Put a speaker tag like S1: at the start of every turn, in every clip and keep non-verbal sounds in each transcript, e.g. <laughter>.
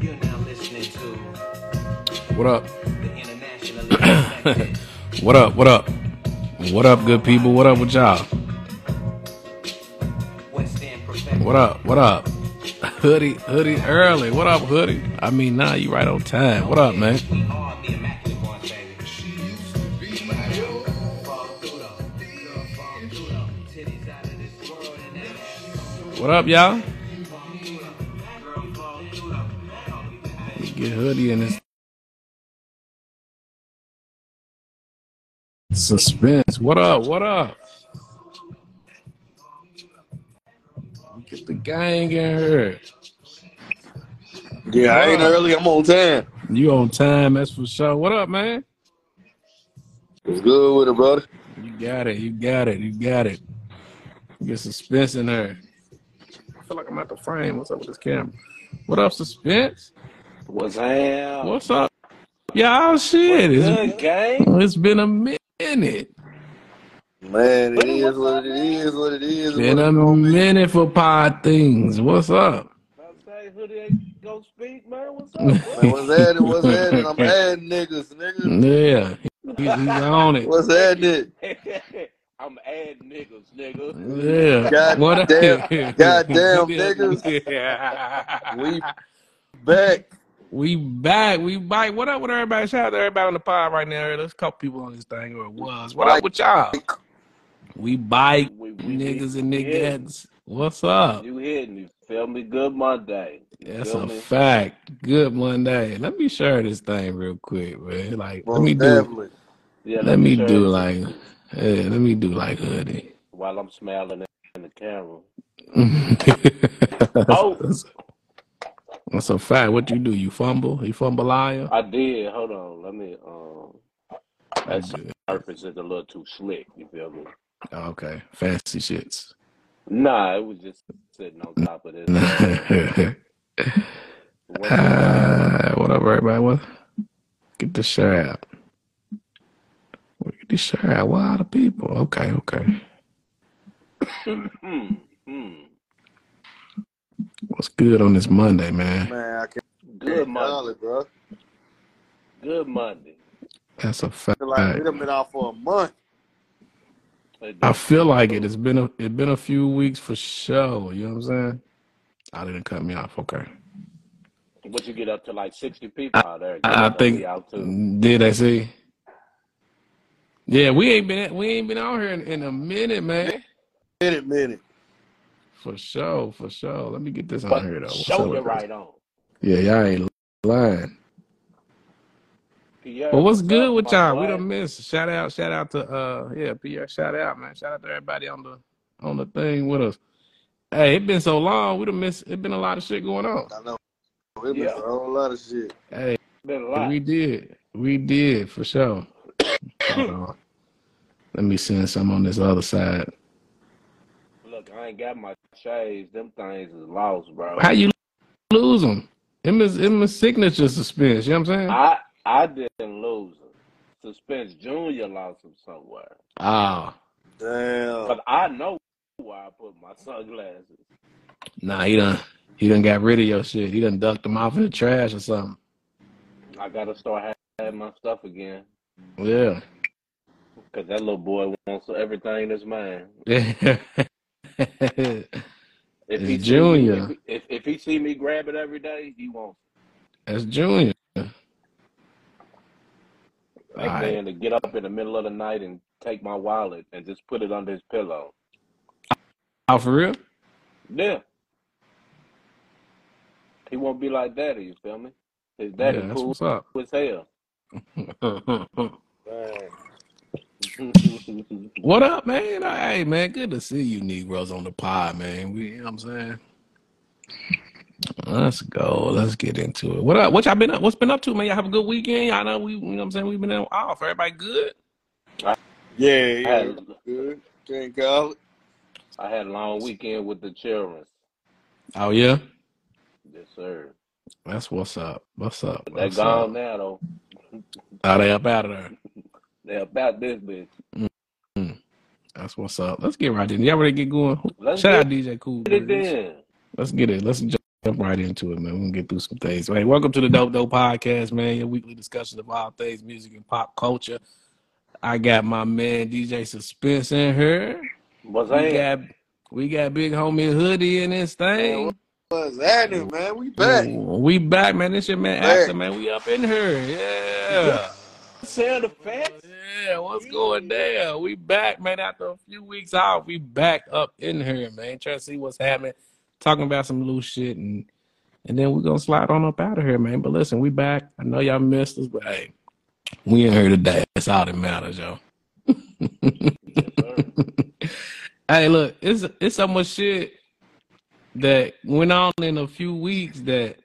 S1: You're now listening to
S2: What up?
S1: the internationally
S2: <coughs>
S1: affected.
S2: What up? What up? What up, good people? What up with y'all?
S1: West End perfected.
S2: What up? What up? Hoodie, hoodie, early. What up, hoodie? I mean, nah, you right on time. What up, man?
S1: We are the immaculate ones, baby. She used to be my Fall through them. Fall through them. Titties out of this world and that ass.
S2: What up, y'all?
S1: Fall through them. Girl, fall through them. Call me the ass.
S2: Get hoodie in this suspense. What up? What up? Get the gang in here.
S3: Yeah, I ain't
S2: Wow.
S3: early. I'm on time.
S2: You on time? That's for sure. What up, man?
S3: It's good with it, brother.
S2: You got it. You got it. You got it. Get suspense in there. I feel like I'm out the frame. What's up with this camera? What up, suspense?
S4: What's up?
S2: What's up? Y'all shit.
S4: Good
S2: It's,
S4: game.
S2: it's been a minute.
S3: Man, it
S4: What-
S3: is
S4: what's
S3: what
S4: up,
S3: it
S4: man?
S3: is. What it is.
S2: Been
S3: What
S2: a
S3: it gonna be.
S2: minute for pod things. What's up?
S4: About to say, Hoodie ain't gonna speak, man. What's up?
S2: <laughs>
S4: <laughs>
S3: Man, what's added? What's added? I'm adding niggas, nigga.
S2: Yeah. He- He's on it.
S3: What's added?
S4: I'm adding niggas, nigga.
S2: Yeah.
S3: God
S2: what
S3: damn-
S2: <laughs>
S3: goddamn niggas.
S2: Yeah.
S3: We back.
S2: We back. We back. What up with everybody? Shout out to everybody on the pod right now. There's a couple people on this thing, or it was. What up with y'all? We bike
S4: We, we
S2: niggas and
S4: we hitting.
S2: niggas. What's up?
S4: You hitting you. Feel me? Good Monday. You
S2: That's
S4: feel
S2: a
S4: me?
S2: fact. Good Monday. Let me share this thing real quick, man. Like, let me
S3: Most
S2: do,
S3: definitely.
S4: Yeah,
S2: let
S4: let me
S2: me
S4: share
S2: do
S4: it too
S2: like, yeah, let me do like hoodie.
S4: while I'm smiling at- in the camera.
S2: that's,
S4: Oh,
S2: <laughs> that's- that's a fact. What you do? You fumble? You fumble liar?
S4: I did. Hold on. Let me. Um,
S2: You
S4: that's
S2: good.
S4: surface is a little too slick. You feel me?
S2: Okay. Fancy shits.
S4: Nah, it was just sitting on top of this. Uh,
S2: <laughs> uh, <laughs>
S4: what's it called?
S2: what up, everybody? What? Get the shirt out. Get the shirt out. Where are the people? Okay, okay.
S4: Hmm. Hmm.
S2: What's good on this Monday, man?
S3: Man, I can't
S4: Good
S3: call
S4: Monday.
S3: it, bro.
S4: Good Monday.
S2: That's a fact.
S3: Feel like we done been out for a month.
S4: It
S2: I
S4: do.
S2: feel
S4: It
S2: like it.
S4: do.
S2: It's been a it's been a few weeks for sure. You know what I'm saying? I didn't cut me off. Okay.
S4: What you get up to like sixty people out there? Get
S2: I, I
S4: it done. We
S2: think
S4: out too.
S2: did I see? Yeah, we ain't been we ain't been out here in, in a minute, man.
S3: Minute, minute.
S2: For sure, for sure. Let me get this on
S4: But
S2: here though. What's up
S4: show you
S2: with this?
S4: right on.
S2: Yeah, y'all ain't lying.
S4: Pierre,
S2: But what's
S4: what's
S2: good
S4: up,
S2: with
S4: my
S2: y'all? We
S4: boy?
S2: don't miss. Shout out, shout out to uh yeah, Pierre, shout out, man. Shout out to everybody on the on the thing with us. Hey, it been so long, we done missed it been a lot of shit going on.
S3: I know. It been
S4: Yeah,
S3: a whole lot of shit.
S2: Hey,
S4: been a lot.
S2: we did. We did for
S4: <coughs>
S2: sure. Hold on. Let me send some on this other side.
S4: Look, I ain't got my shades. Them things is lost, bro.
S2: How you lose them? Him is him is signature suspense, you know what I'm saying?
S4: I I didn't lose them. Suspense Junior lost them somewhere,
S2: Ah.
S3: Damn.
S2: Oh.
S4: but I know where I put my sunglasses.
S2: Nah, he done he done got rid of your shit. He done ducked them off in the trash or something.
S4: I gotta start ha- having my stuff again.
S2: Yeah. <laughs>
S4: Cause that little boy wants everything that's mine.
S2: it's
S4: If he see me, if
S2: Junior.
S4: he, if, if he see me grab it every day, he wants
S2: That's Junior. All
S4: it. that
S2: right.
S4: man to get up in the middle of the night and take my wallet and just put it under his pillow.
S2: Oh, for real?
S4: Yeah, he won't be like daddy. You feel me? His daddy
S2: Yeah, that's
S4: cool
S2: what's up. <laughs>
S4: as hell. <laughs>
S3: Man.
S2: what up, man? Hey, man, good to see you, Negroes, on the pod, man. We, you know what I'm saying? Let's go. Let's get into it. What up? What y'all been up? What's been up to, man? Y'all have a good weekend. I know we, you know what I'm saying? We've been off. Everybody good?
S4: I
S3: Yeah,
S4: I
S3: yeah.
S4: had
S3: Good. Can't call it.
S4: I had a long weekend with the children.
S2: Oh, yeah.
S4: Yes, sir.
S2: That's what's up. What's up?
S4: But they
S2: What's
S4: gone
S2: up?
S4: now though.
S2: Are they up out of there?
S4: They about this bitch.
S2: Mm, That's what's up. Let's get right in. Y'all ready to get going?
S4: Let's
S2: Shout
S4: get
S2: out DJ Cool
S4: it
S2: Breeze.
S4: in.
S2: Let's get it. Let's jump jump right into it, man. We're gonna get through some things. Hey, welcome to the Dope Dope Podcast, man. Your weekly discussion of all things music and pop culture. I got my man DJ Suspense in here.
S4: What's
S2: We
S4: that?
S2: got we got big homie Hoodie in this thing.
S3: What's happening, man? We back.
S2: Ooh, We back, man. This your man
S3: Back.
S2: Axel, man. We up in here. Yeah.
S4: Sell the facts.
S2: Yeah, what's going down? We back, man. After a few weeks off, we back up in here, man. Trying to see what's happening, talking about some loose shit, and and then we're gonna slide on up out of here, man. But listen, we back. I know y'all missed us, but hey, we in here today. That's all that matters, yo.
S4: Yes, sir.
S2: <laughs> Hey, look, it's it's so much shit that went on in a few weeks that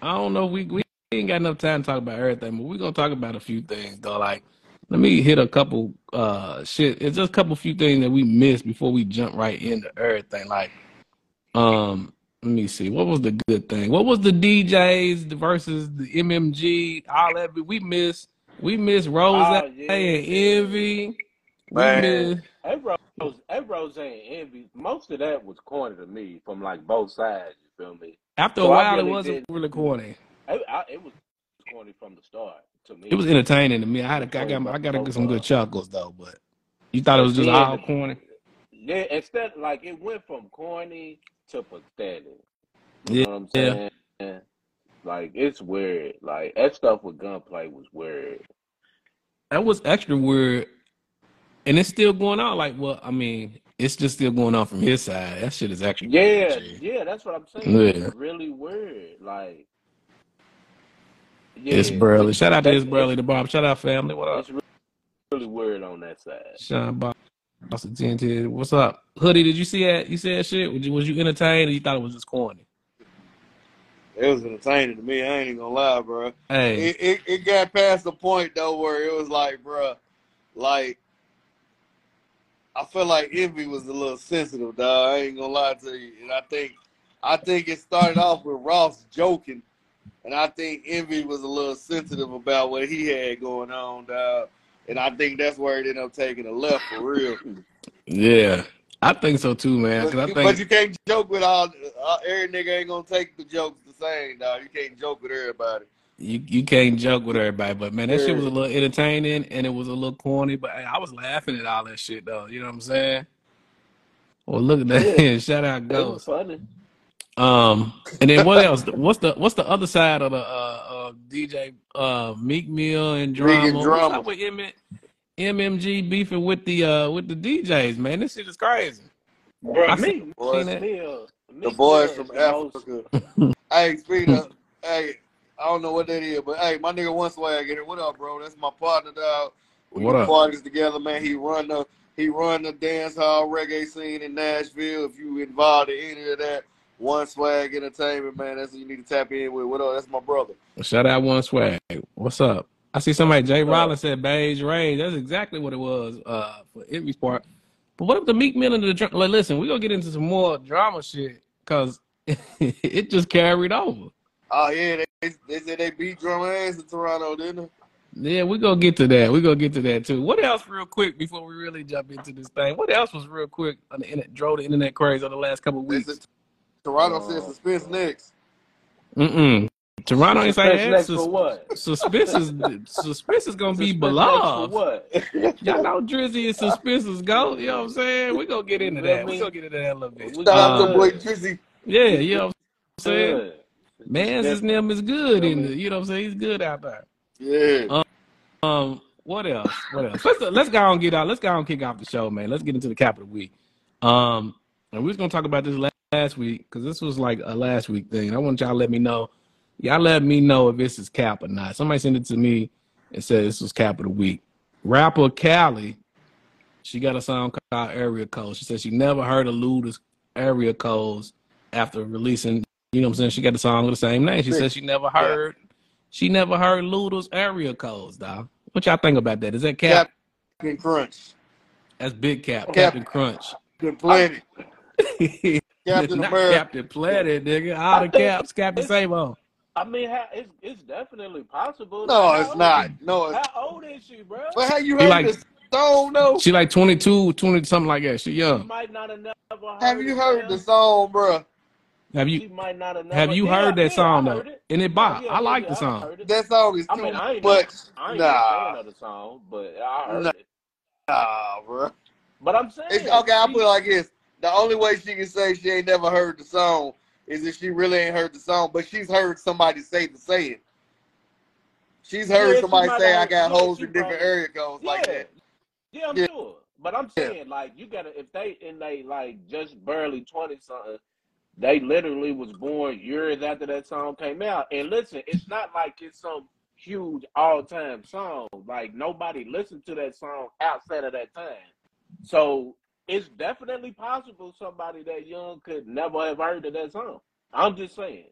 S2: I don't know. We we ain't got enough time to talk about everything, but we're gonna talk about a few things though. Like, let me hit a couple uh shit. It's just a couple few things that we missed before we jump right into everything. Like, um, let me see. What was the good thing? What was the DJs versus the MMG? All that we missed. We missed Rose
S4: Oh, yeah.
S2: and Envy. We
S3: Man.
S2: missed.
S4: Hey, Rose, hey, Rose and Envy. Most of that was corny to me from like both sides. You feel me?
S2: After a
S4: So I
S2: while,
S4: really
S2: it wasn't
S4: didn't-
S2: really corny.
S4: I, I, it was corny from the start to me.
S2: It was entertaining to me. I had a, I got I got to get some good chuckles though, but you thought it was just all corny.
S4: Yeah, instead, like it went from corny to pathetic. You
S2: Yeah,
S4: know what I'm
S2: yeah.
S4: saying? Like it's weird. Like that stuff with gunplay was weird.
S2: That was extra weird, and it's still going on. Like, well, I mean, it's just still going on from his side. That shit is actually
S4: Yeah, yeah, that's what I'm saying.
S2: Yeah.
S4: It's really weird. Like yeah,
S2: It's Burley. Shout out to this Burley, the Bob. Shout out family. What up,
S4: It's re- really weird on that side.
S2: Sean Bob? Austin TNT. What's up, Hoodie? Did you see that? You said shit. Was you, was you entertained, or you thought it was just corny?
S3: It was entertaining to me. I ain't even gonna lie, bro.
S2: Hey,
S3: It, it it got past the point though where it was like, bruh, like I feel like envy was a little sensitive, dog. I ain't gonna lie to you. And I think I think it started off with Ross joking, and I think envy was a little sensitive about what he had going on, dog. And I think that's where it ended up taking a left for
S2: <laughs>
S3: real.
S2: yeah, I think so too, man.
S3: But,
S2: 'cause I
S3: you-
S2: think
S3: but you can't joke with all. Uh, every nigga ain't gonna take the jokes the same, dog. You can't joke with everybody.
S2: you you can't joke with everybody, but man, that shit was a
S3: Yeah.
S2: little entertaining and it was a little corny, but hey, I was laughing at all that shit though. You know what I'm saying? Well, look at that! <laughs> Shout out
S4: It was
S2: Ghost.
S4: funny.
S2: Um, and then what else? What's the what's the other side of the uh, uh DJ uh Meek Mill and
S3: Meek
S2: drama?
S3: and
S2: What's
S3: Drama.
S2: up with M- MMG beefing with the uh with the DJs? Man, this shit is crazy.
S4: Bro,
S2: I
S4: me, uh,
S2: seen
S3: Boys-
S2: that.
S4: Mill,
S3: The boys
S4: Meek Mill is
S3: from
S4: the most-
S3: Africa.
S2: <laughs>
S3: hey, speaking of, hey, I don't know what that is, but hey, my nigga one swag in it. What up, bro? That's my partner, dog. We
S2: What
S3: do
S2: up?
S3: parties together, man. He run the he run the dance hall reggae scene in Nashville. If you involved in any of that, one swag entertainment, man. That's what you need to tap in with. What up? That's my brother.
S2: Shout out one swag. What's up? I see somebody Jay
S4: What's up?
S2: Rollins said beige rage. That's exactly what it was uh for Envy's part. But what if the Meek Mill and the drama? Like, listen, we're gonna get into some more drama shit because <laughs> it just carried over.
S3: Oh yeah, they, they said they beat drum ass in Toronto, didn't they?
S2: Yeah, we're gonna get to that. We're gonna get to that too. What else real quick before we really jump into this thing? What else was real quick on the internet drove the internet crazy on the last couple of
S3: They
S2: weeks?
S3: said Toronto said suspense next.
S2: Mm-mm. Toronto ain't
S4: Suspense
S2: saying
S4: next
S2: sus-
S4: for what? <laughs>
S2: suspense is suspense is gonna be
S4: Suspense next
S2: beloved.
S4: for what?
S3: <laughs>
S2: Y'all know Drizzy is suspicious, go. You know what I'm saying? We're gonna get into
S4: You feel
S2: that. We're
S4: me?
S2: gonna get into that a little bit.
S4: We
S3: Shout out
S2: Uh,
S3: to boy Drizzy.
S2: yeah, you know what I'm saying?
S4: Good.
S2: Man's his
S4: That's-
S2: name is good
S4: Yeah,
S2: in
S4: man.
S2: the, you know what I'm saying? He's good out there.
S3: Yeah.
S2: Um, what else? What else? Let's let's go on and get out. Let's go on and kick off the show, man. Let's get into the cap of the week. Um, and we was gonna talk about this last, last week because this was like a last week thing. I want y'all to let me know. Y'all let me know if this is cap or not. Somebody sent it to me and said this was cap of the week. Rapper Callie, she got a song called Area Code. She said she never heard of Luda's Area Codes after releasing. You know what I'm saying? She got the song with the same name. She said she never heard. She never heard Luda's Area Codes, dog. What y'all think about that? Is that cap?
S3: Cap and Crunch.
S2: That's big cap,
S3: Cap.
S2: Captain Crunch.
S3: Captain Planet. Captain
S2: Not
S3: America.
S2: Captain Planet, nigga. All
S4: <laughs>
S2: the caps, Captain Sabo.
S4: I mean, how, it's it's definitely possible.
S3: No,
S4: How
S3: it's
S4: old-
S3: not. No, it's
S4: How old is she, bro?
S3: but how you
S2: He
S3: heard
S2: like-
S3: this song though?
S2: She like 22, 20, something like that. She
S4: She
S2: young.
S4: might not have never heard
S3: Have you
S4: it,
S3: heard
S4: bro.
S3: the song, bruh?
S2: Have
S4: she
S2: you
S4: might not have. known
S2: have
S4: it.
S2: you
S4: Yeah,
S2: heard
S4: yeah,
S2: that song
S4: I
S2: though?
S4: heard it.
S2: And it
S4: Yeah,
S2: bop.
S4: yeah,
S2: I like
S4: yeah,
S2: the
S4: I
S2: song.
S4: heard it.
S3: That song is
S4: I
S3: too
S4: mean, I ain't
S3: much.
S4: I ain't a fan
S3: Nah,
S4: of the song, but I heard
S3: Nah.
S4: it.
S3: nah, bro.
S4: But I'm saying,
S3: It's, okay, I
S4: she-
S3: put it like this: the only way she can say she ain't never heard the song is if she really ain't heard the song, but she's heard somebody say the saying. She's heard
S4: Yeah, she
S3: somebody
S4: might
S3: say
S4: have-
S3: I got
S4: yeah,
S3: holes
S4: she
S3: in different
S4: probably-
S3: area codes
S4: yeah,
S3: like that.
S4: yeah, I'm
S3: Yeah.
S4: sure. But I'm
S3: Yeah.
S4: saying, like, you gotta if they and they like just barely twenty something, they literally was born years after that song came out. And listen, it's not like it's some huge all time song. Like nobody listened to that song outside of that time. So it's definitely possible somebody that young could never have heard of that song. I'm just saying.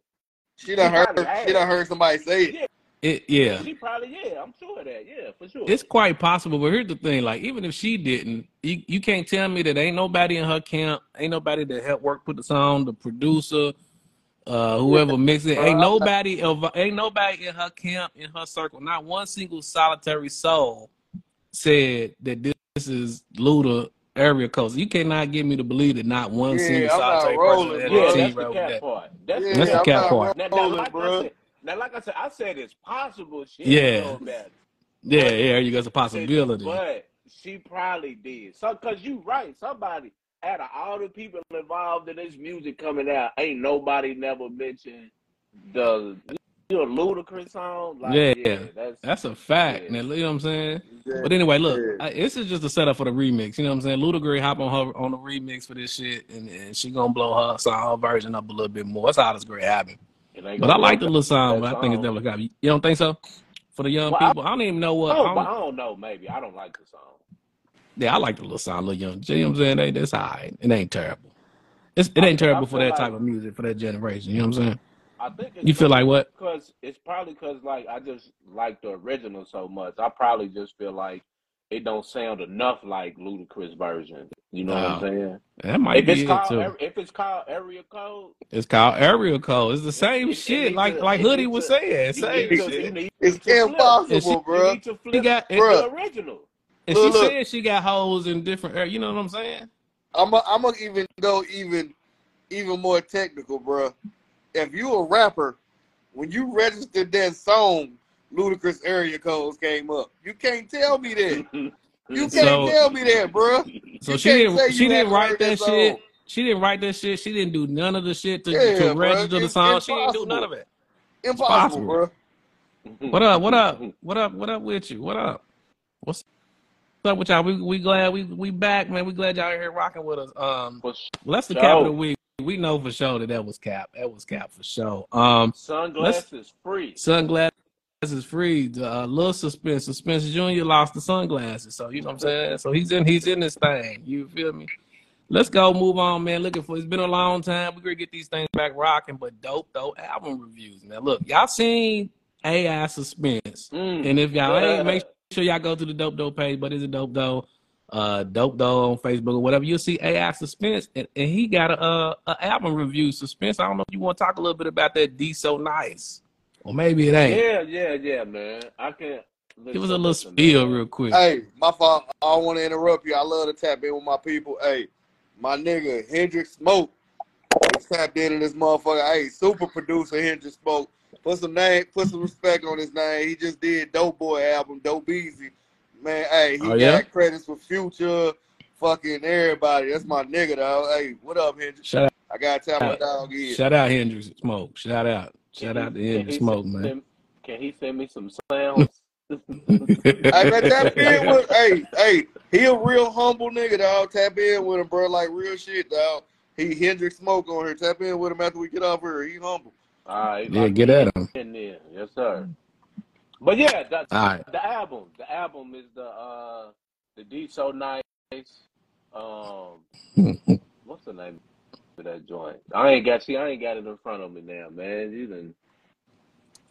S3: She done heard.
S4: probably has.
S3: She done heard somebody say it.
S2: It yeah.
S4: She probably yeah, I'm sure of that, yeah, for sure.
S2: It's quite possible, but here's the thing: like, even if she didn't, you, you can't tell me that ain't nobody in her camp, ain't nobody that helped work put the song, the producer, uh, whoever mixed it, ain't
S3: Bruh.
S2: nobody, of- ain't nobody in her camp, in her circle, not one single solitary soul said that this, is Luda area coast. You cannot get me to believe that not one
S3: Yeah,
S2: single
S3: I'm not
S2: solitary
S3: rolling,
S2: person
S4: Yeah,
S3: bruh.
S2: that team
S4: that's the
S2: wrote
S4: cat
S2: that.
S4: part. That's
S3: Yeah,
S4: the
S2: That's the
S4: cat
S3: I'm
S2: cat
S3: not
S4: part.
S2: part.
S4: Now, now,
S3: rolling,
S4: like I
S3: bro.
S4: said, now, like I said, I said it's possible she
S2: Yeah.
S4: didn't know about it,
S2: Yeah, yeah,
S4: but
S2: there you go. It's a
S4: it,
S2: possibility.
S4: but she probably did. So, cause you right, somebody out of all the people involved in this music coming out, ain't nobody never mentioned the you know, ludicrous song. Like,
S2: Yeah,
S4: yeah, that's
S2: that's a fact.
S4: yeah.
S2: man. you know what I'm saying?
S3: Yeah,
S2: But anyway, look,
S3: yeah.
S2: I, this is just a setup for the remix. You know what I'm saying? Ludacris hop on her on the remix for this shit, and, and she gonna blow her song, her version up a little bit more. That's how this great happen.
S4: it ain't
S2: But I
S4: gonna be
S2: like the
S4: about
S2: little song,
S4: that
S2: but I think it's
S4: song.
S2: definitely got You don't think so? For the young
S4: Well, I,
S2: people, I don't even know what. I
S4: oh, but
S2: don't,
S4: I don't know. Maybe I don't like the song.
S2: yeah, I like the little song, little young. You know what I'm saying? They, that's all right. It ain't terrible. It's, it
S4: I,
S2: ain't
S4: fe- I
S2: terrible for
S4: feel
S2: that
S4: like
S2: type of music for that generation. You know what I'm saying?
S4: I think it's
S2: You feel like
S4: probably
S2: what?
S4: because it's probably because like I just like the original so much. I probably just feel like it don't sound enough like Ludacris version. You know what I'm
S2: Oh,
S4: saying?
S2: that might
S4: If it's
S2: be it
S4: called
S2: too.
S4: ar- if it's called area code,
S2: It's called aerial code. It's the
S4: it,
S2: same
S4: it, it
S2: shit.
S4: needs
S2: Like
S4: to
S2: like
S4: it
S2: Hoodie
S4: needs
S2: was
S4: to
S2: saying,
S4: you
S2: same
S4: need to you
S2: shit.
S4: need
S3: It's
S4: to flip.
S2: And she
S3: impossible,
S4: You
S3: bro.
S4: need to
S2: she
S4: flip
S2: got and,
S4: to the
S3: Bruh,
S4: original. <laughs>
S2: and she
S3: look, look.
S2: said she got holes in different areas. You know what I'm saying?
S3: I'm i I'm gonna even go even even more technical, bro. If you a rapper, when you registered that song, ludicrous area codes came up. You can't tell me that. You can't
S2: So-
S3: tell me that, bro.
S2: So she
S3: You can't say
S2: didn't she
S3: you
S2: didn't
S3: haven't
S2: write
S3: heard that
S2: that
S3: song.
S2: shit. She didn't write that shit. She didn't do none of the shit to to
S3: Yeah, bro.
S2: register the
S3: It's
S2: song. She didn't do none
S3: impossible.
S2: of it. It's
S3: Impossible,
S2: possible.
S3: bro.
S2: What up? What up?
S3: <laughs>
S2: What up? What up with you? What up? What's up with y'all? We we glad we we back, man. We glad y'all here rocking with us. Um,
S4: For
S2: well, that's the cap of the
S4: sure.
S2: week. We know for sure that that was cap. That was cap for sure. Um, let's
S4: Sunglasses free.
S2: sunglasses free. Uh, little suspense. Suspense Junior lost the sunglasses, so you know what I'm saying. So he's in. He's in this thing. You feel me? Let's go. Move on, man. Looking for. It's been a long time. We're gonna get these things back rocking, but dope though. Album reviews, man. Look, y'all seen AI Suspense,
S4: Mm.
S2: and if y'all ain't, make sure y'all go to the dope dope page. But it's a dope though. Uh, dope though on Facebook or whatever. You'll see AI Suspense, and, and he got a, a a album review. Suspense. I don't know if you want to talk a little bit about that. D so nice. Or maybe it ain't.
S4: Yeah, yeah, yeah, man. I can
S2: Give us a
S4: listen,
S2: little
S4: listen,
S2: spiel
S4: man.
S2: real quick.
S3: Hey, my fault. I don't want to interrupt you. I love to tap in with my people. Hey, my nigga Hendrix Smoke is tapped in in this motherfucker. Hey, super producer Hendrix Smoke. Put some name, put some respect on his name. He just did Dope Boy album, Dope Easy. Man, hey, he
S2: Oh yeah.
S3: got credits for Future, fucking everybody. That's my nigga, dog. Hey, what up, Hendrix?
S2: Shout
S3: I gotta tap my
S2: out.
S3: dog in.
S2: Uh, Shout out Hendrix Smoke. Shout out.
S4: Can
S2: Shout
S4: he
S2: out to
S4: can
S2: Hendrix
S4: he send
S2: Smoke, man. <laughs>
S4: him- can he send me some sounds? <laughs>
S3: Hey
S2: <laughs>
S3: man, tap in with hey, hey, he a real humble nigga, dog. Tap in with him, bro. Like real shit, dog. He Hendrix Smoke on here. Tap in with him after we get off here. He humble.
S4: All right,
S2: yeah,
S4: lock
S2: get
S4: me
S2: at him.
S4: in there. Yes, sir. But yeah, the
S2: All right.
S4: the album. The album is the uh the D so nice. Um
S2: <laughs>
S4: what's the name of that joint? I ain't got see I ain't got it in front of me now, man. You didn't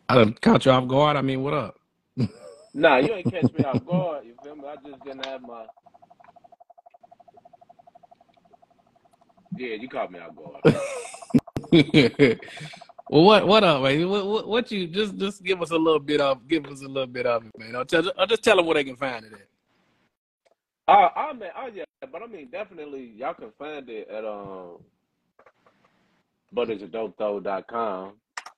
S2: I done caught you off guard. I mean, what up?
S4: Nah, you ain't catch me off guard, you feel me? I just didn't have my Yeah, you caught me off guard.
S2: <laughs> well, what what up, man? What, what what you just just give us a little bit of give us a little bit of it, man. I'll tell I'll just tell them where they can find it at.
S4: Uh, I mean, oh yeah, but I mean, definitely, y'all can find it at um but it's adultthrow.com.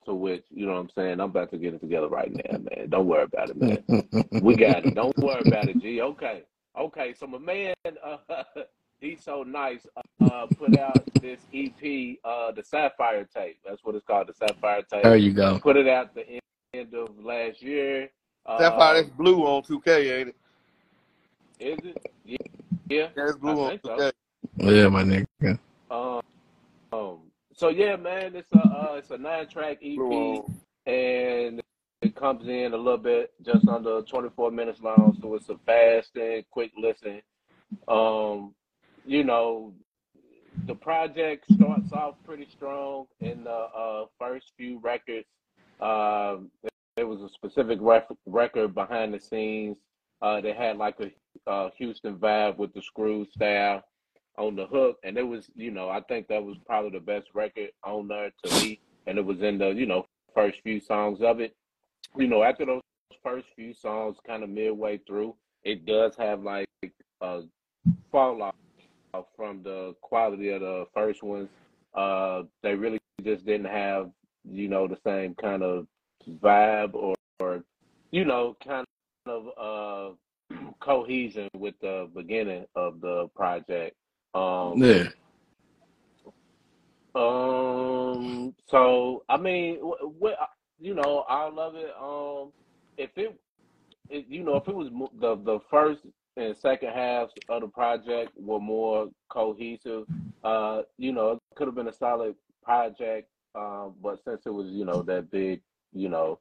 S4: To which, you know what I'm saying? I'm about to get it together right now, man. Don't worry about it, man. <laughs> We got it. Don't worry about it, G. Okay. Okay. So my man, uh, <laughs> he's so nice, uh, put out this EP, uh, the Sapphire Tape. That's what it's called, the Sapphire Tape.
S2: There you go.
S4: Put it out the end of last year. Uh,
S3: That's how that's blue on 2K, ain't it?
S4: Is it? Yeah. yeah.
S3: That's blue
S4: I
S3: on
S4: think
S3: 2K.
S4: so.
S2: Yeah, my nigga.
S4: Um, um, so yeah, man, it's a uh, it's a nine track EP,
S3: Blue on.
S4: and it comes in a little bit, just under twenty four minutes long. So it's a fast and quick listen. Um, you know, the project starts off pretty strong in the uh, first few records. Um, there was a specific ref- record behind the scenes. Uh, they had like a uh, Houston vibe with the screw style on the hook, and it was, you know, I think that was probably the best record on there to me. And it was in the, you know, first few songs of it. You know, after those first few songs, kind of midway through, it does have like a fall off from the quality of the first ones. Uh, they really just didn't have, you know, the same kind of vibe or, or you know, kind of uh, <clears throat> cohesion with the beginning of the project. Um,
S2: Yeah.
S4: um. So I mean, what you know, I love it. Um, if it, it you know, if it was mo- the the first and second halves of the project were more cohesive, uh, you know, it could have been a solid project. Um, but since it was, you know, that big, you know,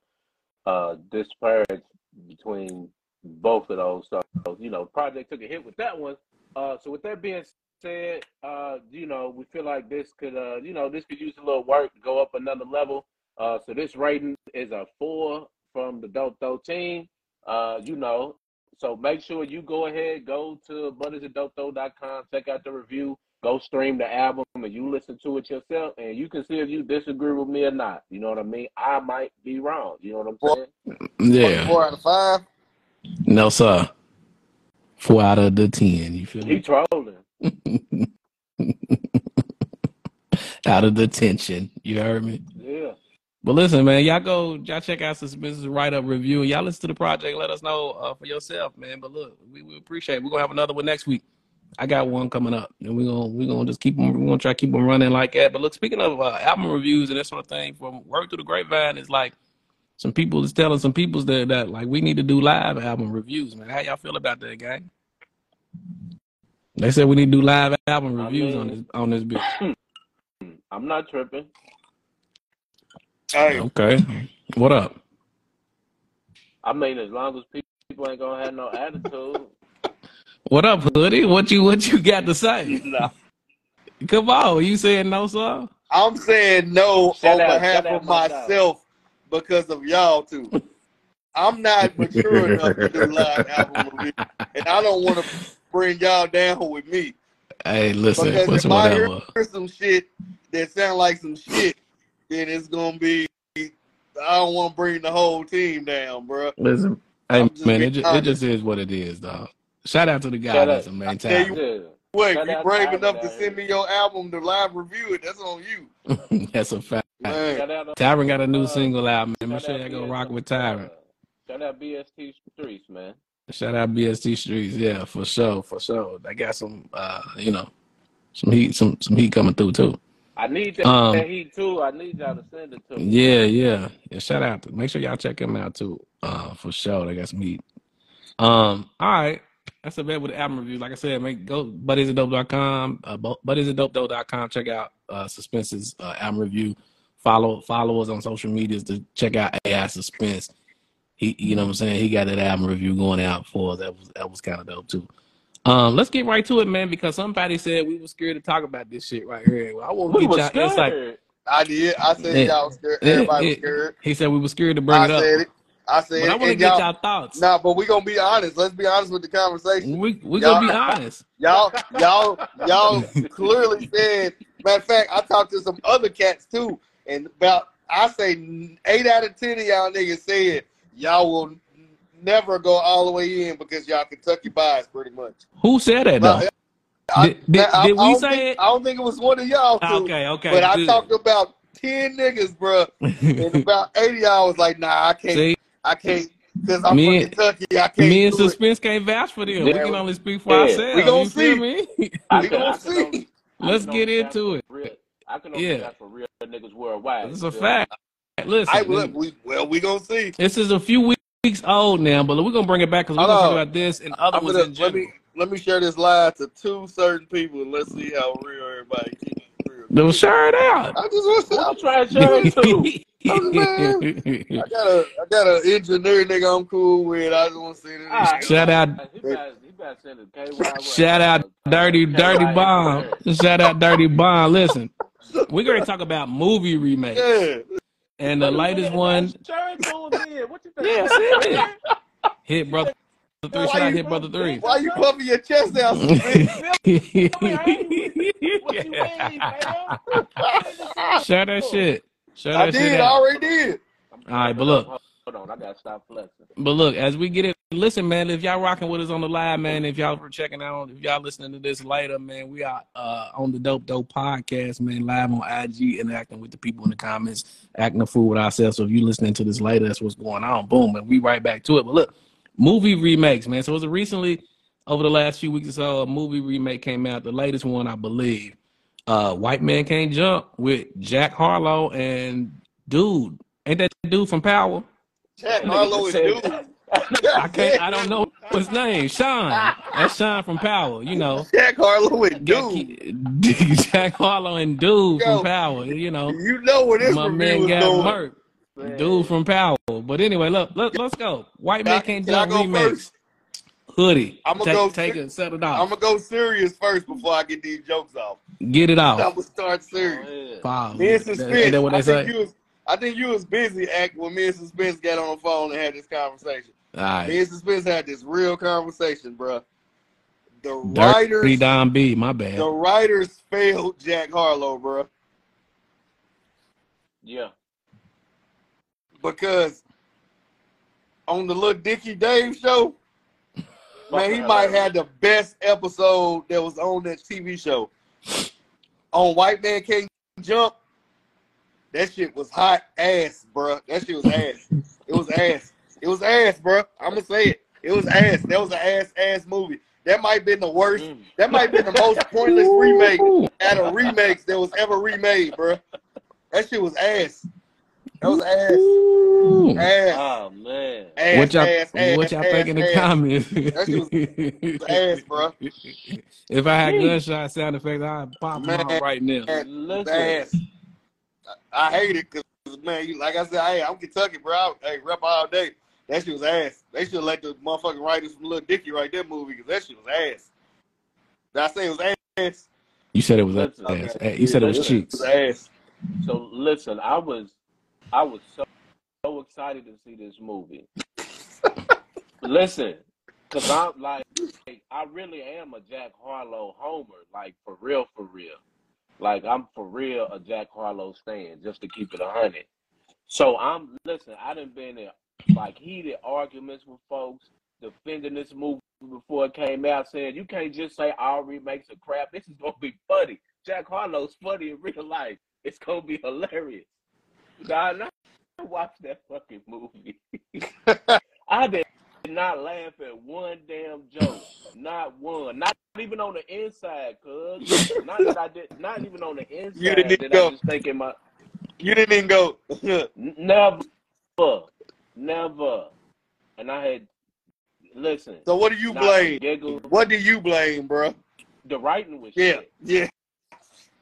S4: uh, disparage between both of those, so you know, project took a hit with that one. Uh, so with that being said, uh, you know, we feel like this could, uh, you know, this could use a little work to go up another level. Uh, so this rating is a four from the Dope Throw team. Uh, you know, so make sure you go ahead, go to buttersadope.com, check out the review, go stream the album, and you listen to it yourself, and you can see if you disagree with me or not. You know what I mean? I might be wrong. You know what I'm saying?
S2: Yeah.
S3: Four out of five.
S2: No, sir. Four out of the ten. You feel
S4: He
S2: me?
S4: trolling.
S2: Out of the tension. You heard me?
S4: Yeah.
S2: But listen, man, y'all go, y'all check out Suspense's write up review. Y'all listen to the project. Let us know uh, for yourself, man. But look, we, we appreciate. It. We're gonna have another one next week. I got one coming up, and we're gonna we're gonna just keep them. We're gonna try to keep them running like that. But look, speaking of uh, album reviews and that sort of thing, from word through the grapevine is like some people is telling some people's that that like we need to do live album reviews, man. How y'all feel about that, gang? They said we need to do live album
S4: I
S2: reviews on
S4: mean-
S2: this on this
S4: <laughs>
S2: bitch.
S4: I'm not tripping.
S3: Hey,
S2: Okay, what up?
S4: I mean, as long as pe- people ain't gonna have no attitude,
S2: What up, hoodie? What you what you got to say?
S3: nah.
S2: Come on, you saying no, sir?
S3: I'm saying no
S4: Shut
S3: on
S4: up,
S3: behalf
S4: shut up,
S3: of
S4: my dog.
S3: myself because of y'all two. I'm not mature enough to do live album reviews, and I don't want to bring y'all down with me.
S2: Hey, listen,
S3: Because
S2: listen,
S3: if I hear
S2: whatever.
S3: some shit that sound like some shit, then it's gonna be. I don't want to bring the whole team down, bruh.
S2: Listen, hey
S3: I'm just
S2: man, it
S3: being
S2: just, it
S3: honest.
S2: just is what it is, dog. Shout out to the guy
S4: Shut
S2: that's
S4: up.
S2: a
S3: tell
S2: maintainer.
S3: you
S4: yeah.
S3: Wait,
S4: Shout
S3: you
S4: out to
S3: brave
S4: Ivan
S3: enough to
S4: down
S3: send me
S4: here.
S3: your album to live review it? That's on you,
S2: <laughs> that's a fact.
S3: man.
S4: Shout out, to-
S2: Tyron got a new
S4: uh,
S2: single out, man. Make
S4: shout
S2: sure
S4: out,
S2: y'all go
S4: BS,
S2: rock with
S4: uh,
S2: Tyron.
S4: shout out BST Streets, man.
S2: Shout out BST Streets, yeah, for sure, for sure. They got some, uh, you know, some heat, some some heat coming through too.
S4: I need that,
S2: Um,
S4: that heat too. I need y'all to send it to me.
S2: yeah, yeah, yeah. Shout out to make sure y'all check him out too, uh, for sure. They got some heat. Um, all right. That's a bit with the album reviews. Like I said, make go buddiesitdope.com, uh, bu- buddiesitdope.com. Check out uh, Suspense's uh, album review. Follow follow us on social medias to check out AI Suspense. He, you know what I'm saying? He got that album review going out for us. That was that was kind of dope too. Um, let's get right to it, man, because somebody said we were scared to talk about this shit right here. Well, I want to
S4: We
S2: get
S4: was
S2: y'all insight.
S4: scared.
S3: I did. I said
S2: Yeah,
S3: y'all was scared.
S2: yeah,
S3: Everybody was
S2: yeah.
S3: scared.
S2: He said we were scared to bring
S3: I
S2: it up,
S3: said it. I
S2: but
S3: said
S2: I
S3: it.
S2: want to
S3: And
S2: get
S3: y'all,
S2: y'all thoughts.
S3: nah, but we gonna be honest. Let's be honest with the conversation.
S2: We we gonna
S3: Y'all,
S2: be honest.
S3: y'all, y'all, y'all clearly said. Matter of fact, I talked to some other cats too, and about I say n- eight out of ten of y'all niggas said y'all will n- never go all the way in because y'all Kentucky bias pretty much.
S2: Who said that
S3: About
S2: though?
S3: I-
S2: Did- did-
S3: I- I
S2: did we
S3: don't
S2: say
S3: think-
S2: it?
S3: I don't think it was one of y'all. Two,
S2: Okay, okay.
S3: but I
S2: good. <laughs>
S3: talked about ten niggas, bruh. And about eighty, I was like, nah, I can't,
S2: See,
S3: I can't, because I'm
S2: Me
S3: from
S2: and-
S3: Kentucky. I can't.
S2: me and
S3: do it.
S2: suspense can't vouch for them. we
S4: Yeah,
S2: can only speak for
S4: yeah,
S2: ourselves.
S3: we gonna
S2: you feel me? <laughs>
S3: We
S4: can-
S3: gonna
S4: <laughs> can
S3: see.
S4: only- I
S2: Let's
S4: can
S2: get
S4: only vouch
S2: into
S4: for
S2: it.
S4: real- I can only
S2: Yeah.
S4: vouch for real niggas worldwide.
S2: It's a
S4: Bill.
S2: fact. Listen,
S3: I will. We, well, we gonna see.
S2: this is a few we- weeks old now, but we're gonna bring it back because we're
S3: Hold
S2: gonna talk
S3: on.
S2: about this and other
S3: I'm
S2: ones
S3: gonna,
S2: in
S3: let
S2: general.
S3: me let me share this live to two certain people and let's see how real everybody keep it real.
S2: They'll share it out.
S3: I just want to.
S4: What
S3: I'm
S4: you trying to share
S2: <laughs>
S4: it
S3: I
S4: to?
S3: got a I got an engineer nigga I'm cool with. I just want to see this.
S4: Ah.
S2: Shout out,
S4: He better- he better send it to
S2: <laughs>
S4: KY.
S2: shout out, dirty, dirty bomb. Shout out, dirty bomb. Listen, we're gonna talk about movie remakes
S3: Yeah,
S2: and the latest one
S4: Share it to him then. What you think?
S2: Yeah, serious. Hit brother three.
S4: Why
S2: Shout out,
S3: you-
S2: hit brother three.
S3: why you puffing your chest
S4: <laughs>
S3: out? Smith?
S2: <laughs>
S4: What you mean, man?
S2: Shut that shit. Shut
S3: I
S2: that
S3: did.
S2: shit
S3: I
S2: out.
S3: already did.
S2: All right, but look.
S4: Hold on, I gotta stop flexing.
S2: But look, as we get it, listen, man. If y'all rocking with us on the live, man. If y'all were checking out, if y'all listening to this later, man, we are uh, on the Dope Dope Podcast, man, live on IG, interacting with the people in the comments, acting a fool with ourselves. So if you listening to this later, that's what's going on. Boom, and we right back to it. But look, movie remakes, man. So it was a recently over the last few weeks or so, a movie remake came out. The latest one, I believe, uh, White Man Can't Jump with Jack Harlow and dude, ain't that dude from Power?
S3: Jack
S4: <laughs>
S3: Harlow is
S4: Said-
S3: dude.
S2: <laughs>
S3: <laughs>
S2: I can't. I don't know his name. Sean. That's Sean from Power. You know,
S3: Jack Harlow is
S2: Got
S3: dude.
S2: Ke- <laughs> Jack Harlow and Dude
S3: Yo.
S2: from Power. You know,
S3: You know where this
S2: my
S3: review
S2: man
S3: was
S2: got
S3: going.
S2: murked. Dude from Power. But anyway, look, let, let's go. White man can't
S3: Can I
S2: jump
S3: go
S2: remakes.
S3: first?
S2: Hoodie.
S3: I'ma
S2: take,
S3: go
S2: Take
S3: six.
S2: it. Settle
S3: I'm
S2: down.
S3: gonna go serious first before I get these jokes off.
S2: Get it
S3: I'm
S2: off.
S3: gonna start serious.
S4: Yeah.
S2: Wow.
S3: Me and
S2: Is
S3: Suspense.
S2: that what
S3: I
S2: they
S3: think
S2: say?
S3: you was, I think you was busy act when me and Suspense got on the phone and had this conversation.
S2: All right.
S3: Me and Suspense had this real conversation, bruh. The
S2: Dirty
S3: writers,
S2: Don B. My bad.
S3: the writers failed Jack Harlow, bruh,
S4: Yeah.
S3: because on the little Dickie Dave show, man, he might have the best episode that was on that TV show. On White Man Can't Jump, that shit was hot ass, bruh. That shit was ass. It was ass. It was ass, bruh. I'm gonna say it. It was ass. That was an ass ass movie. That might have been the worst.
S4: Mm.
S3: That might have been the most pointless
S2: Ooh.
S3: remake out of remakes that was ever remade, bruh. That shit was ass. That was ass.
S2: Ooh.
S3: Ass.
S4: Oh man.
S3: Ass.
S2: what y'all,
S3: ass, ass,
S2: what y'all
S3: ass,
S2: think in the
S3: ass.
S2: comments? <laughs>
S3: ass, bruh.
S2: If I had gunshot sound effects, I'd pop them out
S3: Man.
S2: right now.
S3: Ass.
S4: Listen.
S3: ass. I, I hate it because man, you like I said, hey, I'm Kentucky, bro. I, hey, rep all day. That shit was ass. They should let the motherfucking writers from Little Dicky write that movie because that shit was ass. Did I say it was ass?
S2: You said it was ass.
S4: Listen, okay.
S2: Hey, You said it was
S4: Listen.
S3: It
S2: cheeks.
S3: was ass.
S4: So listen, I was I was so so excited to see this movie. listen, cause I'm like, like, I really am a Jack Harlow homer, like for real, for real. Like I'm for real a Jack Harlow stan, just to keep it a hundred. So I'm listen. I done been in like heated arguments with folks defending this movie before it came out, saying you can't just say all remakes are crap. This is gonna be funny. Jack Harlow's funny in real life. It's gonna be hilarious. Nah, nah, I watched that fucking movie. <laughs> I did not laugh at one damn joke. Not one. Not even on the inside, cuz. Not that I did. Not even on the inside.
S3: You didn't
S4: did
S3: go.
S4: I just think in my.
S3: You didn't even go. <laughs>
S4: N- Never, never. And I had listen.
S3: so what do you
S4: not
S3: blame?
S4: Giggle.
S3: What do you blame, bro?
S4: The writing was
S3: Yeah,
S4: shit.
S3: yeah.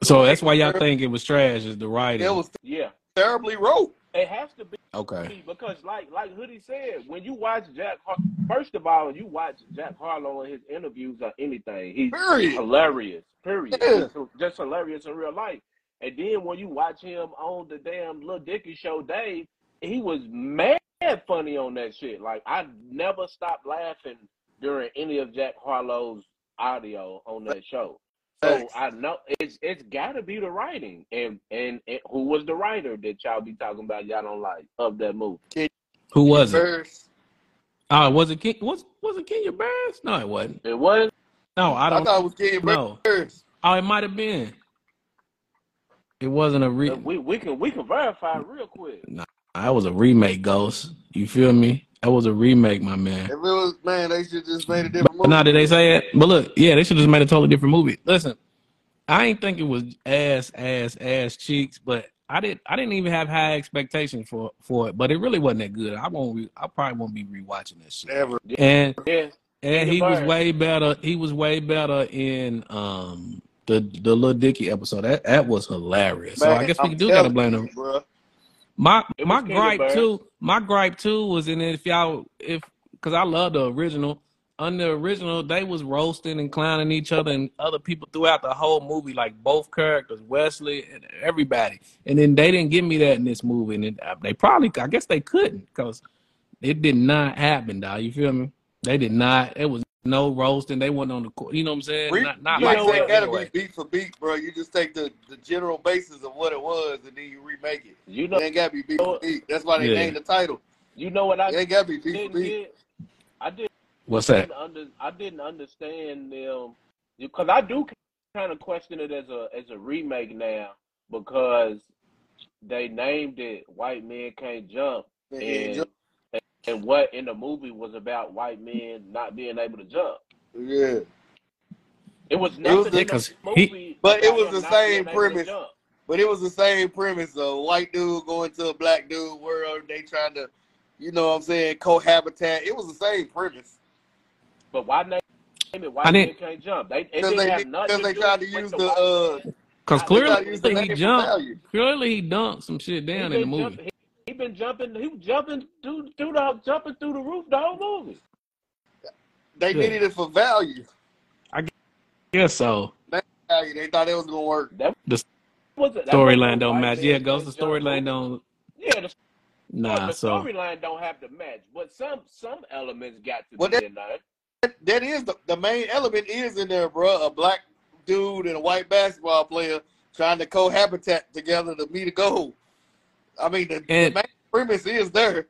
S2: So that's why y'all think it was trash is the writing.
S3: That was
S4: Yeah,
S3: terribly wrote.
S4: it has to be
S2: okay.
S4: because, like, like Hoodie said, when you watch Jack, Har- first of all, when you watch Jack Harlow in his interviews or anything, he's
S3: Period.
S4: hilarious. Period.
S3: Yeah.
S4: Just, just hilarious in real life. And then when you watch him on the damn Lil Dicky show, Dave, he was mad funny on that shit. Like I never stopped laughing during any of Jack Harlow's audio on that show. So
S3: Thanks.
S4: I know it's it's got to be the writing and, and and who was the writer that y'all be talking about y'all don't like of that movie.
S2: Who was it?
S3: First,
S2: Oh, was it King? Was was it Kenya Barris? No, it wasn't.
S4: It was
S2: No, I
S3: I,
S2: don't
S3: thought it was Kid
S2: know.
S3: Breakers.
S2: Oh, it might have been. It wasn't a re.
S4: Uh, We we can we can verify real quick.
S2: I was a remake, Ghost. You feel me? That was a remake, my
S3: If
S2: man.
S3: it was man, they should just made a
S2: But
S3: different movie.
S2: now did they say it? But look, yeah, they should just made a totally different movie. Listen, I ain't think it was ass, ass, ass cheeks, but I did. I didn't even have high expectations for for it, but it really wasn't that good. I won't. Re- I probably won't be rewatching this shit.
S3: Ever.
S2: And
S4: Yeah,
S2: And
S4: Peter
S2: he was
S4: Burns.
S2: way better. He was way better in um the the little Dicky episode. That that was hilarious. so I
S3: Man,
S2: guess we
S3: I'm
S2: do gotta
S3: telling
S2: blame
S3: you,
S2: him.
S3: bruh.
S2: My
S4: It
S2: my
S4: was Peter
S2: gripe
S4: Burns.
S2: too. My gripe too was in if y'all if because I love the original. On the original, they was roasting and clowning each other and other people throughout the whole movie, like both characters, Wesley and everybody. And then they didn't give me that in this movie, and it, uh, they probably, I guess, they couldn't because it did not happen, dog. You feel me? They did not. It was no roasting. They wasn't on the court. You know what I'm saying?
S3: Re-
S2: Not, not
S4: you
S2: like
S4: know
S3: Like
S4: what?
S3: that
S2: that.
S3: gotta
S2: Anyway.
S3: be beat for beat, bro. You just take the, the general basis of what it was and then you remake it.
S4: you know
S3: It ain't gotta be beat for beat. That's why they
S2: Yeah.
S3: named the title.
S4: you know what I
S3: It ain't gotta be beat for
S4: didn't
S3: beat.
S4: get. I did.
S2: What's that?
S4: didn't under, I didn't understand them because I do kind of question it as a as a remake now because they named it "White Men Can't Jump"
S3: They ain't
S4: and
S3: jump.
S4: and what in the movie was about white men not being able to jump.
S3: Yeah.
S4: It was
S3: was
S4: nothing
S3: the-
S4: in
S2: Yeah, 'cause
S4: the
S2: he-
S4: movie,
S3: but it
S4: about
S3: was
S4: him
S3: the
S4: not being
S3: same
S4: able to
S3: premise.
S4: jump.
S3: But it was the same premise of white dude going to a black dude world. They trying to, you know what I'm saying, cohabitat. It was the same premise.
S4: But why name it
S2: I
S4: "White Men
S2: didn't
S4: Can't Jump"? They it
S3: Because
S4: didn't
S3: they,
S4: have
S3: did-
S4: nothing
S3: cause
S4: to
S3: they
S4: do
S3: tried to
S4: with
S3: use
S4: the
S3: the,
S4: white
S3: uh,
S4: man.
S2: because
S4: Not-
S3: they tried
S2: clearly
S3: to use the
S2: he
S3: name for
S2: jumped.
S3: value.
S2: Clearly he dunked some shit
S4: He
S2: down in the
S4: been
S2: movie.
S4: jumping. He, he been jumping. He was jumping through, through the jumping through the roof the whole movie.
S3: They
S2: Yeah.
S3: needed it for value.
S2: Yeah, so
S3: Name value. They thought it was gonna work.
S4: That
S2: the
S4: was that wasn't no
S2: storyline don't
S4: white
S2: match.
S4: man
S2: Yeah, goes the
S4: can't jump
S2: storyline
S4: movie.
S2: don't.
S4: Yeah, the,
S2: Nah,
S4: the
S2: so
S4: storyline don't have to match, but some some elements got to
S3: Well,
S4: be
S3: that-
S4: in there.
S3: That, that is the, the main element is in there, bro. A black dude and a white basketball player trying to cohabitat together to meet a goal. I mean, the, the
S2: and
S3: main premise is there.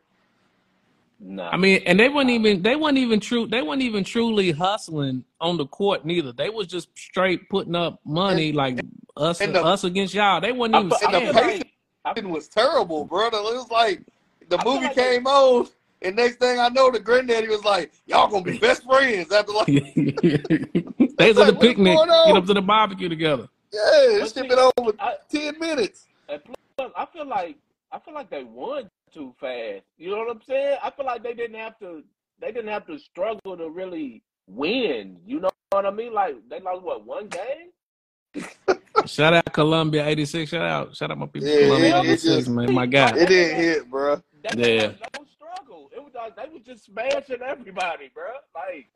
S4: Nah,
S2: I mean, and they weren't
S4: nah.
S2: even they weren't even true they weren't even truly hustling on the court neither. They was just straight putting up
S3: And,
S2: money like us
S3: and the
S2: us against y'all. They wasn't
S4: I
S2: even
S4: feel,
S3: and
S4: I
S3: the
S4: feel
S2: scared. <laughs>
S3: pacing
S4: like I,
S3: was terrible, brother. It was like the
S4: I feel
S3: movie
S4: like they
S3: came on, and next thing I know, the granddaddy was like, "Y'all
S2: <laughs>
S3: gonna be best friends after like." I
S2: They's
S3: was
S2: at the
S3: like, "What's
S2: picnic,
S3: going
S2: get up
S3: on?"
S2: to the barbecue together.
S3: <laughs> Yeah, this
S4: but
S3: shit
S4: see,
S3: been on for
S4: I
S3: ten minutes.
S4: and plus, I feel like I feel like they won too fast. You know what I'm saying? I feel like they didn't have to they didn't have to struggle to really win. You know what I mean? Like they lost what one game?
S2: Shout out Columbia eighty six. Shout out shout out my
S3: Yeah,
S2: people Columbia
S3: it,
S4: Yeah,
S2: eighty
S3: it
S2: six,
S3: just
S2: man. My
S4: See, like
S2: guy.
S3: it
S4: they didn't
S3: didn't
S4: have
S3: hit, bro.
S4: that was
S2: Yeah.
S4: like no struggle. It was like they was just smashing everybody, bro. Like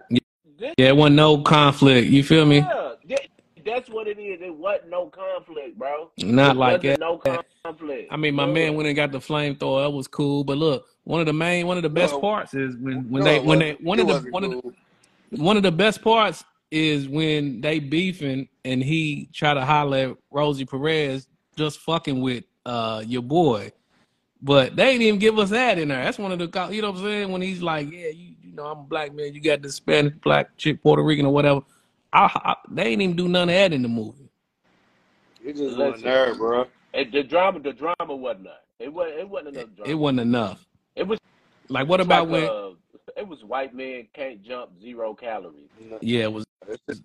S4: this,
S2: Yeah, it wasn't no conflict. You feel me?
S4: yeah, that- that's what it is. It wasn't no conflict, bro.
S2: Not
S4: It
S2: like
S4: wasn't
S2: that.
S4: no conflict.
S2: I mean, my
S4: Yeah,
S2: man went and got the flamethrower. That was cool. But look, one of the main, one of the best
S3: No,
S2: parts is when when
S3: no,
S2: they
S3: it
S2: when they
S3: wasn't.
S2: one
S3: It
S2: of the
S3: wasn't
S2: one of the
S3: cool.
S2: one of the best parts is when they beefing and he try to holler at Rosie Perez just fucking with uh your boy. But they didn't even give us that in there. That's one of the co- you know what I'm saying when he's like, yeah, you you know I'm a black man. You got this Spanish black chick, Puerto Rican or whatever. I, I they ain't even do none of that in the movie.
S3: It just wasn't
S4: listen,
S3: there, bro.
S4: it, the drama, the drama wasn't there. It was, it wasn't
S2: It,
S4: enough
S2: it
S4: drama.
S2: wasn't enough.
S4: It was
S2: Like what about when?
S4: like uh it was white men can't jump zero calories.
S3: No.
S2: Yeah, it was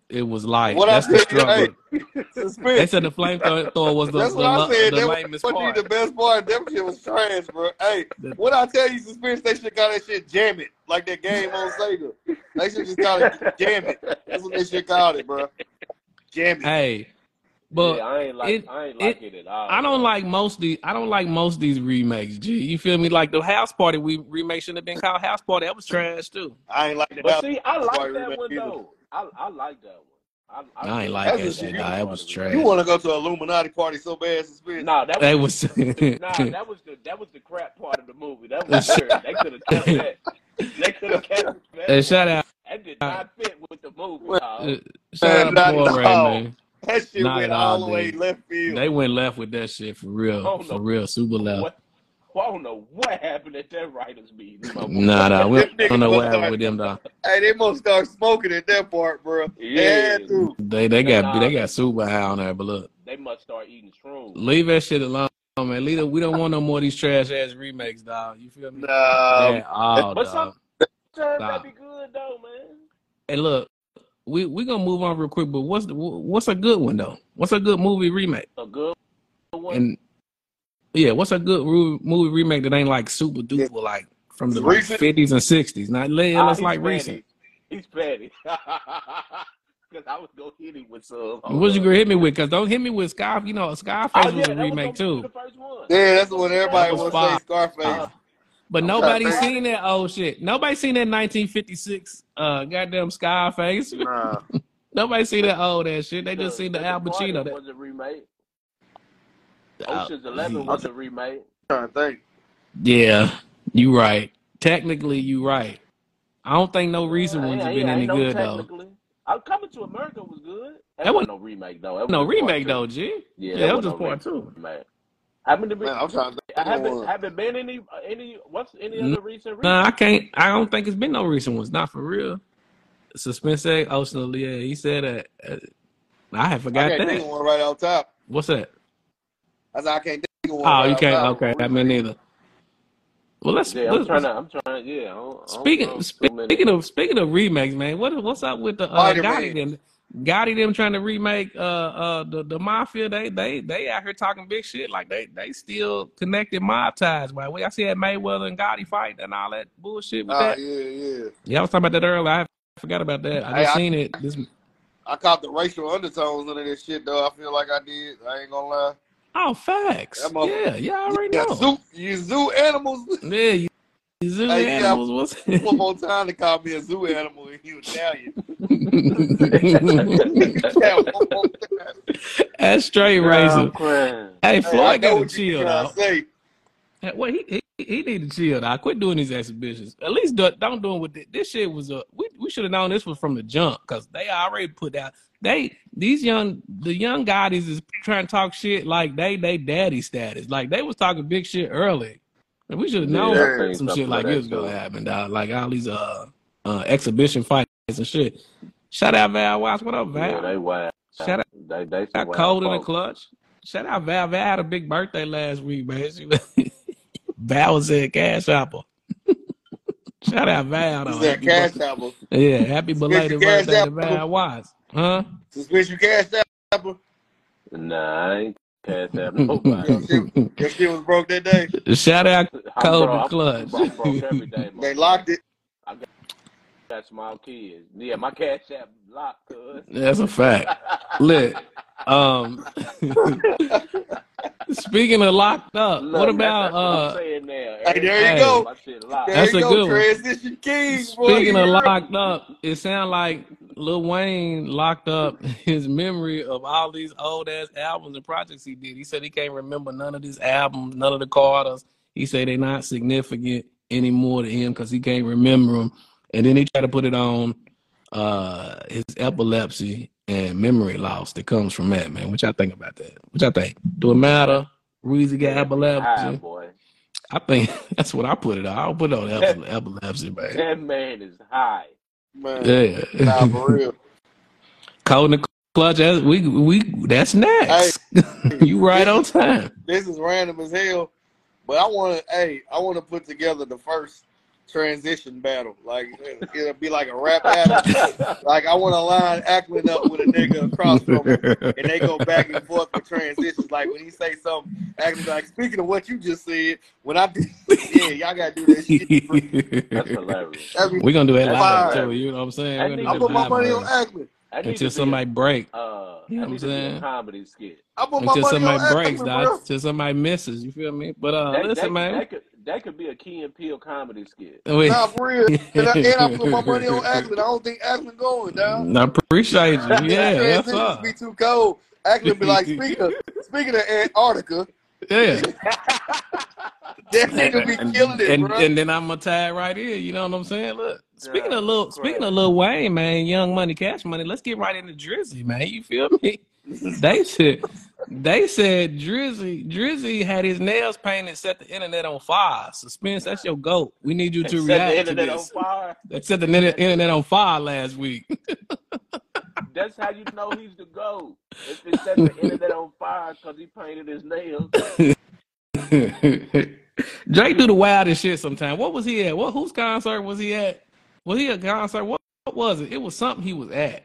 S2: it was light.
S3: What I
S2: That's the
S3: said, hey,
S2: struggle. They
S3: suspense.
S2: said the
S3: <laughs>
S2: flamethrower was the
S3: That's
S2: the
S3: what I
S2: lo-
S3: said.
S2: the
S3: That was
S2: lamest
S3: what you
S2: part.
S3: the best part. That shit was trash, bro. Hey,
S2: The-
S3: what I tell you, suspense, they should call that shit jam it. Like that game on Sega. They should just call it jam it. That's what they should call it, bro. Jam it.
S2: hey,
S4: yeah,
S2: but
S4: I ain't like
S2: it
S4: I ain't like
S2: it
S4: it at all,
S2: I don't
S4: bro.
S2: like most these I don't like most these remakes. G, you feel me? Like the house party we remake should have been called house party. That was trash too.
S3: I ain't like that. That's
S4: But see, I
S3: why I
S4: like that
S3: remake
S4: one
S3: either.
S4: though. I I like that one. I I
S2: I ain't
S4: really
S2: like
S4: like
S3: That's
S2: that
S4: the
S3: just
S2: shit.
S4: House
S3: you.
S2: Nah, that was
S4: Party
S3: You
S2: trash.
S4: remake.
S3: want to go to an Illuminati party so bad, suspense.
S4: No, that
S2: That
S4: was
S2: was <laughs>
S4: nah, that was the that was the crap part of the movie. That was terrible. They could have kept
S2: and
S4: that. They could have kept that one.
S2: shout out
S4: That did
S2: uh,
S4: not fit with the movie,
S3: Man,
S4: dog.
S2: uh, shout out
S3: Man,
S2: to
S3: not
S2: Paul
S3: at
S2: Ray
S3: all.
S2: man.
S3: That shit
S2: Not at
S3: went
S2: all,
S3: all the way
S2: dude.
S3: left field.
S2: They went left with that shit for
S4: I
S2: real,
S4: don't
S2: for
S4: know
S2: real, super left.
S4: what I don't know what happened at that writers' meeting.
S2: Nah, nah, we don't,
S3: Them
S2: don't know
S3: niggas
S2: what
S3: was
S2: happened
S3: like-
S2: with them.
S3: <laughs>
S2: Dog.
S3: Hey, they must start smoking at that part, bro. They had
S4: Yeah.
S3: to.
S2: They they got
S4: Nah.
S2: they got sued by high on there. But look,
S4: They must start eating shrooms.
S2: leave that shit alone, man. Leave it, we don't want no more of these trash ass remakes, dog. You feel me?
S3: Nah,
S2: At all,
S4: But some-
S2: dawg.
S4: Sometimes
S2: Nah.
S4: that be good though, man.
S2: Hey, look, we we gonna move on real quick. But what's the, what's a good one though? What's a good movie remake?
S4: A good one.
S2: And yeah, what's a good ru- movie remake that ain't like super duper like from the
S3: Recent?
S2: fifties and sixties? Not
S4: Ah,
S2: let's
S4: he's
S2: like
S4: petty.
S2: recent.
S4: He's petty. <laughs> Because I was gonna hit him with some.
S2: What you gonna hit me with? Cause don't hit me with Sky. You know, Skyface
S4: Oh, yeah,
S2: was a
S4: that
S2: remake
S4: gonna
S2: too.
S4: be The first one.
S3: yeah, that's the one everybody
S2: That was
S3: wants to say
S2: fire.
S3: Scarface.
S4: Uh,
S2: But
S3: I'm
S2: nobody
S3: trying to think.
S2: seen that old shit. Nobody seen that 1956 uh goddamn Skyface.
S3: nah,
S2: Nobody seen that old ass shit. They just seen the Al
S4: Departed
S2: Pacino. That,
S4: Was a remake.
S2: uh,
S4: Ocean's Eleven was a remake.
S3: I'm trying to think.
S2: yeah, you right. Technically, you right. I don't think no recent
S4: Yeah,
S2: ones have
S4: ain't-
S2: been
S4: ain't
S2: any
S4: no
S2: good though.
S4: technically. I'm coming to America was good. That,
S2: That
S4: wasn't no remake though. That
S2: No
S4: was just part
S2: remake
S4: two.
S2: though, G.
S4: Yeah,
S2: Yeah,
S4: that
S2: that was
S4: wasn't
S2: just
S4: no
S2: part two.
S4: remake. I mean,
S3: Man, I'm trying to think.
S4: I
S3: of
S4: haven't
S3: one.
S4: haven't been any any what's any
S2: Mm.
S4: other recent
S2: Nah,
S4: remake.
S2: I can't. I don't think it's been no recent ones. Not for real. Suspense Egg, Ocean, yeah, he said that. Uh, I had
S3: I
S2: forgot
S3: can't
S2: that.
S3: think of one right off top.
S2: What's that?
S3: I said I can't think of
S2: Oh,
S3: one. right
S2: you
S4: uh,
S3: off
S2: can't.
S3: top.
S2: Okay, I mean neither. Well, let's,
S4: Yeah, I'm
S2: let's,
S4: trying to. I'm trying. Yeah, I don't, I don't know
S2: Speaking
S4: too many. <laughs>
S2: speaking of speaking of remakes, man, what what's up with the uh, Gotti
S3: Spider-Man.
S2: them? Gotti them trying to remake uh uh the, the mafia. They they they out here talking big shit like they they still connected mob ties. By the way, I see that Mayweather and Gotti fight and all that bullshit with
S3: Ah,
S2: that.
S3: yeah, yeah.
S2: Yeah, I was talking about that earlier. I forgot about that. I
S3: Hey,
S2: just
S3: I-
S2: seen it. This
S3: I caught the racial undertones under this shit though. I feel like I did. I ain't gonna lie.
S2: oh facts.
S3: That motherfucker-
S2: Yeah, yeah, I
S3: You
S2: already
S3: got
S2: know.
S3: zoo, you zoo animals.
S2: <laughs>
S3: <laughs>
S2: Yeah, you, you zoo
S3: Hey, yeah.
S2: animals. What's
S3: <laughs> One more time to call me a zoo animal and
S2: <laughs>
S3: you Italian. You can't one more time.
S2: that's straight
S4: Nah,
S2: racism.
S4: I'm crying.
S2: Hey,
S3: Hey, I
S2: Floyd
S3: know
S2: got
S3: what
S2: to
S3: you
S2: chill
S3: trying
S2: out.
S3: to say.
S2: Hey, Well, he, he he need to chill. I quit doing these exhibitions. At least do, don't do it with thi- this shit. Was a we, we should have known this was from the jump because they already put out they these young the young guys is trying to talk shit like they they daddy status like they was talking big shit early. And we should have
S4: Yeah,
S2: known
S3: I
S4: seen
S2: some
S4: something
S2: shit like
S4: like that,
S2: this was gonna
S4: too.
S2: happen. Dog. Like all these uh uh exhibition fights and shit. Shout out Val Watts. What up, Val?
S4: Yeah, they wild.
S2: Shout out
S4: They they some
S2: got
S4: wild
S2: cold in the
S4: folks.
S2: clutch. Shout out Val. Val had a big birthday last week, man. She was- <laughs> Val was at Cash Apple. <laughs> Shout out Val.
S3: This
S2: Though.
S3: is that
S2: Happy
S3: cash
S2: birthday-
S3: apple.
S2: Yeah,
S3: <laughs>
S2: happy
S3: you
S2: belated
S3: Cash
S2: birthday to
S3: App,
S2: Val
S3: bro.
S2: Watts. Huh?
S3: Suspicious you cash apple.
S4: Nah,
S2: <laughs>
S4: I ain't cast out nobody.
S3: Your shit, your shit was broke that day.
S2: Shout out
S4: I'm
S2: Cold
S4: broke.
S2: and
S4: I'm
S2: Clutch.
S4: broke, broke every day. My
S3: They locked it.
S4: I got, got small kids. Yeah, my cash app locked. Cause
S2: That's a fact. Lit.
S3: <laughs>
S2: Um <laughs> Speaking of locked up,
S4: Look,
S2: what
S4: that's-
S2: about
S4: that's what I'm
S2: uh
S4: saying now.
S3: Hey, there you
S2: Hey.
S3: go.
S4: My shit locked.
S3: There
S2: That's
S3: you
S2: a
S3: go,
S2: good one.
S3: transition kings, boy.
S2: <laughs> Speaking of
S3: You heard?
S2: locked up, it sounds like Lil Wayne locked up <laughs> his memory of all these old ass albums and projects he did. He said he can't remember none of these albums, none of the Carters. He said they're not significant anymore to him because he can't remember them. And then he tried to put it on uh, his epilepsy and memory loss that comes from that, man. What y'all think about that? What y'all think? Do it matter? Reezy got
S4: Damn, high,
S2: epilepsy.
S4: boy.
S2: I think <laughs> that's what I put it on. I'll put it on epi- epilepsy, man.
S4: That man is high.
S3: Man,
S2: Yeah. <laughs>
S3: nah, for real.
S2: Cold in the clutch. That's, we we that's next. you right on time. <laughs>
S3: this is random as hell, but I want to. Hey, I want to put together the first transition battle. Like it'll be like a rap battle. Like I want to line Ackman up with a nigga across from him, and they go back and forth with transitions. Like when he say something, Ackman's like, "Speaking of what you just said, when I do, <laughs> yeah, y'all gotta do this shit." bro."
S2: <laughs>
S4: That's hilarious.
S3: That'd be-
S2: We're gonna do it live
S3: Fire.
S2: too. You know what I'm saying?
S4: I
S2: We're
S4: think
S2: gonna
S3: I
S2: do
S3: put
S2: it
S3: my
S2: live
S3: money on
S2: version.
S3: Ackman.
S4: I need
S2: until
S4: to be
S2: somebody break,
S4: a, uh,
S2: You know what
S4: I
S2: I'm
S4: need to be a
S2: saying?
S4: comedy skit.
S3: I put my
S2: until
S3: money on
S2: somebody breaks,
S3: Ackman,
S2: dog,
S3: bro.
S2: until somebody misses. You feel me? But uh,
S4: That
S2: listen,
S4: that
S2: man.
S4: that could that could be a Key and Peele comedy skit.
S2: Wait.
S3: Nah, for real. And I, and I put my
S2: <laughs>
S3: money on Ackman. I don't think Ackman going down.
S2: I appreciate you. Yeah, that's
S3: transitions
S2: up.
S3: be too cold. Ackman be
S2: <laughs>
S3: like, speaking of, speaking of Antarctica, <laughs>
S2: Yeah.
S3: that nigga
S2: and,
S3: be killing it,
S2: and,
S3: bro.
S2: and then I'm gonna tie it right here. You know what I'm saying? Look, speaking
S4: Yeah,
S2: of little,
S4: correct.
S2: speaking of Lil
S4: <laughs>
S2: Wayne, man, Young Money, Cash Money. Let's get right into Drizzy, man. You feel me? They shit, They said Drizzy Drizzy had his nails painted, set the internet on fire. Suspense, that's your goat. We need you to
S4: Set
S2: react
S4: the
S2: to
S4: internet on
S2: this. <laughs>
S4: fire.
S2: They set the net- internet on fire last week.
S4: That's how you know he's the GOAT. If he set the internet on fire because he painted his nails.
S2: <laughs> Drake do the wildest shit sometimes. What was he at? What whose concert was he at? Was he a concert? What, what was it? It was something he was at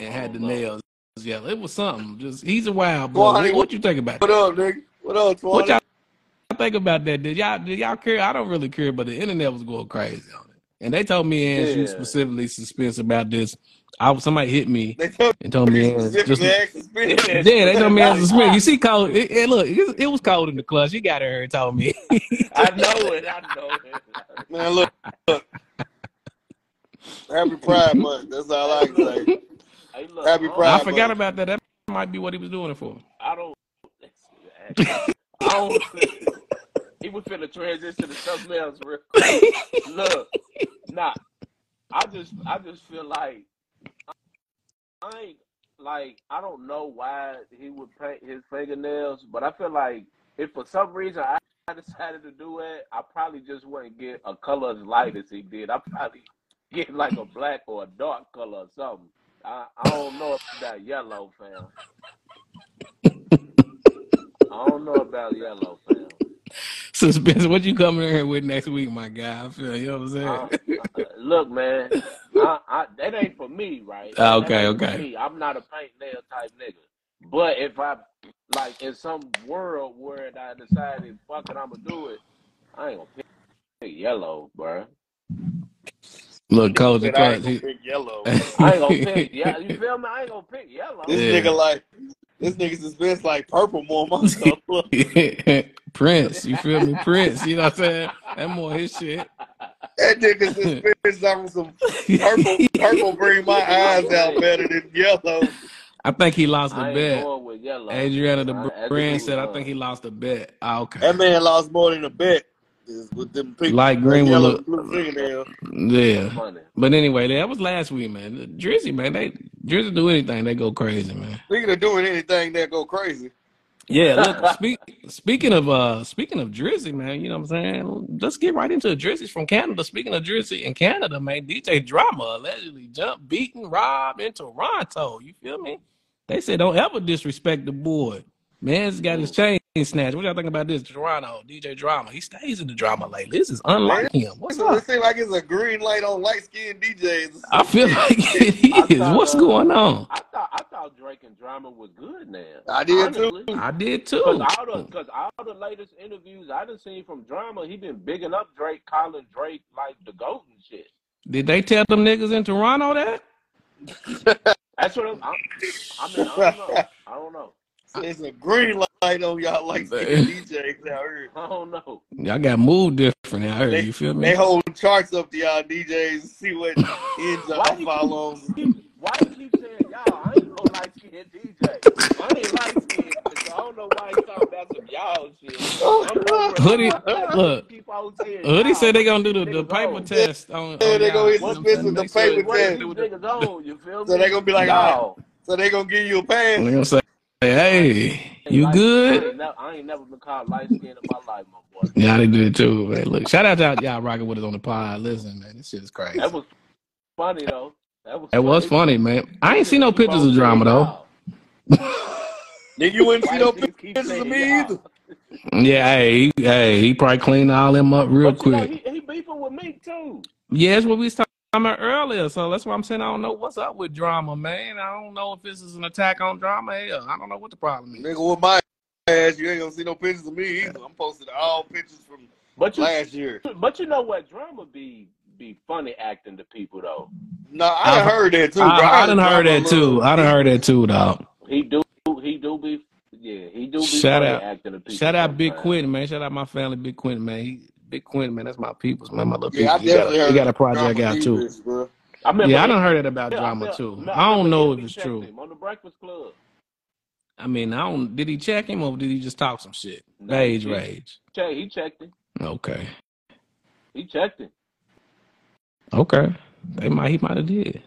S2: and had the
S4: Oh, Lord.
S2: nails yellow. It was something. Just he's a wild boy.
S3: Well, honey,
S2: what, what you think about?
S3: What
S2: That?
S3: up, nigga? What up,
S2: What
S3: Twan?
S2: y'all think about that? Did y'all did y'all care? I don't really care, but the internet was going crazy on it. And they told me and you
S4: Yeah.
S2: specifically suspense about this. I was somebody hit me
S3: They told
S2: and told
S3: <laughs>
S2: me
S3: me
S2: Ans,
S3: specifically
S2: just
S3: asked to speak.
S2: yeah, they know me as a Smith. You see, cold. It, it- look, it, it was cold in the clutch. You got her and told me.
S4: I know it. I know
S3: <laughs>
S4: it.
S3: Man, look, look. Happy Pride Month. That's all
S2: <laughs>
S3: I can say.
S4: Hey, look,
S3: Happy
S4: I don't-
S3: Pride.
S2: I forgot about that. That might be what he was doing it for. <laughs>
S4: I don't. I don't. He was finna transition to something else real quick. Look, nah. I just, I just feel like I ain't like I don't know why he would paint his fingernails, but I feel like if for some reason I, I decided to do it, I probably just wouldn't get a color as light as he did. I probably get like a black or a dark color or something. I, I don't know about yellow, fam. I don't know about yellow, fam.
S2: So, Spencer, what you coming in here with next week, my guy? I feel you know what
S4: I,
S2: I'm saying.
S4: I- look, man, I, I, that ain't for me, right?
S2: Ah,
S4: That
S2: okay,
S4: ain't for
S2: okay.
S4: me. I'm not a paint nail type nigga. But if I, like, in some world where I decided, fuck it, I'm gonna do it, I ain't gonna pick, pick yellow, bruh.
S2: Look, cold the
S3: Said I
S2: clutch.
S3: ain't gonna
S2: He,
S3: pick
S2: <laughs>
S3: yellow.
S4: I ain't gonna pick, yeah, you feel me? I ain't gonna pick yellow.
S3: This
S2: Yeah.
S3: nigga like this nigga suspense like purple more
S2: <laughs>
S3: my stuff. Look,
S2: Prince, you feel me? Prince, you know what I'm saying? That more his shit.
S3: that nigga suspense on some purple
S2: <laughs>
S3: purple bring my eyes out better than yellow.
S2: I think he lost
S4: I
S2: the
S4: ain't
S2: bet.
S4: going with yellow.
S2: Adriana
S4: I-
S2: the
S4: that's
S2: brand
S4: what
S2: said, I
S4: we
S2: think he
S4: want.
S2: lost the bet. Ah, okay.
S3: That man lost more than a bet. Is with them pink
S2: Light green
S3: and
S2: will
S3: yellow
S2: look-
S3: blue fingernails.
S2: Yeah.
S4: funny.
S2: But anyway, that was last week, man. Drizzy, man, they Drizzy do anything, they go crazy, man.
S3: Speaking of doing anything that go crazy.
S2: Yeah, look, speak, speaking of uh speaking of Drizzy, man, you know what I'm saying? Let's get right into Drizzy's from Canada. Speaking of Drizzy in Canada, man, DJ Drama allegedly jumped, beaten, robbed in Toronto. You feel me? They said don't ever disrespect the boy. Man's got his chain snatched. What y'all think about this? Toronto, DJ Drama. He stays in the drama lately. This is unlike him. What's
S3: So
S2: up?
S3: it seems like it's a green light on light skinned DJs.
S2: I feel like <laughs> it is. What's going on?
S4: I thought I thought Drake and Drama was good now.
S3: I did too.
S4: Honestly.
S2: I did
S4: Cause
S2: too.
S4: all the cause all the latest interviews I done seen from Drama, he been bigging up Drake, calling Drake like the goat and shit.
S2: Did they tell them niggas in Toronto that?
S4: That's what I'm, I, I mean. I don't know. I don't know.
S3: It's a green light on y'all light skinned DJs out here.
S4: I don't know.
S2: Y'all got moved different out here.
S3: They-
S2: You feel
S3: They
S2: me?
S3: hold charts up to y'all DJs and
S2: <laughs>
S3: see what ends
S4: Why
S3: y'all
S4: you-
S3: follow on.
S4: Keep- Why you keep saying y'all? I ain't no light skinned DJ. I ain't light skinned, so I don't know why you talking about some y'all shit.
S3: <laughs>
S4: I'm over it.
S2: Hoodie-
S4: I'm like,
S2: look.
S4: keep on saying
S2: Hoodie
S4: y'all.
S2: said they gonna do the, the
S4: Niggas
S2: paper
S4: old.
S2: test on.
S3: Yeah,
S2: on y'all.
S3: they gonna
S2: You
S3: hit
S2: know what I'm
S3: suspicious
S2: saying?
S3: the
S2: Make sure-
S3: paper
S4: What
S3: test.
S4: is these niggas on? You feel me?
S3: So they gonna be like, all right.
S4: y'all.
S3: So they gonna give you a pass.
S2: They gonna say, "Hey, you
S4: Light- I
S2: good?"
S4: ain't, never, I ain't never been called light skinned in my life, my boy.
S2: Yeah, they did too. Man, look, shout out to y'all, y'all rocking with us on the pod. Listen, man, this shit is crazy.
S4: That was funny though. That was.
S2: That was funny, man. I ain't seen no pictures of drama though.
S3: Then you wouldn't see
S4: Why
S3: no
S4: do you keep
S3: pictures of
S4: saying
S3: me either.
S4: y'all?
S2: Yeah, hey, he, hey, he probably cleaned all them up real
S4: But you know
S2: quick.
S4: he, he beefing with me too.
S2: Yeah, that's what we was talking about earlier. So that's why I'm saying I don't know what's up with drama, man. I don't know if this is an attack on drama. Hell, I don't know what the problem is.
S3: Nigga, with my ass, you ain't gonna see no pictures of me either. I'm posting all pictures from
S4: But you,
S3: last year.
S4: but you know what? Drama be be funny acting to people though.
S3: No, I done
S2: I've-
S3: heard that too, bro.
S2: I, I done
S3: heard
S2: heard that
S3: my little-
S2: too. I done heard that too, dog.
S4: He do he do be yeah he do be
S2: Shout
S4: funny
S2: out-
S4: acting to people.
S2: Shout out Big
S4: sometimes.
S2: Quentin, man. Shout out my family, Big Quentin, man. He, Big Quentin, man. That's my peoples, man. My little
S3: Yeah, I
S2: people. He got
S3: definitely
S2: a,
S3: heard
S2: he got a
S3: that drama
S2: project out too.
S3: defense, bro.
S4: I remember
S2: Yeah, I
S4: Envy-
S2: done heard it about
S4: I
S2: drama
S4: remember-
S2: too.
S4: no,
S2: I don't
S4: remember
S2: know if
S4: Envy
S2: it's
S4: checked
S2: true.
S4: him on the Breakfast Club.
S2: I mean, I don't. Did he check him or did he just talk some shit?
S4: No, he
S2: Rage,
S4: checked-
S2: rage.
S4: check- he checked him.
S2: Okay,
S4: He checked him.
S2: okay. They might. He might have did.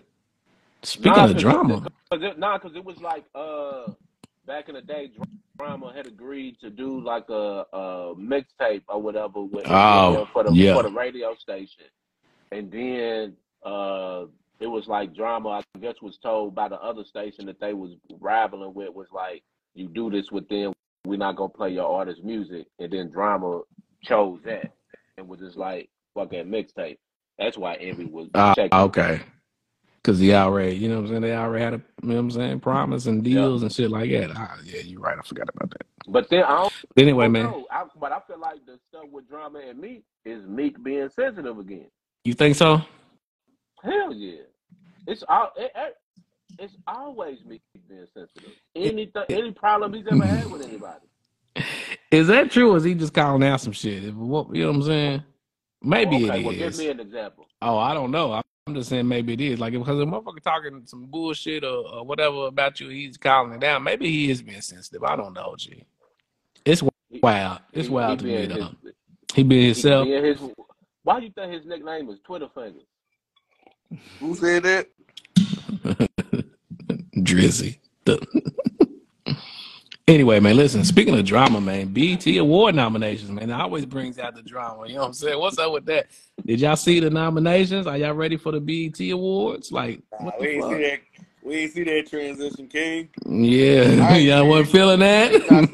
S2: Speaking
S4: Nah,
S2: of
S4: cause
S2: drama,
S4: It, cause it, nah, because it was like uh, back in the day, Drama had agreed to do like a, a mixtape or whatever with
S2: Oh,
S4: for the
S2: yeah.
S4: for the radio station, and then uh, it was like Drama. I guess was told by the other station that they was rivaling with was like, you do this with them, we're not gonna play your artist music, and then Drama chose that and was just like, fuck that mixtape. That's why Envy was
S2: Ah,
S4: checking.
S2: okay. Because the already, you know what I'm saying? They already had a, you know what I'm saying, promise and
S4: Yeah.
S2: deals and shit like that. Ah, yeah, you're right. I forgot about that.
S4: But then I don't
S2: But anyway,
S4: don't
S2: man,
S4: know. I, but I feel like the stuff with drama and Meek is Meek being sensitive again.
S2: you think so?
S4: Hell yeah, it's all it, it- it's always Meek being sensitive. Anything, any problem he's ever had with anybody.
S2: Is that true or is he just calling out some shit? If- what- You know what I'm saying? <laughs> Maybe
S4: okay,
S2: it
S4: well,
S2: is.
S4: give me an example.
S2: Oh, I don't know. I'm I'm just saying maybe it is. Like, because a motherfucker talking some bullshit or, or whatever about you, he's calling it down. Maybe he is being sensitive. I don't know, G. It's
S4: He-
S2: wild. It's
S4: he-
S2: wild
S4: he
S2: to me,
S4: being
S2: though.
S4: his-
S2: He being
S4: he
S2: himself.
S4: being his- why do you think his nickname is Twitter Fingers?
S3: Who said that?
S2: Drizzy. The- <laughs> anyway, man, listen, speaking of drama, man, BT award nominations, man, it always brings out the drama. You know what I'm saying? What's up with that? Did y'all see the nominations? Are y'all ready for the BET awards? Like,
S3: Nah,
S2: what
S3: we
S2: the
S3: ain't see
S2: fuck?
S3: that. We ain't see that
S2: <laughs>
S3: transition, King.
S2: Yeah,
S3: I
S2: <laughs>
S3: ain't-
S2: y'all wasn't feeling
S3: Let me not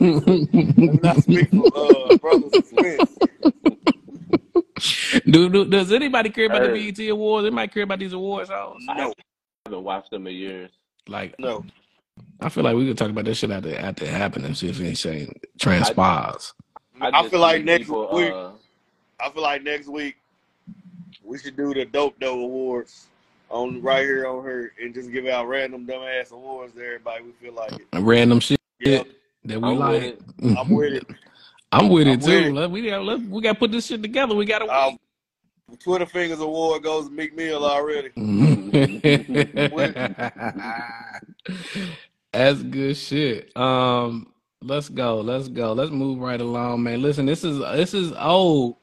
S2: that.
S3: speak for uh, brothers and friends.
S2: <laughs> do, do, does anybody care about the
S4: Hey.
S2: BET awards? Anybody care about these awards? Shows?
S3: No,
S4: I haven't watched them in years.
S2: Like,
S3: no.
S2: I feel like we could talk about this shit after after it happened and see if anything transpires.
S3: I
S4: just
S3: feel like
S4: need
S3: next
S4: people,
S3: week-
S4: uh,
S3: I feel like next week we should do the Dope Doe Awards on right here on her and just give out random dumbass awards to everybody. We feel like it.
S2: Random shit
S3: Yeah,
S2: that we
S4: I'm
S2: like.
S4: with it.
S3: I'm with it.
S2: I'm with
S3: I'm
S2: it
S3: with
S2: too.
S3: it.
S2: Let- we got let, we got to put this shit together. We got to.
S3: Um, Twitter fingers award goes to Meek Mill already. Um,
S2: <laughs> That's good shit. Um, let's go. Let's go. Let's move right along, man. Listen, this is this is old,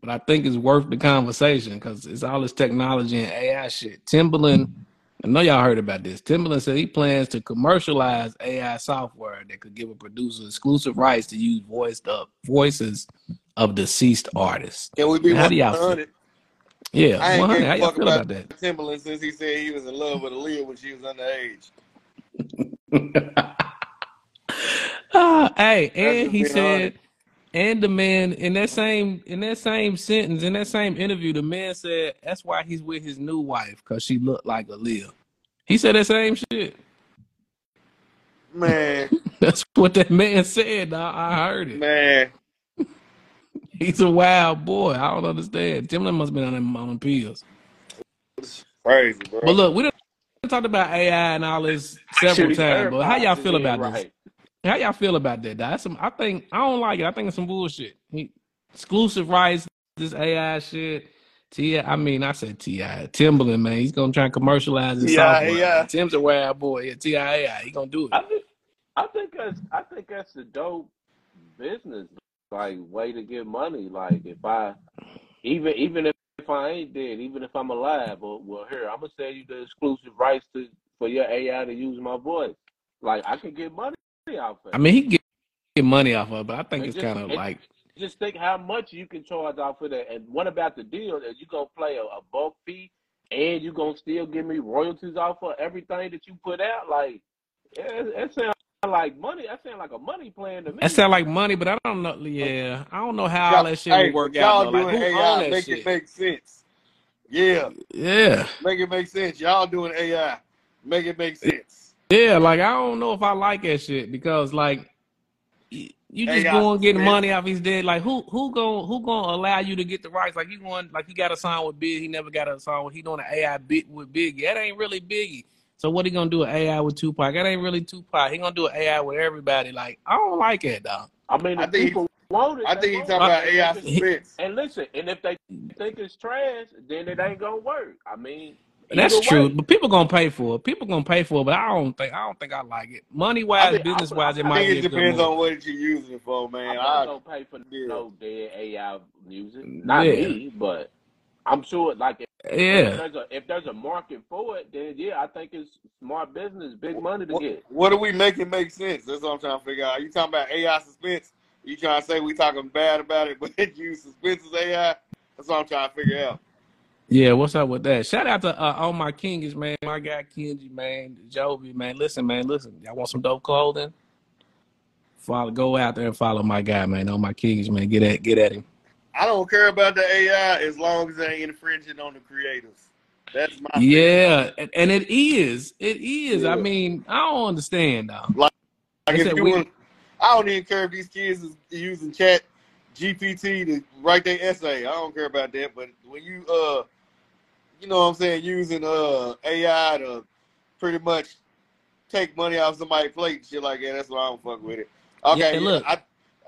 S2: but I think it's worth the conversation because it's all this technology and AI shit. Timberland, I know y'all heard about this. Timberland said he plans to commercialize AI software that could give a producer exclusive rights to use voiced up voices of deceased artists.
S3: Can we be
S2: How do y'all
S3: 100? I
S2: Yeah,
S3: ain't
S2: one hundred.
S3: gave
S2: How
S3: a
S2: y'all
S3: fuck
S2: feel
S3: about
S2: about that?
S3: Timberland since he said he was in love with Aaliyah when she was underage.
S2: Ah, hey, and
S3: just
S2: he
S3: being
S2: said, and the man in that same in that same sentence in that same interview, the man said that's why he's with his new wife because she looked like Aaliyah. He said that same shit. <laughs>
S3: Man,
S2: That's what that man said. dawg. I heard it.
S3: man,
S2: He's a wild boy. I don't understand. Timberland must have been on them on them pills.
S3: crazy, bro.
S2: But look, we done talked about AI and all this several
S4: Shit,
S2: times. But how y'all
S4: everybody's
S2: feel
S4: in
S2: about this?
S4: right.
S2: How y'all feel about that? That's some. I think I don't like it. I think it's some bullshit. He- exclusive rights, this AI shit. Ti, I mean, I said Ti Timberland, man. He's gonna try and commercialize his
S3: Yeah,
S2: software.
S3: yeah.
S2: Tim's a wild boy. Yeah, Ti AI. He gonna do it.
S4: I think I think that's I think that's the dope business like way to get money. Like if I even even if, if I ain't dead, even if I'm alive, or well here I'm gonna sell you the exclusive rights to for your AI to use my voice. Like I can get money off it.
S2: I mean, he get, get money off of, it, but I think
S4: It
S2: it's
S4: just-
S2: kind of
S4: it-
S2: like
S4: just think how much you can charge off of that. And what about the deal that you gonna play a, a bulk fee and you gonna still give me royalties off of everything that you put out? Like yeah, that sounds like money. That sounds like a money plan to me.
S2: that sound like money, but I don't know. Yeah, I don't know how all
S3: Y'all-
S2: that shit
S3: hey,
S2: would work
S3: y'all
S2: out. though. Like,
S3: doing
S2: who
S3: AI,
S2: own that
S3: make it
S2: shit?
S3: make sense. Yeah,
S2: Yeah,
S3: make it make sense. Y'all doing AI, make it make sense.
S2: yeah. Like I don't know if I like that shit because like you you just
S3: AI.
S2: going getting money off his dead. Like who who going who gonna allow you to get the rights? Like you going like he got a song with Big, he never got a song with he doing an AI bit with Biggie. That ain't really Biggie. So what he gonna do an AI with Tupac? That ain't really Tupac. He gonna do an AI with everybody. Like I don't like it, dog.
S4: I mean,
S3: I
S4: if
S3: think
S4: people want it,
S3: I
S4: they
S3: think he
S4: want
S3: talking
S4: it.
S3: about
S4: And
S3: AI
S4: if it-
S3: suspense.
S4: And listen, and if they think it's trash, then it ain't gonna work. I mean,
S2: That's
S4: either
S2: true,
S4: way.
S2: but people gonna pay for it. People gonna pay for it, but I don't think I don't think I like it. Money
S3: I
S2: wise,
S3: think-
S2: business wise, it
S3: I
S4: I
S2: might
S3: think
S2: be
S3: it
S2: a good
S3: depends
S2: move.
S3: on what you're using it for,
S4: I'm
S3: man.
S4: not
S3: I,
S4: gonna pay for
S3: yeah.
S4: no dead AI music. Not
S2: Yeah.
S4: me, but I'm sure, like if, if
S2: Yeah.
S4: there's a if there's a market for it, then yeah, I think it's smart business, big money to
S3: What,
S4: get.
S3: what do we make it make sense? That's what I'm trying to figure out. You talking about AI suspense? You trying to say we talking bad about it, <laughs> but you suspense is AI? That's what I'm trying to figure out.
S2: Yeah, what's up with that? Shout out to uh, all my kings, man. My guy Kenji, man, Joby, man. Listen, man, listen. Y'all want some dope clothing? Follow, go out there and follow my guy, man. All my kings, man. Get at, get at him.
S3: I don't care about the AI as long as they ain't infringing on the creators. That's my thing.
S2: Yeah, and, and it is, it is. I
S3: Yeah.
S2: mean, I don't understand now.
S3: Like
S2: They
S3: if
S2: said
S3: you
S2: we-
S3: want, I don't even care if these kids is using Chat GPT to write their essay. I don't care about that. But when you, uh, you know what I'm saying, using uh AI to pretty much take money off somebody's plate and shit like that, that's why I don't fuck with it. Okay,
S2: and look.
S3: I,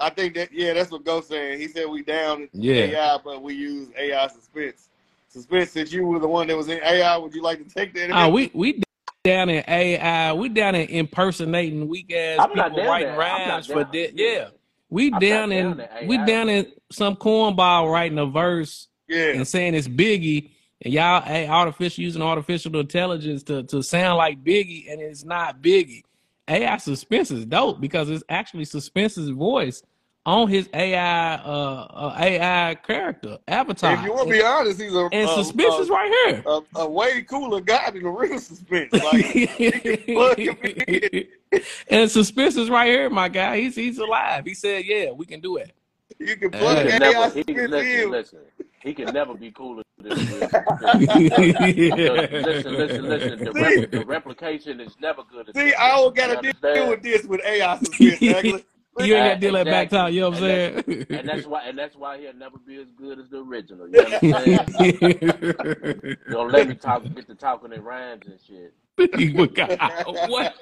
S3: I think that yeah, that's what Ghost saying. He said we down
S2: Yeah.
S3: AI, but we use AI suspense. Suspense, since you were the one that was in AI, would you like to take that?
S2: Ah, we we down in AI. We down in impersonating weak ass
S4: I'm
S2: people
S4: not down
S2: writing
S4: there. I'm not
S2: rhymes for
S4: down.
S2: that. Yeah, we
S4: I'm not
S2: down
S4: down
S2: in
S4: to
S2: we
S4: AI.
S2: down in some cornball writing a verse
S3: yeah,
S2: and saying it's Biggie, and y'all hey, artificial using artificial intelligence to to sound like Biggie, and it's not Biggie. AI suspense is dope because it's actually suspense's voice on his AI uh, uh AI character avatar.
S3: if you want to
S2: and
S3: be honest, he's a
S2: and
S3: a-
S2: suspense
S3: a-
S2: is right here.
S3: a, a way cooler guy than a
S2: <laughs>
S3: real suspense. Like, <laughs> plug him in.
S2: and suspense is right here, my guy. He's he's alive. He said, "Yeah, we can do
S4: <laughs>
S2: it."
S3: you can
S4: He
S3: plug
S2: Yeah.
S4: can
S3: AI
S4: never. He can,
S3: suspense
S4: listen,
S3: in.
S4: listen. He can never be cooler
S3: <laughs>
S4: than this.
S2: <laughs>
S4: listen, listen, listen. The, rep, the replication is never good. at
S3: See,
S4: this.
S3: I don't
S4: You
S3: gotta deal,
S4: understand?
S3: with this with
S2: <laughs>
S3: AI suspense. Douglas.
S2: you ain't got to deal that back time. You know what I'm
S4: And
S2: saying?
S4: that's why, and that's why he'll never be as good as the original.
S3: <laughs>
S2: <laughs>
S4: You understand? Don't let me talk, get to talking in rhymes and shit.
S2: what?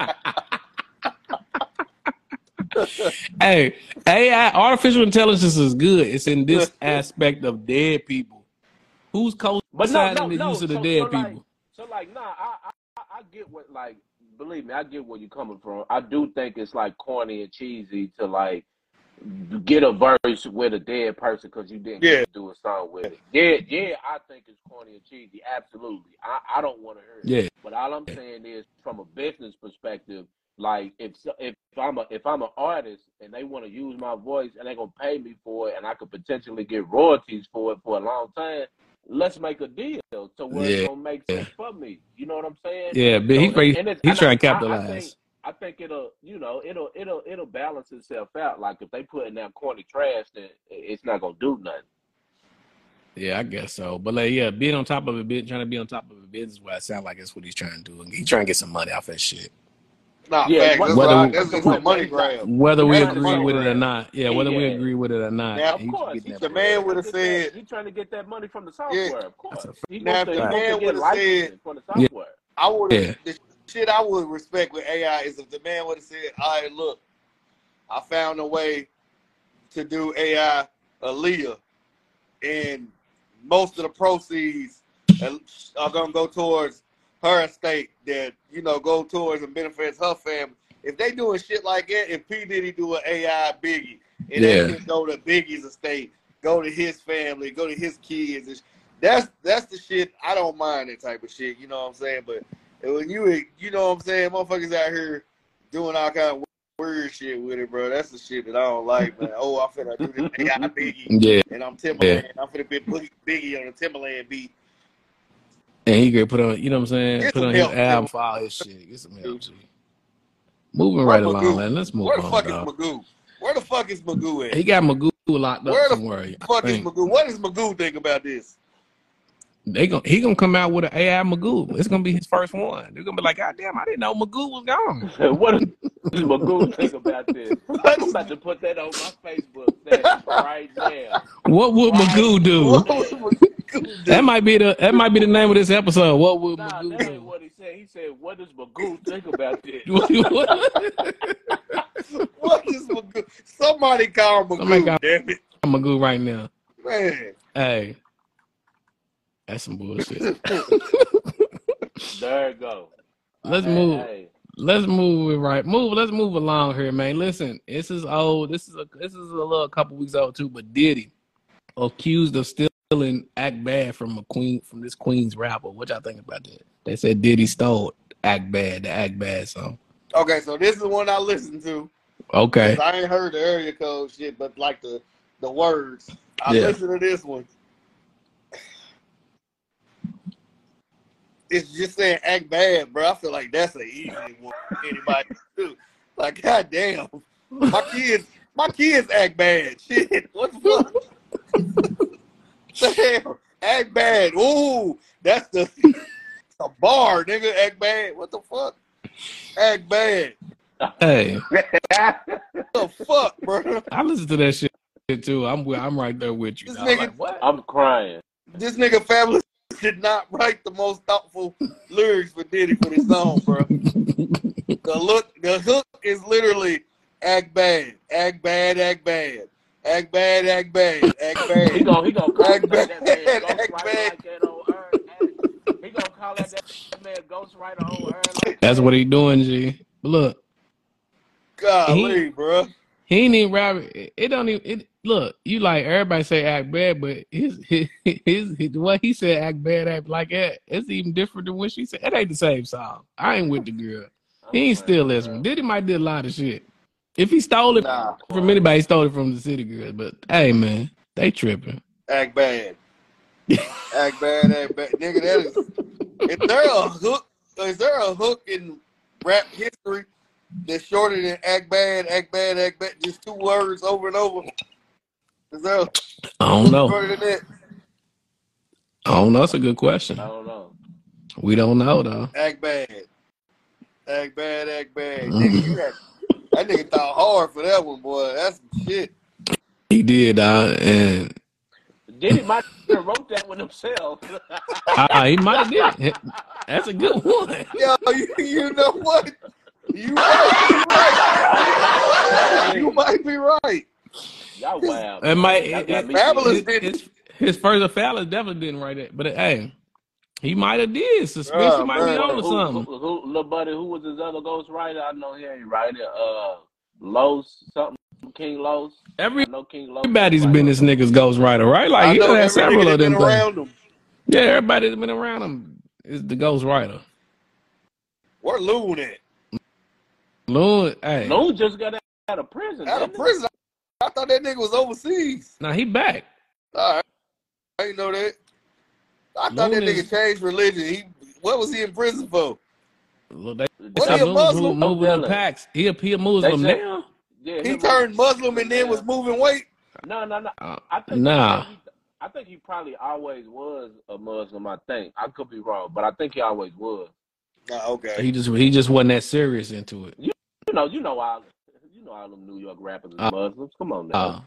S2: hey, AI, artificial intelligence is good. It's in this aspect of dead people. Who's
S4: But no,
S2: co-signing
S4: no,
S2: the
S4: no.
S2: use of the
S4: so,
S2: dead
S4: so like,
S2: people?
S4: so like, nah, I, I, I- I get what, like, believe me, I get where you're coming from. I do think it's like corny and cheesy to like get a verse with a dead person because you didn't
S3: Yeah.
S4: get to do a song with it. Yeah, yeah, I think it's corny and cheesy. Absolutely, I, I don't want to hear it.
S2: Yeah,
S4: But all I'm saying is, from a business perspective, like if so- if I'm a if I'm an artist and they want to use my voice and they're gonna pay me for it and I could potentially get royalties for it for a long time, let's make a deal to where
S2: Yeah.
S4: it's gonna make sense for me. You know what I'm saying?
S2: yeah, but
S4: So,
S2: he's
S4: and-
S2: pretty,
S4: and it's-
S2: he's
S4: and
S2: trying to
S4: I- I- I
S2: capitalize.
S4: think- I think it'll, you know, it'll, it'll, it'll balance itself out. Like if they put in that corny trash, then it- it's not gonna do nothing.
S2: Yeah, I guess so. But like, yeah, being on top of a bit, trying to be on top of a business, where I sound like that's what he's trying to do. He's trying to get some money off that shit.
S3: Nah,
S4: Yeah,
S3: facts. That's,
S2: what-
S3: why,
S2: Whether-
S3: that's just a money grab.
S2: Whether we
S3: That's a
S2: agree
S3: money
S2: with it or
S3: grab.
S2: not, yeah, whether we
S4: Yeah.
S2: agree with it or not,
S3: Now,
S4: Of
S2: he's
S4: course,
S2: getting
S4: he's
S2: that
S3: the
S4: trying
S2: bread.
S3: man
S4: to
S3: would have
S4: get that.
S3: said,
S4: He's trying to get that money from the software. Of course,
S2: That's a
S4: he
S3: Now, if
S4: wants to.
S3: the
S4: He
S3: man
S4: wants to get
S3: would've said-
S4: licensing for the
S2: Yeah.
S4: software.
S3: I would have
S2: Yeah.
S3: the shit I would respect with AI is if the man would have said, "All right, look, I found a way to do AI Aaliyah, and most of the proceeds are gonna go towards her estate that you know go towards and benefits her family. If they doing shit like that, if P Diddy do an AI Biggie, and
S2: Yeah.
S3: that shit go to Biggie's estate, go to his family, go to his kids, and sh- that's that's the shit I don't mind that type of shit. You know what I'm saying? But when you you know what I'm saying, motherfuckers out here doing all kind of weird shit with it, bro. That's the shit that I don't like, man. Oh, I finna do this AI Biggie
S2: Yeah,
S3: and I'm Timberland. I'm finna be Boogie- Biggie on the Timberland beat.
S2: and he could put on, you know what I'm saying?
S3: Get
S2: put
S3: some
S2: on his
S3: help,
S2: album, for all his shit. Get some help, G. Moving
S3: Where
S2: right along,
S3: Magoo?
S2: man. Let's move
S3: Where the
S2: on,
S3: fuck
S2: dog.
S3: is Magoo? Where the fuck is Magoo
S2: He
S3: at?
S2: got Magoo locked up
S3: Where the
S2: somewhere. I
S3: fuck is
S2: think.
S3: Magoo? What does Magoo think about this?
S2: they gonna he gonna come out with an AI Magoo. It's gonna be his first one. They're gonna be like, God damn, I didn't know Magoo was gone.
S4: <laughs> what does Magoo think about this? I'm about to put that on my Facebook status right now.
S2: What would
S4: Right.
S2: Magoo do?
S3: What would Magoo
S2: That
S3: do?
S2: might be the that might be the name of this episode. What would
S4: Nah,
S2: Magoo
S4: that ain't
S2: <laughs> do?
S4: what he said. He said, "What does Magoo think about this?"
S3: What is Magoo? Somebody call
S2: Somebody
S3: Magoo,
S2: call-
S3: damn it.
S2: I'm Magoo right now.
S3: Man.
S2: Hey, that's some bullshit.
S4: There it go.
S2: Let's
S4: Hey,
S2: move.
S4: hey.
S2: Let's move it right. Move. Let's move along here, man. Listen, this is old. This is a this is a little couple weeks old too. But Diddy accused of stealing stealing "Act Bad" from a Queen from this Queen's rapper. What y'all think about that? They said Diddy stole "Act Bad," the "Act Bad" song.
S3: Okay, so this is one I listened to.
S2: Okay,
S3: 'Cause I ain't heard the area code shit, but like the the words. I
S2: Yeah.
S3: listened to this one. It's just saying act bad, bro. I feel like that's an easy one for anybody to do. Like, goddamn. My kids my kids act bad. <laughs> Shit. What the fuck? Damn. Act bad. Ooh, that's the a bar, nigga. Act bad. What the fuck? Act bad.
S2: hey,
S4: <laughs>
S3: What the fuck, bro?
S2: I listen to that shit too. I'm with- I'm right there with you.
S3: This
S2: dog.
S3: nigga-
S2: Like, what?
S4: I'm crying.
S3: this nigga Fabulous did not write the most thoughtful lyrics for Diddy for this song, bro. The look, the hook is literally act bad, act bad, act bad, act bad, act bad, act
S4: He
S3: bad.
S4: gonna he gonna call
S3: Act
S4: that man
S3: bad.
S4: ghostwriter
S3: Act bad.
S4: like that on Earn. He gonna call that that man ghostwriter on Earn. Like
S2: That's what he doing, G. But look,
S3: Golly, bro.
S2: He ain't even rapping. It, it don't even. It, look, you like everybody say act bad, but his <laughs> his, his, his what he said act bad act like that. It's even different than what she said. It ain't the same song. I ainain't with the girl.
S4: I'm
S2: He ain't
S4: crying,
S2: still this
S4: bro.
S2: one. Diddy might did a lot of shit. If he stole it
S3: Nah.
S2: from anybody, he stole it from the city girls. But hey, man, they tripping.
S3: Act bad. Act bad, act bad. Nigga, that is is there a hook is there a hook in rap history that's shorter than act bad, act bad, act bad? Just two words over and over. Is there a hook
S2: I don't know.
S3: <laughs> shorter than that?
S2: I don't know. That's a good question.
S4: I don't know.
S2: We don't know though.
S3: Act bad. Act bad, act bad.
S2: Mm.
S3: Nigga, you got, that nigga thought hard for that one, boy. That's some shit.
S2: He did, uh, and
S4: Diddy might have wrote <laughs> that one himself.
S2: uh, he might have did. <laughs> That's a good <laughs> one.
S3: Yo, <laughs> you, you know what? You might be right. You might be right.
S4: <laughs> Y'all wow.
S2: It might.
S4: That
S2: It,
S4: got
S2: it-
S4: me
S3: Fabulous
S2: his,
S3: didn't.
S2: his, his first Fallon definitely didn't write it, but hey, he might have did. Suspicion
S3: Bruh,
S2: might be
S3: bruh.
S2: on to
S4: who,
S2: something.
S4: who, who, little buddy, who was his other ghostwriter? I know he ain't writing. Uh, Los something, King Los. I
S2: Every,
S4: know King Los.
S2: everybody's been this nigga's ghostwriter, right? Like
S3: I
S2: he
S3: know
S2: done had
S3: every
S2: several
S3: nigga
S2: of
S3: that
S2: them
S3: been
S2: things.
S3: around him.
S2: Yeah, everybody's been around him is the ghostwriter.
S3: Where Loon at?
S2: Loon, hey,
S4: Loon just got out of prison.
S3: Out of
S4: didn't he?
S3: prison. I thought that nigga was overseas.
S2: now he back.
S3: All right. I didn't know that. I thought
S2: Loon
S3: that nigga
S2: is-
S3: changed religion. He what was he in prison for?
S2: Look, they
S3: What
S2: said
S3: he a
S2: Loon
S3: Muslim?
S2: moving- moving
S4: I'm
S2: in
S4: telling
S2: packs. He a, he a Muslim
S4: said-
S2: now?
S4: Yeah,
S3: He
S4: him-
S3: turned Muslim and then was moving weight.
S4: No, no, no.
S2: Uh,
S4: I think
S2: nah,
S4: he, I think he probably always was a Muslim. I think I could be wrong, but I think he always was.
S3: Nah, okay.
S2: Uh, he just he just wasn't that serious into it.
S4: You know, you know all, you know all them New York rappers
S2: Uh,
S4: are Muslims. Come on now,
S2: Uh,
S4: come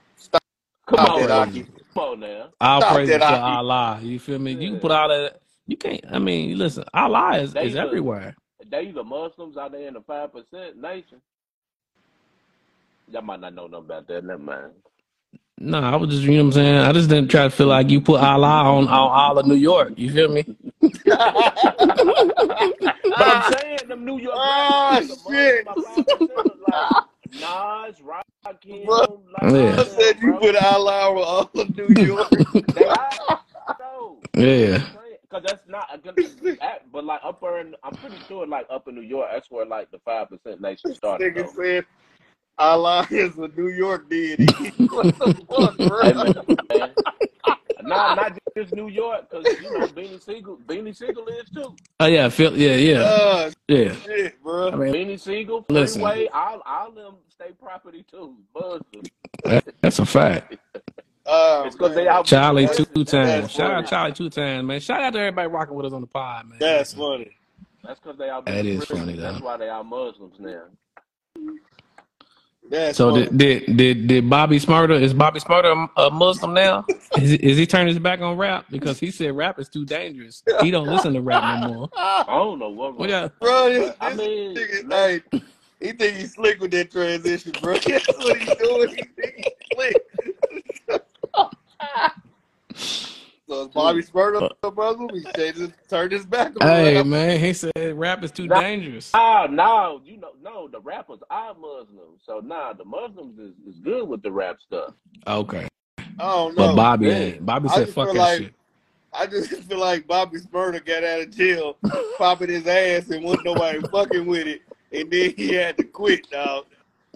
S3: Stop
S4: on,
S3: that,
S4: now.
S3: Aki.
S4: come on now.
S2: All
S3: Stop
S2: praises
S3: that,
S2: to
S3: Aki.
S2: Allah. You feel me? You can
S4: Yeah.
S2: put all that. You can't. I mean, listen. Allah is,
S4: They
S2: is
S4: look-
S2: everywhere.
S4: They either Muslims out there in the five percent nation. Y'all might not know nothing about that. Never mind. <laughs>
S2: No, I was just you know what I'm saying. I just didn't try to feel like you put Allah on on all of New York. You feel me?
S4: But
S3: <laughs>
S4: I'm saying them New York
S3: Ah,
S4: rappers, the
S3: shit.
S4: Muslims are 5%, like Nas, Rakim,
S3: Bro,
S4: like all
S2: Yeah.
S3: I
S4: them,
S3: said you
S4: bro.
S3: put Allah on all
S2: <laughs>
S3: of New York.
S4: They are, though.
S2: Yeah.
S4: Cause that's not a good act, but like up in, I'm pretty sure like up in New York, that's where like the five percent nation started.
S3: nigga
S4: Though.
S3: said Allah is a New York
S4: <laughs>
S3: deity. <laughs> what the fuck,
S4: Hey
S3: bro?
S4: man, man. not not just New York, cause you know Beanie Siegel, Beanie Siegel is too.
S2: Oh yeah. Feel yeah yeah
S3: Ah,
S2: yeah.
S3: shit, bro.
S2: I mean,
S4: Beanie Siegel,
S2: Listen.
S4: Freeway, all all them state property too. Buzzing.
S2: that- that's a fact.
S3: Oh,
S4: It's cause they
S3: man.
S4: out.
S2: Charlie
S4: that's-
S2: two times.
S3: that's
S2: Shout out
S3: funny.
S2: Charlie two times, man. Shout out to everybody rocking with us on the pod, man.
S3: That's
S2: Listen,
S3: funny.
S4: That's because they all
S2: That
S4: been
S2: is
S4: Christians.
S2: funny, though.
S4: That's why they are Muslims now.
S3: That's
S2: So
S3: funny.
S2: did, did did did Bobby Smarter is Bobby Smarter a Muslim now? Is he, is he turning his back on rap because he said rap is too dangerous? He don't listen to rap no more.
S3: Ah,
S4: I don't know what.
S2: What y'all-
S3: bro, this,
S4: I
S3: this
S4: mean,
S3: nigga,
S4: man,
S3: like, he think he's slick with that transition, bro. <laughs> That's what he's doing. He think he's
S4: <laughs>
S3: slick. so is Bobby Spurter a Muslim? He changed his, turned his back
S2: <laughs>
S3: on
S2: Hey
S3: him.
S2: man, he said rap is too
S4: Nah.
S2: dangerous.
S4: Ah, no, you know, no, the rappers are Muslims. So, nah, the Muslims is, is good with the rap stuff.
S2: Okay.
S3: I don't know.
S2: But Bobby
S3: man.
S2: ain't. Bobby
S3: I
S2: said,
S3: just
S2: "Fuck
S3: feel
S2: that
S3: like-
S2: shit."
S3: I just <laughs> feel like Bobby Smurda got out of jail, popping his ass, and wasn't nobody fucking with it, and then he had to quit, dog.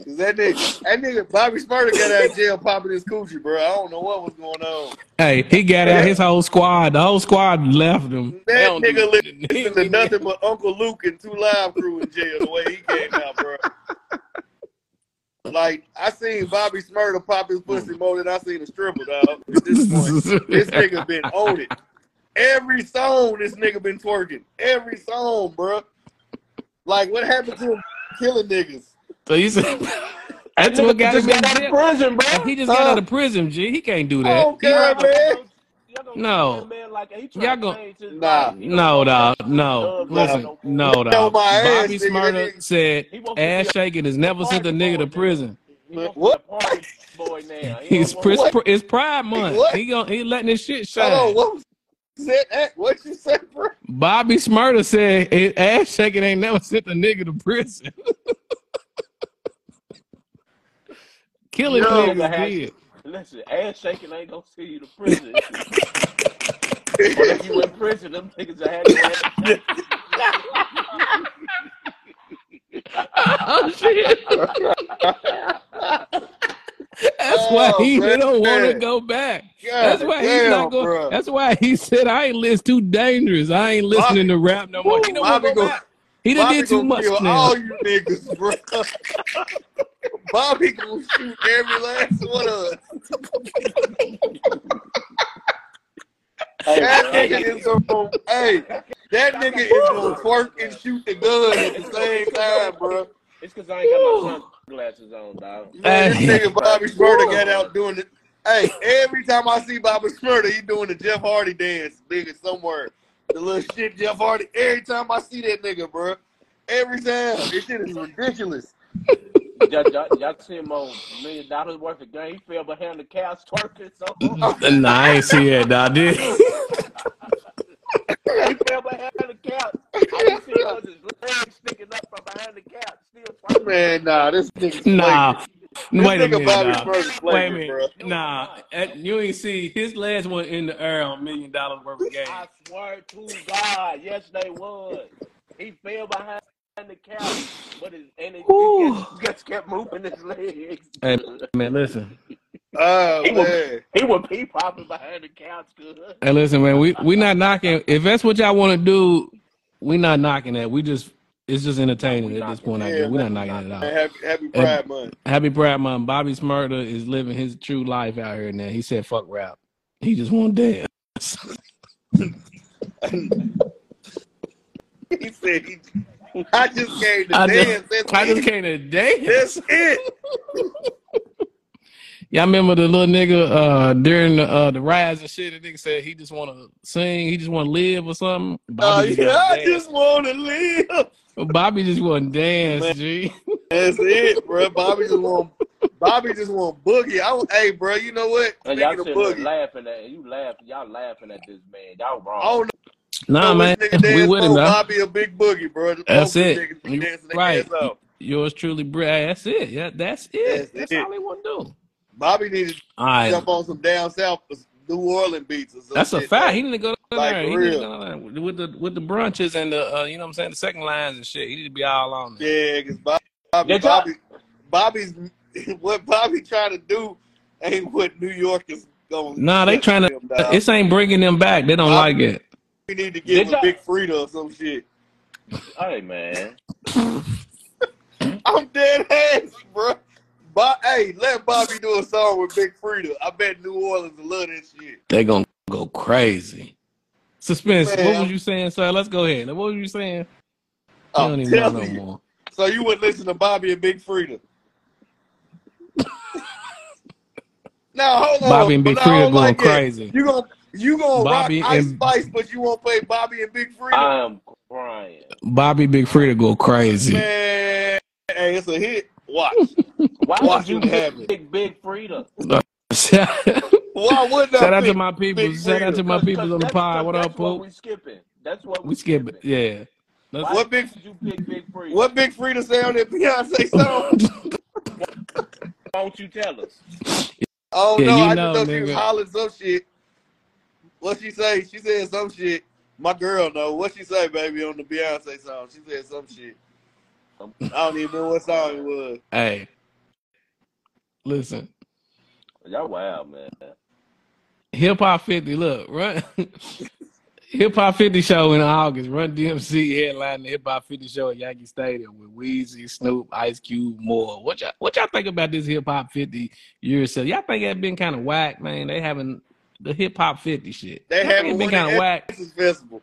S3: Cause that nigga, that nigga Bobby Smurda got out of jail, popping his coochie, bro. I don't know what was going on.
S2: Hey, he got out his whole squad. The whole squad left him.
S3: That
S2: don't do
S3: nigga
S2: nothing.
S3: li- listened to nothing but Uncle Luke and Two Live Crew in jail the way he came out, bro. Like I seen Bobby Smurda pop his pussy more than I seen a stripper, dog. At this point.
S2: <laughs>
S3: This <laughs> nigga been on it. Every song this nigga been twerking. Every song, bruh. Like what happened to him killing niggas?
S2: so you <laughs> said that's
S4: That
S2: what
S4: nigga
S2: got
S4: just
S2: him out of
S4: got out of
S2: jail.
S4: prison, bro.
S2: He just got out of prison, G. He can't do that.
S3: Okay, man.
S4: Y'all gonna
S2: No.
S4: treat that Man, like, he
S2: Y'all
S4: trying
S2: gon-
S4: to change his
S3: Nah.
S4: life. He
S2: No,
S4: don't
S2: dog.
S4: want
S2: No.
S4: that shit.
S2: Listen,
S4: Dog,
S2: no,
S3: oh, on
S2: dog.
S3: my ass,
S2: Bobby
S3: nigga.
S2: Smyrna said
S4: He wants to be
S2: ass
S4: a
S2: shaking has never sent a
S4: party
S2: nigga
S4: boy,
S2: to
S4: nigga.
S2: prison.
S4: He wants to be
S3: What?
S4: a party boy now. He
S2: He's
S4: don't want
S2: <laughs> it's,
S3: What?
S2: pr- it's Pride Month.
S3: What?
S2: He gon' he letting his shit shine.
S3: Hold on, what was said that? What you said, bruh?
S2: Bobby Smyrna said his ass shaking ain't never sent a nigga to prison. <laughs> Killing
S3: Yo.
S4: Nigga
S2: niggas
S4: has-
S2: did.
S4: Listen, ass shaking ain't gonna see you to <laughs> prison. but if you in prison, them niggas that had your ass
S2: oh
S4: shaking.
S2: shit. That's why
S3: Oh,
S2: he
S3: man.
S2: don't want to go back. That's why he's
S3: damn,
S2: not going.
S3: bruh.
S2: That's why he said I ain't list too dangerous. I ain't listening to rap no more. He don't want
S3: Bobby
S2: to go
S3: gon-
S2: back. He done
S3: Bobby
S2: did too
S3: gonna
S2: much
S3: kill
S2: now.
S3: all you niggas, bruh. <laughs> Bobby gonna shoot every last one of us.
S4: Hey,
S3: That
S4: bro, I
S3: nigga is gonna, hey, that nigga is gonna twerk and shoot the gun at the same time, bro.
S4: It's because I ain't got my sunglasses on, dog.
S3: Man, this
S2: Hey.
S3: nigga
S2: <laughs>
S3: Bobby Smurda got out doing it. Hey, every time I see Bobby Smurda, he doing the Jeff Hardy dance, nigga, somewhere. The little shit Jeff Hardy. Every time I see that nigga, bro. Every time. This shit is ridiculous. <laughs>
S4: Y'all, y'all, y'all see him on million dollars worth of game. He fell behind the couch twerking.
S3: <laughs>
S4: So <laughs> hard.
S2: <laughs> nah, I ain't see it, dog. Did
S4: he fell behind the couch. All you see was his legs sticking up from behind the couch, still twerking.
S3: Man, nah, this
S2: <laughs>
S3: nigga's
S2: nah.
S3: This
S2: Wait a
S3: nigga
S2: minute,
S3: Bobby
S2: dog.
S3: Smurda's
S2: Wait a
S3: flagrant,
S2: minute.
S4: bro.
S2: Nah, eh, you ain't see his last one in the air on million dollars worth of game.
S4: I swear to God, yes they would. He fell behind the couch, but his and it, he just, <laughs> just kept moving his legs.
S2: Hey man, listen.
S3: bro. Oh,
S4: He was-
S3: man.
S4: <laughs> He would be popping behind the couch, good.
S2: Hey, listen, man. We we not knocking. If that's what y'all want to do, we not knocking that. We just it's just
S4: Nah,
S2: entertaining
S4: we
S2: at this
S4: knocking
S2: point. I
S3: it.
S2: guess we're
S3: Yeah,
S2: not knocking it out.
S3: Man, happy, happy Pride Month.
S2: Happy Pride Month. Bobby Smurda is living his true life out here now. He said, "Fuck rap." He just want dance.
S3: He said, he, I just came to
S2: I
S3: dance.
S2: just,
S3: That's
S2: I
S3: it.
S2: just came to dance.
S3: That's it.
S2: Y'all remember the little nigga uh, during the uh, the riots and shit? The nigga said he just want to sing. He just want to live or something.
S3: Oh,
S2: Bobby,
S3: yeah, I
S2: just,
S3: just want to live.
S2: <laughs> Bobby just want to dance.
S3: Man.
S2: G.
S3: That's it, bro. Bobby just want. Bobby just want boogie. I, was- hey, bro, you know what?
S4: And
S3: Speaking
S4: y'all
S3: of
S4: sitting there
S3: boogie, Oh,
S4: laughing at you laughing y'all laughing at this man. Y'all
S3: I
S4: wrong.
S3: don't
S2: Nah,
S3: know
S2: man,
S3: which nigga
S2: <laughs> we
S3: dance
S2: with him.
S3: for
S2: dawg.
S3: Bobby a big boogie, bro. The
S2: That's
S3: both of
S2: it.
S3: them niggas be
S2: You
S3: dancing their
S2: right.
S3: ass off.
S2: Yours truly, Brad. That's it. Yeah, that's it.
S3: That's
S2: That's,
S3: it.
S2: all they want to do.
S3: Bobby needed to
S2: All right.
S3: jump on some down south New Orleans beats or some
S2: That's a
S3: shit.
S2: fact. He
S3: dog.
S2: need to go down
S3: Like
S2: there.
S3: for
S2: He need to
S3: real.
S2: go down there with the with the brunches and the uh, you know what I'm saying the second lines and shit. He need to be all on there.
S3: Yeah, because Bobby, Bobby,
S4: Did y'all-
S3: Bobby, Bobby's <laughs> what Bobby trying to do ain't what New York is going.
S2: Nah, they trying to. It's ain't bringing them back. They don't
S3: Bobby-
S2: like it.
S3: We need to
S4: Did
S3: give him
S4: y'all-
S3: Big Frida or some shit.
S4: Hey man.
S3: I'm dead ass, bro. But hey, let Bobby do a song with Big Frida. I bet New Orleans will love that shit.
S2: They gonna go crazy. Suspense. What
S3: Man.
S2: was you saying, sir? Let's go ahead. What were you saying? You don't
S3: I'm
S2: even know no
S3: telling you.
S2: more.
S3: So you would listen to Bobby and
S2: <laughs>
S3: Big Frida. Now hold on.
S2: Bobby and Big
S3: but I
S2: Frida
S3: don't
S2: going
S3: like it.
S2: crazy.
S3: You gonna you gonna
S2: Bobby
S3: rock Ice
S2: and-
S3: Spice, but you won't play Bobby and Big Frida.
S4: I'm crying.
S2: Bobby Big Frida go crazy.
S3: Man, hey, it's a hit.
S2: <laughs>
S3: Watch.
S4: Why
S3: Watch
S4: would you
S3: it happen.
S4: pick Big Big Frida?
S2: Shout
S3: Why wouldn't I
S2: out to
S3: pick
S2: my people.
S3: Big
S2: Shout out to
S3: Frida?
S2: my
S4: Cause-
S2: people
S4: cause
S2: on the
S4: that's-
S2: pod.
S4: cause
S2: What
S4: that's
S2: up,
S4: what
S2: Pope?
S4: we skipping. That's what
S2: <laughs>
S4: we
S2: We skip
S4: skipping.
S2: it. Yeah. Let's,
S4: Why
S3: What Big-
S4: did you pick Big Frida?
S3: What Big Frida say on that Beyonce song?
S4: Why don't you tell us?
S3: Oh
S2: Yeah,
S3: no,
S2: you
S3: I
S2: know,
S3: just know she was
S2: nigga.
S3: hollering some shit. What she say? She said some shit. My girl know what she say, baby, on the Beyonce song. She said some shit. I don't even know what song it was.
S2: Hey, listen,
S4: Y'all wild, man.
S2: Hip Hop 50, look, run. <laughs> Hip Hop 50 show in August. Run DMC headline the Hip Hop 50 show at Yankee Stadium with Weezy, Snoop, Ice Cube, more. What y'all, what y'all think about this Hip Hop 50 year sale? Y'all think that been kind of whack, man? They having the Hip Hop 50 shit.
S3: They
S2: Y'all think
S3: haven't
S2: it been
S3: won
S2: kind
S3: the
S2: of whack.
S3: Essence Festival.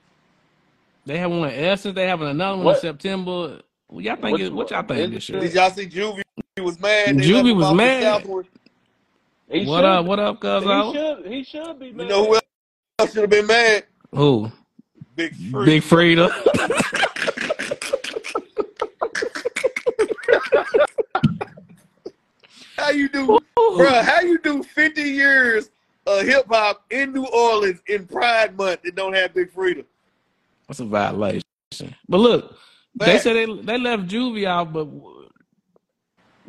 S2: They have one in Essence. They having another one
S4: What?
S2: in September. Well, y'all think
S4: Which
S2: it, what y'all
S4: one?
S2: think this
S4: Is
S2: year?
S3: Did y'all see Juvie was mad? They
S2: Juvie
S3: left him
S2: was
S3: off the
S2: mad.
S3: Southwood.
S4: He
S2: What
S4: should
S2: up?
S4: be-
S2: What up,
S4: He
S2: Cuzzo?
S4: should. He should be.
S3: You
S4: mad.
S3: know who else should have been mad?
S2: Who?
S3: Big Free.
S2: Big Frida.
S3: How you do, bruh? How you do fifty years of hip hop in New Orleans in Pride Month and don't have Big Freedom?
S2: That's a violation. But look, they
S3: Fact.
S2: said they they left Juvie out, but w-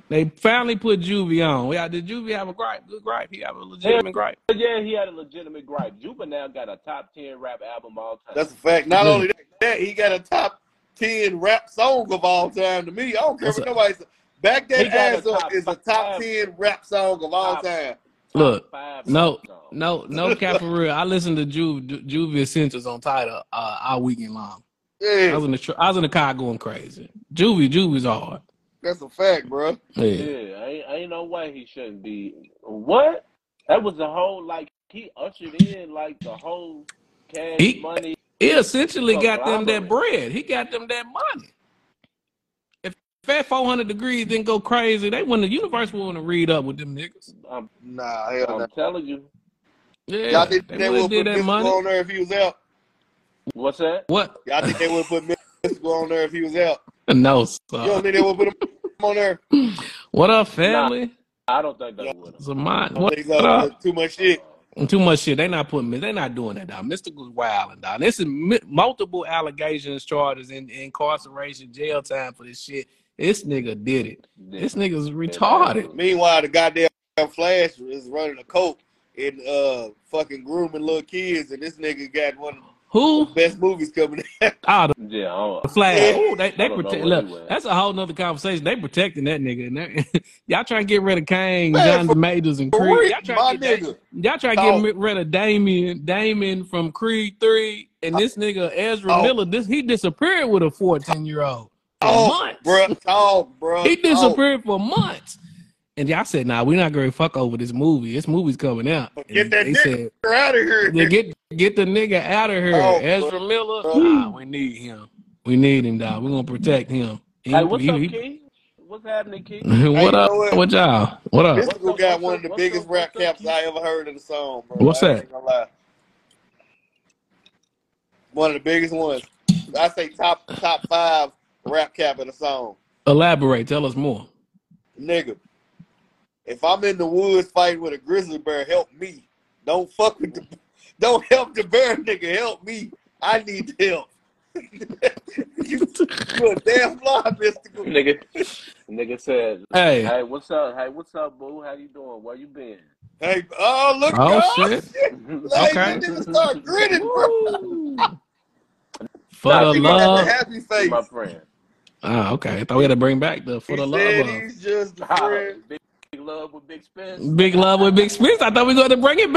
S2: they finally put Juvie on. Yeah, did Juvie have a gripe? Good gripe. He have a legitimate gripe.
S4: But yeah, he had a legitimate gripe. Juvenile got a top ten rap album all time.
S3: That's a fact. Not
S2: Yeah. <laughs>
S3: only that, he got a top ten rap song of all time. To me, I don't care
S2: That's
S3: what
S2: a-
S3: nobody says. Back
S4: He
S3: that
S4: got a
S3: ass up
S4: top
S3: is a top
S4: five.
S3: ten rap song of all
S4: Top.
S3: time.
S4: Top
S2: Look,
S4: five
S2: No,
S4: rap songs.
S2: no, no cap for real. I listened to Ju- Ju- Juvie Essentials on title uh, all weekend long. I
S3: Yeah,
S2: was in the tr- I was in the car going crazy. Juvie, Juvie's hard.
S3: that's a fact, bruh.
S2: Yeah.
S4: Yeah, I ain't, ain't no way he shouldn't be. What? That was the whole like he ushered in like the whole cash
S2: He-
S4: money.
S2: He essentially got them that
S4: Conglomerate.
S2: bread. He got them that money. If that 400 degrees didn't go crazy, they wouldn't, the universe wouldn't read up with them niggas.
S4: I'm,
S3: Nah, hell no.
S4: I'm telling you.
S2: Yeah.
S3: Y'all think
S2: they
S3: they
S2: would've
S3: would
S2: did
S3: put
S2: that
S3: Mystical
S2: money.
S3: on there if he was out?
S4: What's that?
S2: What?
S3: Y'all think they
S2: <laughs>
S3: would put Mystical on there if he was out?
S2: no,
S3: You don't
S2: sir.
S3: think they would put him on there?
S2: What up, family?
S4: I don't think they Uh, would have.
S2: Zamani. <laughs>
S3: I
S2: What, Uh.
S3: think
S2: what
S3: so.
S2: up?
S3: Too much shit.
S2: Too much shit. They not putting. They not doing that. Dog. Mystical's wilding. Dog. This is mi- multiple allegations, charges, and incarceration, jail time for this shit. This nigga did it. This nigga's retarded.
S3: Meanwhile, the goddamn Flash is running a coke and uh fucking grooming little kids, and this nigga got one of
S2: Who?
S3: the best movies coming out.
S2: Ah,
S4: Yeah, I
S2: the
S4: don't,
S2: flag. Ooh, they
S4: I
S2: they
S4: don't know
S2: protect.
S4: where
S2: Look,
S4: he went.
S2: that's a whole nother conversation. They protecting that <laughs> nigga. And they- y'all trying to get rid of Kane,
S3: Man,
S2: John
S3: for
S2: Majors, and
S3: For
S2: Creed.
S3: real,
S2: Y'all
S3: my
S2: trying to get
S3: nigga.
S2: Y'all try to get
S3: Dog.
S2: mi- rid of Damien, Damien from Creed Three, and this nigga Ezra
S3: Oh.
S2: Miller. This he disappeared with a fourteen year old for
S3: Oh,
S2: months.
S3: bruh. Oh. Talk, bruh.
S2: He
S3: Talk.
S2: disappeared for months, and y'all said, "Nah, we're not gonna fuck over this movie. This movie's coming out."
S3: Get
S2: And
S3: that
S2: they
S3: nigga
S2: said,
S3: out of <laughs> here.
S2: "Yeah, "Get get the nigga out of here,
S3: Oh,
S2: Ezra Miller.
S3: bruh.
S2: Nah, we need him. We need him, dog. We're gonna protect him." He-
S4: Hey, what's
S2: he-
S4: up,
S2: he-
S4: Key? What's happening, Key?
S2: <laughs> what
S3: you
S2: up?
S3: know what?
S2: What y'all? What up?
S4: What's
S3: Mystical
S4: up,
S3: got
S4: what's
S3: one
S4: up,
S3: of the
S4: what's
S3: biggest
S4: up,
S3: rap
S4: what's up,
S3: caps I ever heard in the song, bro.
S2: What's
S3: I
S2: that?
S3: ain't gonna lie. One of the biggest ones. I say top top five rap cap in the song.
S2: Elaborate. Tell us more.
S3: Nigga, if I'm in the woods fighting with a grizzly bear, help me. Don't fuck with the <laughs> don't help the bear nigga, help me. I need help. <laughs> you, you a damn lie, mystical.
S4: <laughs> Nigga, nigga said,
S2: Hey.
S4: "Hey, what's up? Hey, what's up, boo? How you doing? Where you been?"
S3: Hey, oh look
S2: Oh,
S3: oh,
S2: shit.
S3: Like,
S2: Okay.
S3: you niggas start
S4: <laughs>
S3: grinning, bro.
S2: Woo. For
S4: Nah,
S2: the
S3: He
S4: keep
S3: got the
S2: love.
S3: happy face.
S4: My friend.
S2: Ah, okay. I thought we had to bring back the for
S3: He
S2: the
S3: said
S2: love
S3: he's just a
S4: Holla.
S3: friend.
S4: <laughs> Big, big love with Big Spence.
S2: of. Big love with Big Spence. I thought we were going to bring it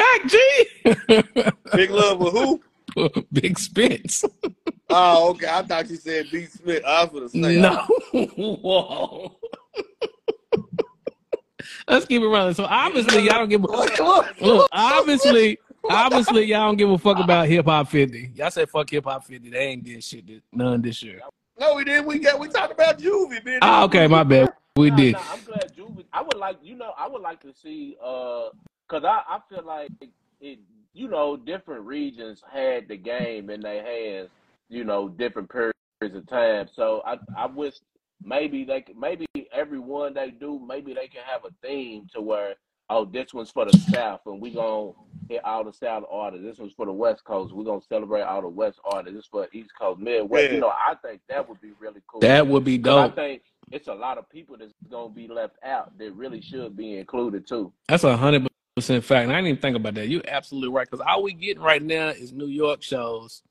S2: back,
S3: Big love with who?
S2: G. <laughs> Big Spence.
S3: Oh, okay. I thought you said B. Smith. I was gonna say
S2: No. <laughs> Whoa. Let's keep it running. So obviously y'all don't give
S3: Look,
S2: a
S3: look,
S2: look. Obviously, obviously y'all don't give a fuck about hip hop fifty. Y'all said fuck hip hop fifty. They ain't did shit this, none this year.
S3: No, we didn't. We got we talked about Juvie, man.
S2: Ah, okay, my bad. We
S4: Nah,
S2: did.
S4: nah, I'm glad you. was- I would like, you know, I would like to see, uh, cause I, I feel like it, you know, different regions had the game in their hands, you know, different periods of time. So I, I wish maybe they, could, maybe every one they do, maybe they can have a theme to where, oh, this one's for the South, and we gonna hit all the South artists. This one's for the West Coast. We are gonna celebrate all the West artists. This for East Coast, Midwest.
S3: Yeah.
S4: You know, I think that would be really cool.
S2: That would be
S4: Because I
S2: dope.
S4: think it's a lot of people that's gonna be left out that really should be included too.
S2: That's a hundred percent fact. And I didn't even think about that. You're absolutely right. Because all we getting right now is New York shows,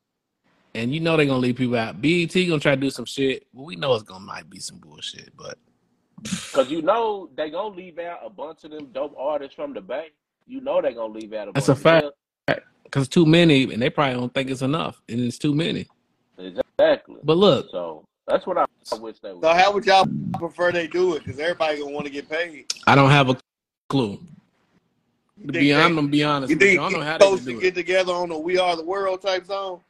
S2: and you know they're gonna leave people out. BET gonna try to do some shit. Well, we know it's gonna might be some bullshit, but
S4: Cause you know they gonna leave out a bunch of them dope artists from the Bay. You know they gonna leave out a
S2: That's
S4: bunch
S2: a fact.
S4: of
S2: because too many, and they probably don't think it's enough, and it's too many.
S4: them. Exactly.
S2: But look,
S4: So that's what I, I wish they would.
S3: So how would y'all prefer they do it? Because everybody gonna want to get paid.
S2: I don't have a clue.
S3: You
S2: To
S3: think
S2: be, I'm
S3: they-
S2: gonna be honest.
S3: you
S2: With you. I
S3: think
S2: don't know how they
S3: supposed
S2: can
S3: to
S2: do
S3: get
S2: it.
S3: together on the "We Are the World" type song?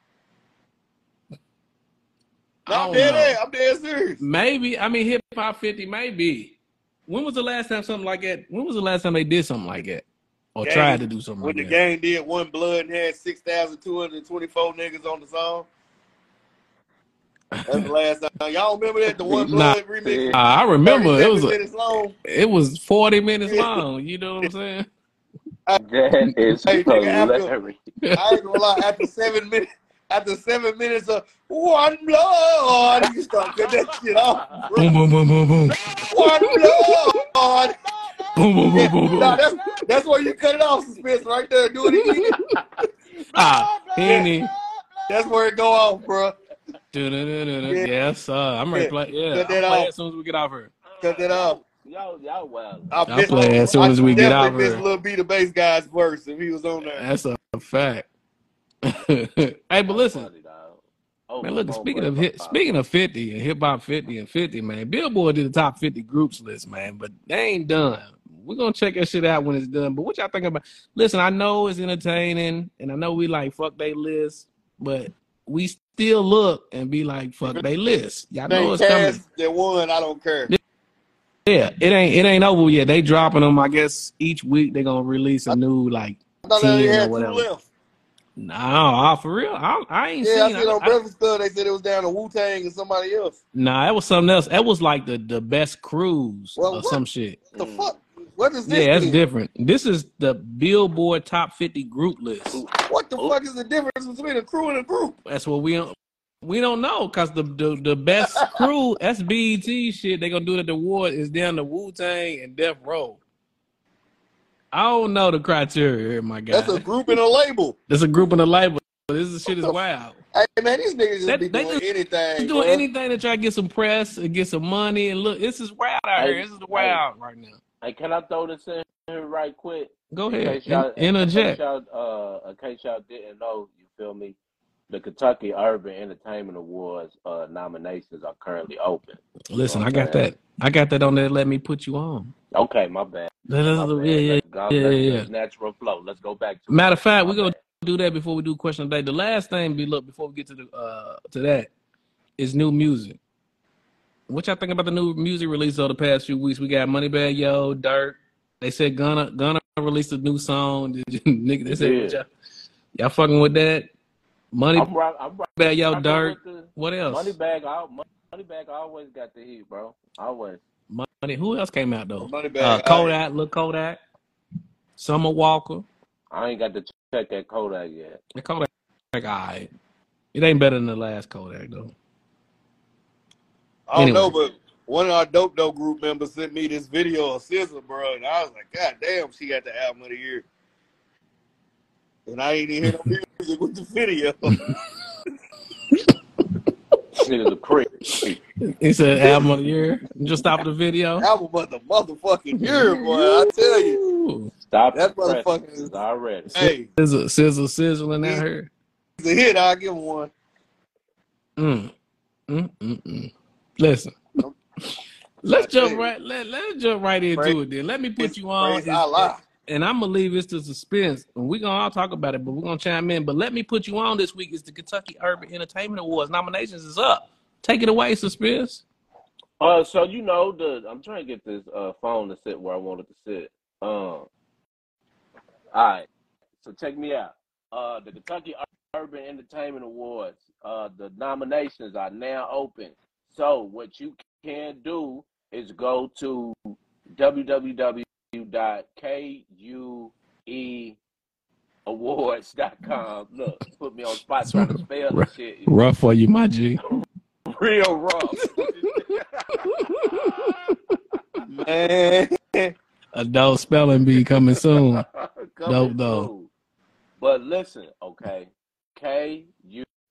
S3: No,
S2: I
S3: I'm
S2: don't
S3: dead.
S2: know.
S3: ass. I'm dead serious.
S2: Maybe. I mean, hip hop 50, maybe. When was the last time something like that? When was the last time they did something like that? Or
S3: Gang.
S2: tried to do something
S3: When
S2: like
S3: the
S2: that?
S3: gang did one blood and had six thousand two hundred twenty-four niggas on the song. That's the last time. Y'all remember that the
S2: <laughs>
S3: one
S2: Nah.
S3: blood remix?
S2: Uh, I remember it was
S3: 37
S2: a,
S3: minutes
S2: <laughs>
S3: long.
S2: it was 40 minutes
S3: Yeah.
S2: long. You know what I'm
S3: <laughs>
S2: saying?
S4: <laughs> That is
S3: Hey, nigga, after-
S4: hilarious.
S3: I ain't gonna lie. After seven minutes, after seven minutes of one blood, you start cutting that shit off. bro.
S2: Boom, boom, boom, boom, boom.
S3: One
S2: <laughs>
S3: blood.
S2: Boom, boom, boom, boom, boom.
S3: No, that's that's where you cut it off, suspense right there. Do it again.
S2: Ah, <laughs> Henny.
S3: That's where it go off, bro.
S2: Du-du-du-du-du.
S3: Yeah.
S2: Yes, sir. I'm ready to play. Yeah, I'll
S3: Cut that
S2: play
S3: off.
S2: it as soon as we get off here.
S3: Cut that off.
S4: Y'all, y'all wild.
S3: I
S2: I'll play it as soon as we get out of
S3: definitely
S2: here.
S3: miss Lil B the bass guy's verse if he was on there.
S2: That's a fact. <laughs> hey, but listen, Man, look. Speaking of hit, speaking of fifty and hip hop fifty and fifty, man, Billboard did the top fifty groups list, man, but they ain't done. We're gonna check that shit out when it's done. But what y'all think about? Listen, I know it's entertaining, and I know we like fuck they list, but we still look and be like fuck they list. Y'all know
S3: They
S2: it's coming.
S3: cast that one, I don't care.
S2: Yeah, it ain't it ain't over yet. They dropping them. I guess each week they gonna release a new like.
S3: I thought they only
S2: 10 or
S3: had two
S2: whatever.
S3: left.
S2: No, nah, for real. I, I ain't
S3: Yeah, I
S2: seen.
S3: see it on
S2: I- I-
S3: Breakfast Club. They said it was down to Wu Tang and somebody else.
S2: Nah, that was something else. That was like the the best cruise
S3: Well,
S2: or
S3: what?
S2: some shit.
S3: What the
S4: Mm.
S3: fuck? What is this?
S2: Hmm. Yeah, that's
S3: mean?
S2: different. This is the Billboard Top 50 group list.
S3: What
S2: Oh.
S3: the fuck is the difference between a crew and a group?
S2: That's what we don't we don't know because the, the the best
S3: <laughs>
S2: crew SBT shit they gonna do at the award is down to Wu Tang and Death Row. I don't know the criteria here, my guy.
S3: That's a group and a label.
S2: That's a group and a label. This is shit is wild.
S3: Hey man, these niggas just
S2: That-
S3: be
S2: they
S3: doing anything.
S2: Just
S3: bruh.
S2: doing anything to try to get some press and get some money and look, this is wild out
S4: Hey,
S2: here. This is wild right now.
S4: Hey, can I throw this in here right quick?
S2: Go
S4: In
S2: ahead,
S4: case y'all,
S2: in, interject.
S4: In case y'all, uh, in case y'all didn't know, you feel me? The Kentucky Urban Entertainment Awards uh, nominations are currently open.
S2: Listen, I
S4: Okay.
S2: got that. I got that on there. Let me put you on.
S4: Okay, my bad.
S2: That is-
S4: My bad.
S2: yeah, yeah,
S4: Let's go-
S2: yeah,
S4: let's-
S2: yeah,
S4: let's Natural flow. Let's go back to
S2: Matter of fact,
S4: My
S2: we're gonna
S4: bad.
S2: do that before we do question of the day. The last thing be look before we get to the uh to that is new music. What y'all think about the new music release over the past few weeks? We got Moneybag Yo, Dirt. They said Gunna Gunna released a new song. <laughs> Nigga, they said what
S4: Yeah.
S2: y'all, y'all fucking with that. Moneybag
S4: I'm right. I'm right.
S2: Yo,
S4: rocking
S2: Dirt.
S4: with the-
S2: What else?
S4: Moneybag, I, Moneybag always got the heat, bro. Always.
S2: Money. Who else came out though?
S3: Money
S2: Uh,
S3: bag.
S2: Kodak, look Kodak, Summer Walker.
S4: I ain't got to check that Kodak yet.
S2: The Kodak, all right. It ain't better than the last Kodak though.
S3: I don't know,
S2: Anyway.
S3: but one of our dope dope group members sent me this video of Scissor, bro, and I was like, God damn, she got the album of the year. And I ain't even hear
S2: <laughs>
S3: no music with the video. <laughs>
S4: This nigga's a creep.
S2: He said album of the year. Just stop the video.
S3: album of the motherfucking year, boy. I tell you,
S2: you,
S4: Stop
S3: That
S4: that
S3: motherfucker
S4: motherfucker
S3: is-
S4: is already.
S3: hey,
S2: sizzle, sizzle, sizzling out here.
S3: it's a hit. I'll give him one.
S2: Mm, mm, mm, mm. Listen, let's
S3: I tell
S2: jump
S3: you,
S2: right. Let Let's jump right into it. Then let me put
S3: Praise,
S2: you on.
S3: praise Allah.
S2: and I'm gonna leave this to suspense. And we're gonna all talk about it, but we're gonna chime in. But let me put you on this week is the Kentucky Urban Entertainment Awards. Nominations is up. Take it away, suspense.
S4: Uh, so you know the I'm trying to get this uh phone to sit where I want it to sit. Um, all right. So check me out. Uh, the Kentucky Ur- Urban Entertainment Awards. Uh, the nominations are now open. So what you can do is go to www.kueawards.com. Look, put me on spot trying to spell this shit. It's
S2: Rough for you, my <laughs> G.
S4: real rough. <laughs>
S3: Man,
S2: Adult spelling bee coming soon.
S4: know
S2: Nope,
S4: it's
S2: though.
S4: cool. But listen, okay. K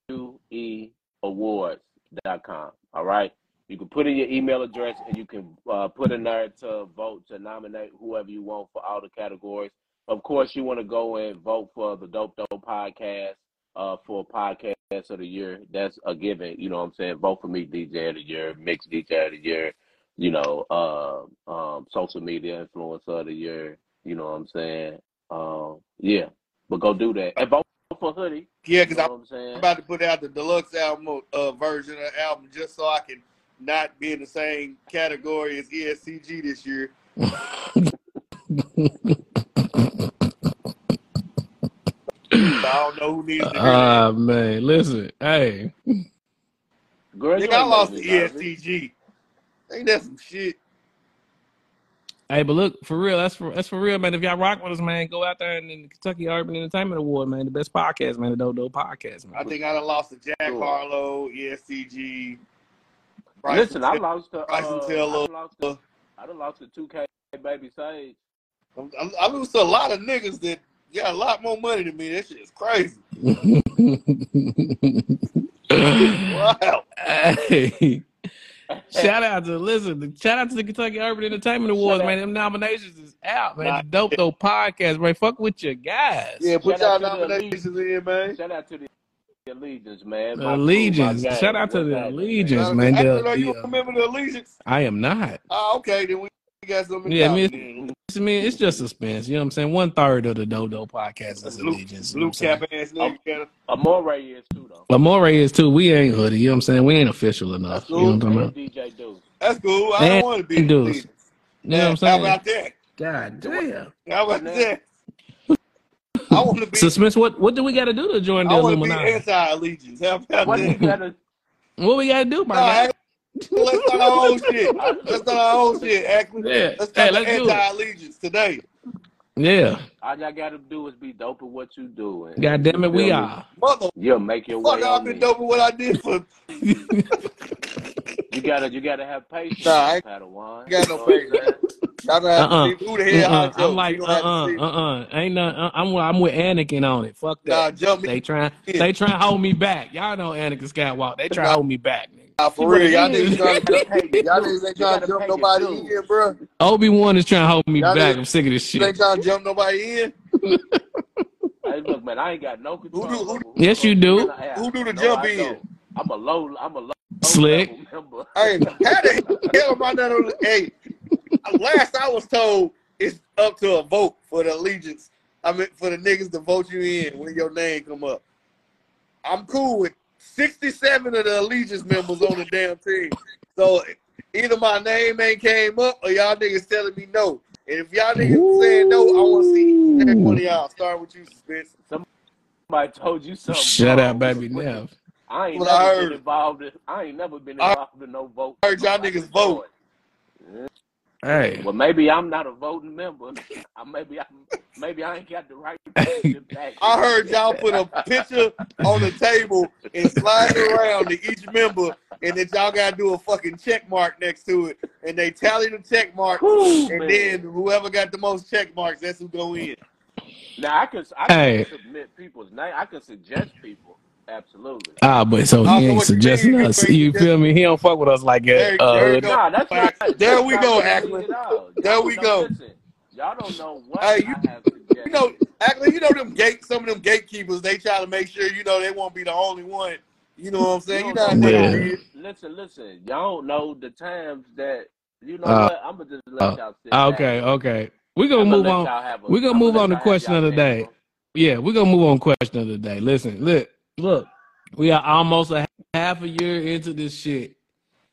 S4: U E awards.com. All right. You can put in your email address and you can uh, put in there to vote to nominate whoever you want for all the categories. Of course, you want to go and vote for the Dope Dope podcast uh, for podcast of the year. That's a given. You know what I'm saying? Vote for me, DJ of the year, mixed DJ of the year, you know, uh, um, social media influencer of the year. You know what I'm saying? Um, yeah, but go do that and vote for Hoodie.
S3: <laughs> Yeah,
S4: You
S3: because
S4: know
S3: I'm
S4: what I'm saying?
S3: about to put out the deluxe album uh, version of the album just so I can not be in the same category as E ESCG this
S4: <laughs>
S3: year. I don't know who needs to hear
S4: Uh,
S3: that.
S2: Ah man, listen, hey,
S4: Girl, you
S3: Nigga, I
S4: ain't
S3: lost E
S4: making
S3: to
S4: me nervous.
S3: ESTG. Ain't that some shit?
S2: hey, but look for real. That's for that's for real, man. If y'all rock with us, man, go out there and in the Kentucky Urban Entertainment Award, man, the best podcast, man, the Dope Dope Podcast,
S3: I
S2: man.
S3: think I done lost to Jack
S4: Sure.
S3: Harlow, E ESTG. Bryson
S4: Listen, I
S3: Tiller.
S4: lost to uh,
S3: Bryson
S4: I
S3: Tiller.
S4: done lost to I done lost to 2K baby Sage.
S3: I, I lose to a lot of niggas that got a lot more money than me. That shit is
S4: <clears throat>
S3: crazy.
S2: <laughs>
S3: <laughs> Wow.
S2: hey. Shout out to listen, the- shout out to the Kentucky Urban Entertainment Awards,
S4: out.
S2: man. Them nominations is out, man.
S3: Nah.
S2: The Dope Dope Podcast, man. Fuck with your guys.
S3: Yeah, put
S4: Shout out
S3: y'all
S4: to the elite.
S3: nominations in, man.
S4: <laughs> Shout out to the Allegiance,
S2: The
S4: man. My crew, my
S2: Allegiance.
S4: gang.
S2: Shout out to
S4: What's
S2: the
S4: happening, man?
S2: Allegiance, man.
S3: I
S2: The,
S3: don't know you
S2: the, uh,
S3: remember the Allegiance.
S2: I am not.
S3: Oh, okay, then we we got something in
S2: Yeah, I
S3: common.
S2: mean,
S3: then.
S2: I mean, it's just suspense. You know what I'm saying? One third of the Dope Dope Podcast is
S3: Blue-
S2: Allegiance. You know
S3: Blue
S2: what I'm saying?
S3: cap ass nigga. gotta-
S4: Amore is too, though.
S2: Lamore is too. We ain't hoodie. You know what I'm saying? We ain't official enough. You know what I'm talking
S4: And
S2: about?
S4: DJ Do.
S3: That's cool. I don't
S2: And
S3: want to be in the
S2: dudes.
S3: Allegiance.
S2: You know what I'm
S3: How
S2: saying?
S3: about that?
S2: God damn.
S3: How about
S4: Now-
S3: that? I want to be.
S2: Suspense. What what do we got to do to join the
S3: I want to be
S2: Illuminati?
S3: anti-allegiance. How about
S4: What you
S3: that?
S4: gotta?
S2: What we got to do, my
S3: No,
S2: guy?
S3: act- let's start our own shit.
S4: I,
S3: Let's start our own shit. Actually,
S2: Yeah.
S3: let's
S2: Hey,
S3: start the
S2: let's do it.
S3: anti-allegiance today.
S2: Yeah.
S4: all y'all gotta do is be dope at what you do, and
S2: God damn
S4: you
S2: it, we
S4: feel me?
S2: are.
S3: Motherfucker,
S4: You'll make your way
S3: I've
S4: on
S3: been
S4: me.
S3: doing what I did for.
S4: You gotta, you gotta have patience,
S3: Nah, I ain't
S4: Padawan.
S3: got
S4: You
S3: no
S4: know what I'm
S3: patience.
S4: saying?
S3: Y'all don't have
S2: Uh-uh.
S3: to see who the hell I
S2: Uh-uh.
S3: joke.
S2: I'm like,
S3: you don't have to
S2: uh-uh,
S3: see.
S2: uh-uh. Ain't no, uh, I'm, I'm with Anakin on it. Fuck
S3: Nah,
S2: that.
S3: jump me.
S2: They trying,
S3: in.
S2: they trying to hold me back. Y'all know Anakin Skywalker. They try to
S3: Nah.
S2: hold me back, nigga.
S3: Nah,
S4: See,
S3: for
S4: what
S3: real.
S4: it
S3: Y'all niggas
S4: is,
S2: <laughs>
S4: you
S3: trying to
S4: gotta
S3: jump.
S4: pay your
S3: Y'all
S4: dues.
S3: niggas ain't
S4: You
S3: trying
S4: gotta
S3: to jump
S4: pay your
S3: nobody
S4: dues.
S3: in, bro.
S2: Obi Wan is trying to hold me
S3: Y'all
S2: back.
S3: niggas-
S2: I'm sick of this
S3: You ain't
S2: shit.
S3: trying to jump nobody in.
S4: Hey, look, man, I ain't got no control
S3: Who do- who
S4: over
S3: do-
S4: who's
S2: Yes, you
S4: gonna be in
S2: do.
S4: the app.
S3: Who do the
S4: No,
S3: jump
S4: I
S3: in?
S4: don't. I'm a low, I'm a low, low
S2: Slick.
S4: level member.
S3: Hey, how the hell am I not on? the- Hey, last I was told, it's up to a vote for the allegiance. I mean, for the niggas to vote you in when your name come up. I'm cool with 67 of the allegiance members on the damn team. So either my name ain't came up or y'all niggas telling me no. And if y'all niggas saying no, I want to see each and every one of y'all. Starting with you, Spence.
S4: Somebody told you something
S3: Oh,
S2: Shut
S4: wrong.
S2: up, baby.
S4: What you-
S2: Now.
S4: I ain't
S3: What I
S4: never been
S3: heard.
S4: involved in. I ain't never been
S3: I
S4: involved in no vote.
S3: heard y'all
S4: I
S3: niggas
S4: just
S3: vote.
S4: joined.
S2: Hey.
S4: Well, maybe I'm not a voting member. <laughs> I, maybe I maybe I ain't got
S2: <laughs>
S4: the right membership
S3: I
S4: package.
S3: heard y'all put a picture on the table and slide it around to each member, and then y'all gotta do a fucking check mark next to it, and they tally the check marks,
S4: Whew,
S3: and
S4: man.
S3: then whoever got the most check marks, that's who go in.
S4: Now I can I can
S2: Hey.
S4: submit people's name. I can suggest people. Absolutely.
S2: Ah, but so
S3: Oh,
S2: he
S3: so
S2: ain't
S3: what you mean?
S2: suggesting
S3: You
S2: us.
S3: ain't
S2: You feel
S3: suggesting-
S2: me? He don't fuck with us like that.
S3: There, there you
S2: Uh,
S3: go.
S4: Nah, that's not
S3: Ack.
S4: that's
S3: There we
S4: not
S3: go,
S4: conceit
S3: Ackman.
S4: at all.
S3: <laughs> There
S4: Y'all
S3: we
S4: don't
S3: go.
S4: listen. Y'all don't know what
S3: Hey, you,
S4: I have
S3: you know,
S4: suggested.
S3: Ackman, you know them gate, some of them gatekeepers. They try to make sure you know they won't be the only one. You know what I'm
S4: You
S3: saying? You
S4: don't
S3: know how
S4: know
S2: Yeah.
S4: what
S3: niggas
S4: I
S3: be.
S4: listen, listen. Y'all don't know the times that you know
S2: Uh,
S4: what. I'm gonna just let
S2: uh,
S4: y'all sit back.
S2: okay, okay. We're gonna
S4: I'm gonna
S2: move
S4: let
S2: on.
S4: y'all have a.
S2: We're gonna
S4: I'm
S2: move
S4: gonna let
S2: on to
S4: y'all have
S2: question
S4: y'all
S2: of the day.
S4: tantrum.
S2: Yeah, we're gonna move on question of the day. Listen, look, look. We are almost a half a year into this shit.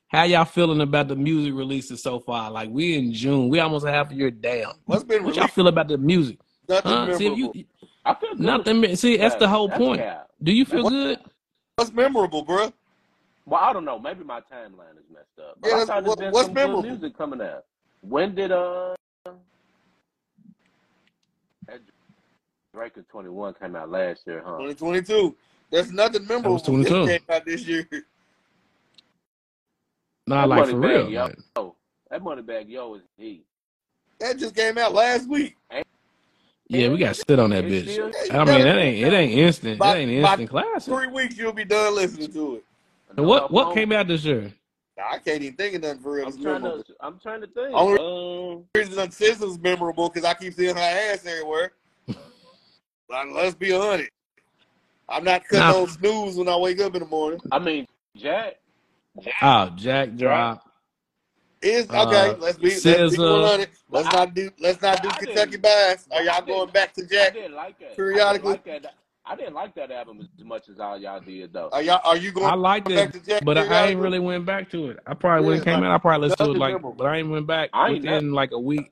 S2: How y'all feeling about the music releases so far? Like we in June, we almost a half a year down.
S3: What's been
S2: What y'all
S3: released?
S2: feel about the music?
S3: Nothing
S2: Huh? See if
S3: memorable.
S2: you
S4: I feel good.
S2: nothing. See, that's the
S4: Baby,
S2: whole
S4: that's
S2: point.
S4: cap.
S2: Do you feel
S4: That's
S3: What-
S2: good?
S4: cap.
S3: What's memorable, bruh?
S4: Well, I don't know. Maybe my timeline is messed up, but
S3: Yeah,
S4: I
S3: that's
S4: thought there's
S3: what,
S4: been
S3: what's
S4: some good
S3: memorable.
S4: music coming out. When did uh that Drake of 21 came out last year, huh?
S3: 2022. There's
S2: That
S3: nothing
S2: was
S3: memorable
S2: twenty
S3: that
S2: two.
S3: came out this year.
S2: Nah,
S4: That
S2: like
S4: money
S2: for
S4: bag,
S2: real.
S4: yo.
S2: Like
S4: That money bag, yo, is he.
S3: That just came out last week.
S2: Yeah, we got to sit on that
S4: It's
S2: bitch.
S4: still-
S2: I mean, that ain't it ain't instant.
S3: By-
S2: That ain't
S3: by
S2: instant classic.
S3: Three weeks you'll be done listening to it.
S2: And what what came out this year?
S3: I can't even think of nothing for real.
S4: I'm
S3: It's
S4: trying
S3: memorable.
S4: to. I'm trying to think.
S3: Only-
S4: Um,
S3: reason that Sissy's memorable because I keep seeing her ass everywhere.
S4: <laughs>
S3: Like, let's be honest. I'm not cutting
S2: Nah.
S3: on snooze when I wake up in the morning.
S4: I mean, Jack.
S2: Oh, Jack Drop.
S3: It's okay.
S2: Uh,
S3: let's be let's
S2: SZA.
S3: be 100. Let's
S4: I-
S3: not do let's not do
S4: I didn't-
S3: Kentucky Bass. Are
S4: I
S3: y'all
S4: didn't-
S3: going back to
S4: I
S3: Jack?
S4: didn't like that.
S3: Periodically.
S4: I didn't like that. I didn't like that album as much as all y'all did, though.
S3: Are y'all are you
S2: I
S3: going
S2: liked
S3: back
S2: it,
S3: to Jack?
S2: but I, I ain't
S3: periodically?
S2: really went back to it. I probably when it
S3: Yeah,
S2: came
S3: like,
S2: out, I probably listened to it
S3: nothing
S2: like,
S3: memorable.
S2: but I ain't went back
S4: I ain't
S2: within like a week.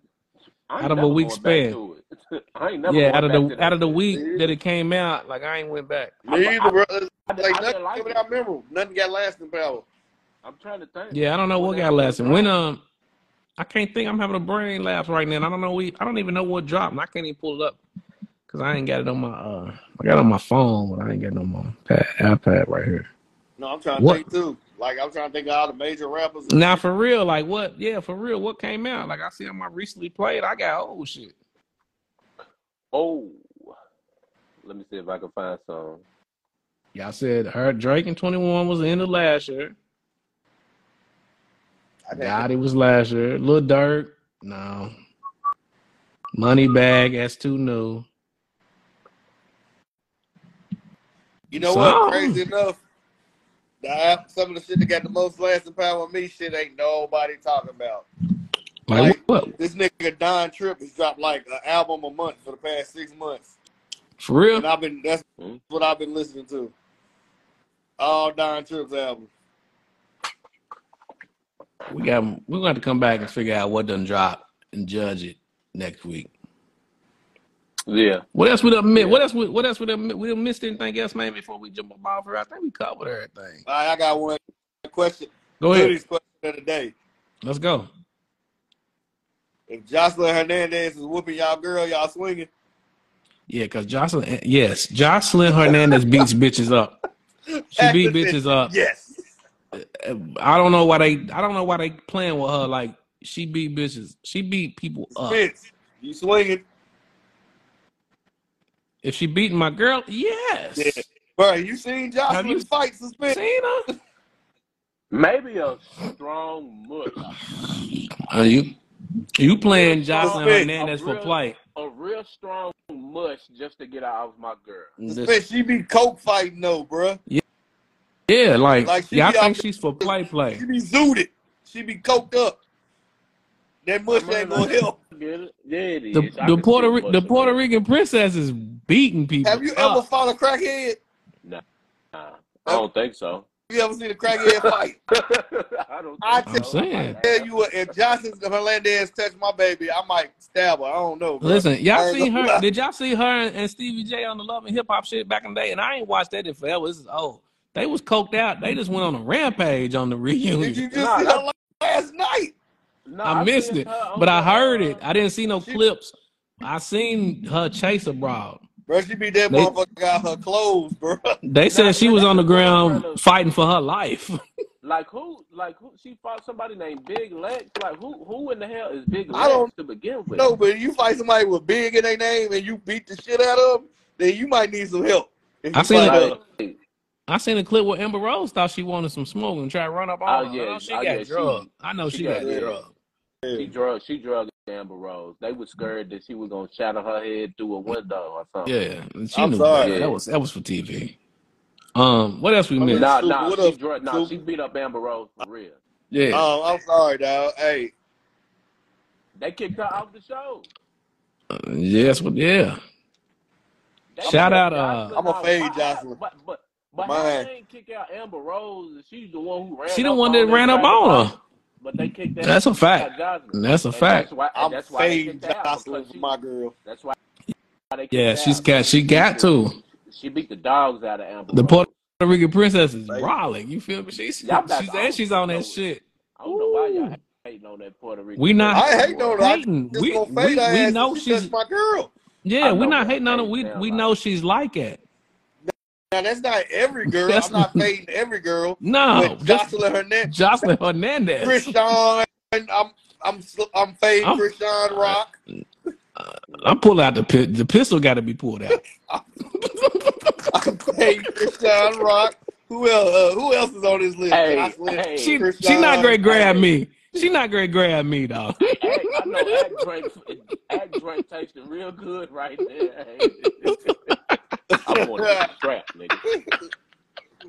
S4: I ain't
S2: Out of a
S4: never
S2: week
S4: going back
S2: span.
S4: to it. <laughs> I ain't never.
S2: yeah,
S4: going
S2: out of
S4: back
S2: the
S4: to that
S2: out of the
S4: shit.
S2: week
S3: Yeah.
S2: that it came out, like I ain't went
S4: <laughs>
S2: back.
S3: Me
S4: I-
S3: either, bro. It's
S4: I, did-
S3: Like
S4: I
S3: nothing
S4: didn't like
S3: coming
S4: it.
S3: out memorable. Nothing got lasting power.
S4: I'm trying to think.
S2: Yeah, I don't know what
S4: What
S2: got
S4: else was
S2: lasting. When
S4: out?
S2: um, I can't think. I'm having a brain lapse right now. And I don't know. We I don't even know what dropped. And I can't even pull it up because I ain't got it on my uh. I got it on my phone, but I ain't got it on my pad, iPad right here.
S3: No, I'm trying to
S2: What?
S3: think too. Like I'm trying to think of all the major rappers.
S2: Now for real, like what? Yeah, for real, what came out? Like I see on my recently played. I got old shit.
S4: Oh, let me see if I can find some.
S2: Y'all said her Drake and Twenty One was the end of last year.
S3: I think-
S2: God, it was last year. Lil Durk, no. Money Bag, that's too new.
S3: You know
S2: Some.
S3: what? Crazy enough, the, app- some of the shit that got the most lasting power on me, shit ain't nobody talking about.
S2: Like,
S3: Like-
S2: what?
S3: This nigga Don Tripp has dropped like an album a month for the past six months,
S2: For real?
S3: and I've been that's
S2: Hmm?
S4: Mhm.
S3: what I've been listening to. All Don Tripp's albums.
S2: We got we're gonna have to come back and figure out what done drop and judge it next week.
S4: Yeah,
S2: What else we done miss?
S4: Yeah.
S2: What else we what else we done mi- we done missed anything else, man, before we jump up off here? I think we covered everything.
S3: All right, I got one question.
S2: Go ahead.
S3: Hoodie's question of the day:
S2: Let's go.
S3: If Jocelyn Hernandez is whooping y'all girl, y'all swinging.
S2: Yeah, because Jocelyn eh, yes, Jocelyn Hernandez
S3: <laughs>
S2: beats bitches up. She beat bitches up.
S3: Yes.
S2: I don't know why they I don't know why they playing with her like she beat bitches. She beat people up.
S3: Spence, you swinging,
S2: If she beating my girl, yes.
S3: Yeah. bro? You seen
S2: Have you-
S3: Jocelyn fight suspended?
S2: Seen her?
S4: maybe a strong mush,
S2: Are Uh, you you playing Jocelyn
S3: Respect.
S2: Hernandez for
S4: Real-
S2: plight?
S4: a real strong mush, just to get out of my girl.
S3: Suspended. She be coke fighting though, bruh.
S2: Yeah, like,
S3: Like, she
S2: yeah, I
S3: be out
S2: think she's for play play.
S3: She be zooted. She be coked up. That mush ain't gonna help.
S4: <laughs> Get it? Yeah, it is.
S2: The,
S4: I
S2: the
S4: can
S2: Puerto
S4: see
S2: Ri-
S4: mush
S2: the
S4: in
S2: Puerto
S4: it.
S2: Rican princess is beating people.
S3: Have you
S2: up.
S3: ever fought a crackhead?
S4: Nah, I don't think
S3: <laughs>
S4: so.
S3: You ever seen a crackhead fight?
S4: <laughs> I don't. Think
S3: I
S4: so.
S2: I'm saying.
S4: Like,
S3: Tell you what, if Johnson Hernandez touch my baby, I might stab her. I don't know. Bro.
S2: Listen,
S3: I
S2: y'all
S3: ain't
S2: see
S3: gonna
S2: her?
S3: lie.
S2: Did y'all see her and, and Stevie J on the Love and Hip Hop shit back in the day? And I ain't watched that in forever. This is old. They was coked out. They just went on a rampage
S4: <laughs>
S2: on the
S3: Did you
S2: reunion.
S3: just
S4: Nah,
S3: see her
S4: that-
S3: la- last night?
S4: nah,
S2: I missed
S4: seen
S2: it,
S4: her on
S2: but I
S4: the,
S2: heard
S4: uh,
S2: it. I didn't see no
S3: she-
S2: clips. I seen her chase abroad.
S3: Bro, she be that
S2: They-
S3: motherfucker out her clothes, bro. <laughs>
S2: They
S4: Nah,
S2: said she
S4: yeah,
S2: was
S4: that's
S2: on the
S4: the one I'm trying
S2: ground
S4: to-
S2: fighting for her life. <laughs>
S4: Like who? Like who? She fought somebody named Big Lex. Like who? Who in the hell is Big
S3: I
S4: Lex
S3: don't
S4: to begin with?
S3: No, but if you fight somebody with big in their name and you beat the shit out of them, then you might need some help. If
S2: I
S3: you
S2: seen
S3: fight
S2: it.
S3: her.
S4: Like,
S2: I seen a clip where Amber Rose thought she wanted some smoke and tried to run up on
S4: Oh,
S2: her. I
S4: yeah.
S2: know she
S4: Oh,
S2: got
S4: yeah, she-
S2: drugged. I know
S4: she
S2: she,
S4: got
S2: got,
S3: drugged.
S2: drugged.
S4: she drug. She drugged Amber Rose. They was scared that she was gonna shatter her head through a window or something.
S2: Yeah, and she
S3: I'm
S2: knew
S3: sorry.
S2: better.
S4: Yeah.
S2: That was that was for TV. Um, what else we
S3: I mean,
S2: missed?
S4: Oh, Nah,
S3: Super,
S4: nah.
S3: what
S4: She
S3: up,
S4: drug. Nah,
S3: Super?
S4: she beat up Amber Rose for real.
S2: Yeah,
S3: Oh, I'm sorry, dog. Hey,
S4: They kicked her off the show.
S2: Uh, yes, but yeah.
S4: They
S2: Shout
S4: kicked
S2: out,
S4: Jocelyn
S2: uh,
S3: I'ma
S4: out.
S3: fade
S4: Why-
S3: Jocelyn.
S4: But but but
S3: Mine.
S4: how they ain't kick out Amber Rose? and She's the one who ran.
S2: she the
S4: up
S2: one
S4: on
S2: that
S4: them
S2: ran up
S4: back and
S2: on
S4: forth.
S2: her.
S4: But they kicked that.
S2: That's a
S4: out
S2: fact.
S4: Jocelyn.
S2: That's a
S4: And that's
S2: fact.
S4: why. And
S3: I'm
S4: that's why they
S3: fading
S4: kicked her out
S3: Jocelyn
S4: because
S3: for
S4: she.
S3: my girl.
S4: That's why they kicked
S2: Yeah,
S4: her
S2: she's
S4: out.
S2: got she got to
S4: She beat the dogs out of Amber
S2: the
S4: Rose.
S2: Puerto Rican princess is
S3: Like-
S2: rolling. You feel me? She's
S4: Y'all about
S2: she's
S4: to-
S2: and she's on that shit.
S4: I don't know why y'all
S2: Ooh.
S4: hating on that Puerto Rican.
S2: We not-
S3: I
S4: princess
S3: hate
S4: anymore.
S3: on her. I
S2: Hating.
S3: just
S2: We-
S3: gonna fade
S2: we-
S3: her
S2: we
S3: ass
S2: know
S3: if she
S2: she's-
S3: touch my girl.
S2: Yeah,
S4: I
S2: we're
S4: know
S2: not
S4: what
S2: hating on her.
S4: they
S2: We
S4: sound
S2: we
S4: like.
S2: know she's like that.
S3: Now that's not
S2: <laughs>
S3: every girl.
S2: That's
S3: I'm not
S2: not-
S3: fading every girl.
S2: No,
S3: but
S2: just
S3: Jocelyn Hernandez,
S2: Jocelyn Hernandez.
S3: Christian, I'm I'm sl- I'm fading
S2: I'm-
S3: Christian Rock.
S2: I'm pulling out the pi- the pistol. Got to be pulled <laughs> out.
S3: Hey, Krishan Rock. Who else? Uh, who else is on this list?
S4: Hey,
S3: I swear,
S4: hey.
S2: she
S3: Krishan
S2: she not
S3: Rock.
S2: great. Grab me. She not great. Grab me dog.
S4: Act, I know Act Drake, Act Drake tasting real good right there. Hey. <laughs> I'm going to
S3: <laughs>
S4: get the strap, nigga.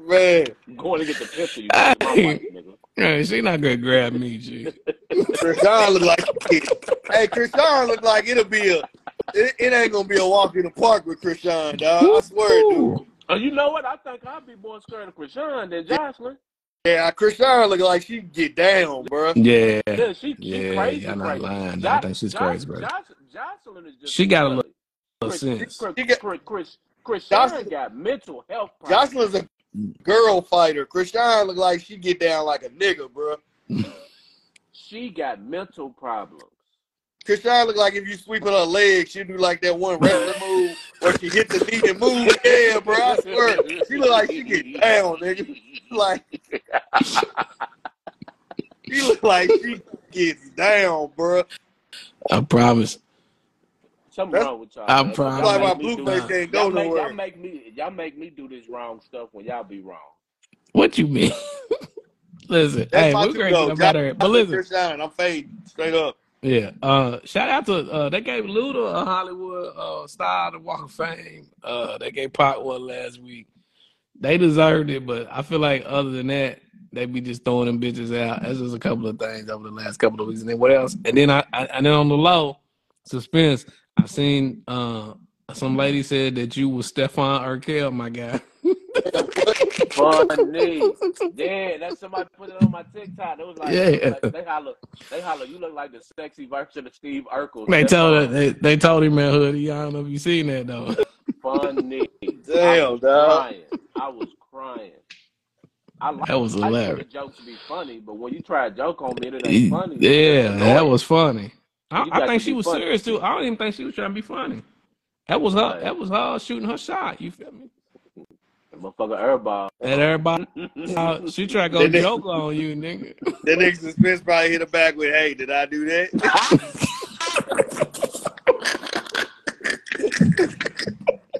S3: Man,
S4: I'm going to get the pistol. You got my
S2: <laughs>
S4: wife, nigga.
S2: <laughs> Yeah, she not great. Grab me. G.
S3: Krishan look like Hey, Krishan look like it'll be a. It, it ain't gonna be a walk in the park with Krishan, dog. I swear, dude.
S2: Ooh.
S4: Oh, you know what? I think I'd be more scared of Krishan than Jocelyn.
S3: Yeah, Krishan look like she can get down, bruh.
S2: Yeah.
S4: Yeah, she, she
S2: Yeah,
S4: crazy.
S2: y'all not
S4: crazy.
S2: lying.
S4: Jo-
S2: I think she's
S4: Jo-
S2: crazy, bro.
S4: Jo- Jocelyn is just
S2: She got a little
S4: Chris,
S2: sense.
S4: Chris,
S3: She got-
S4: Chris, Chris, Chris
S3: Jocelyn-
S4: Sharon got mental health problems.
S3: Jocelyn's a girl fighter. Krishan look like she get down like a nigga, bruh.
S4: She got mental problems.
S3: Krishan look like if you sweep her leg, she do like that one
S2: <laughs>
S3: wrestler move where she hit the knee and move. Yeah, bro, I swear. She look like she get down, nigga. <laughs> Like she look like she gets down, bro.
S2: I promise.
S4: Something wrong with y'all.
S2: I'm
S4: man.
S2: proud.
S4: Y'all
S3: Like my
S4: make me do-
S3: blue face ain't
S4: Y'all
S3: go
S4: make, y'all
S3: nowhere.
S4: make me y'all make me do this wrong stuff when y'all
S3: <laughs>
S4: be wrong.
S2: What you mean? <laughs> listen,
S3: That's
S2: hey,
S3: my
S2: we're
S3: two
S2: great
S3: go.
S2: about her. But listen,
S3: Krishan, I'm fading straight up.
S2: Yeah. Uh, shout out to uh, they gave Luda a Hollywood uh, star of the Walk of Fame. Uh, they gave Pac one last week. They deserved it, but I feel like other than that, they be just throwing them bitches out. That's just a couple of things over the last couple of weeks. And then what else? And then I, I and then on the low suspense, I seen uh some lady said that you was Stefan Urkel, my guy. <laughs>
S4: Funny. Yeah, that's somebody put it on my TikTok. It was like,
S2: Yeah.
S4: they holler, they holler, you look like the sexy version of Steve Urkel.
S2: They told her
S4: That's
S2: they, they told him that hoodie. I don't know if you seen that though. <laughs>
S4: funny. I
S3: Damn,
S4: was
S3: dog.
S4: crying. I was crying. I like,
S2: That was
S4: I like for the
S2: hilarious.
S4: joke to be funny, but when you try a joke on me, it ain't funny. It's
S2: Yeah, that
S4: annoying.
S2: was funny. I,
S4: You
S2: I
S4: got
S2: think
S4: to
S2: she
S4: be
S2: was
S4: funny.
S2: serious too. I don't even think she was trying to be funny. That was her. That was her shooting her shot. You feel me?
S4: That motherfucker airball.
S2: And
S4: <laughs>
S2: everybody, uh, she tried to go
S3: Did they-
S2: joke on you, <laughs> nigga.
S3: That nigga suspense probably hit her back with, "Hey, did I do that?" <laughs>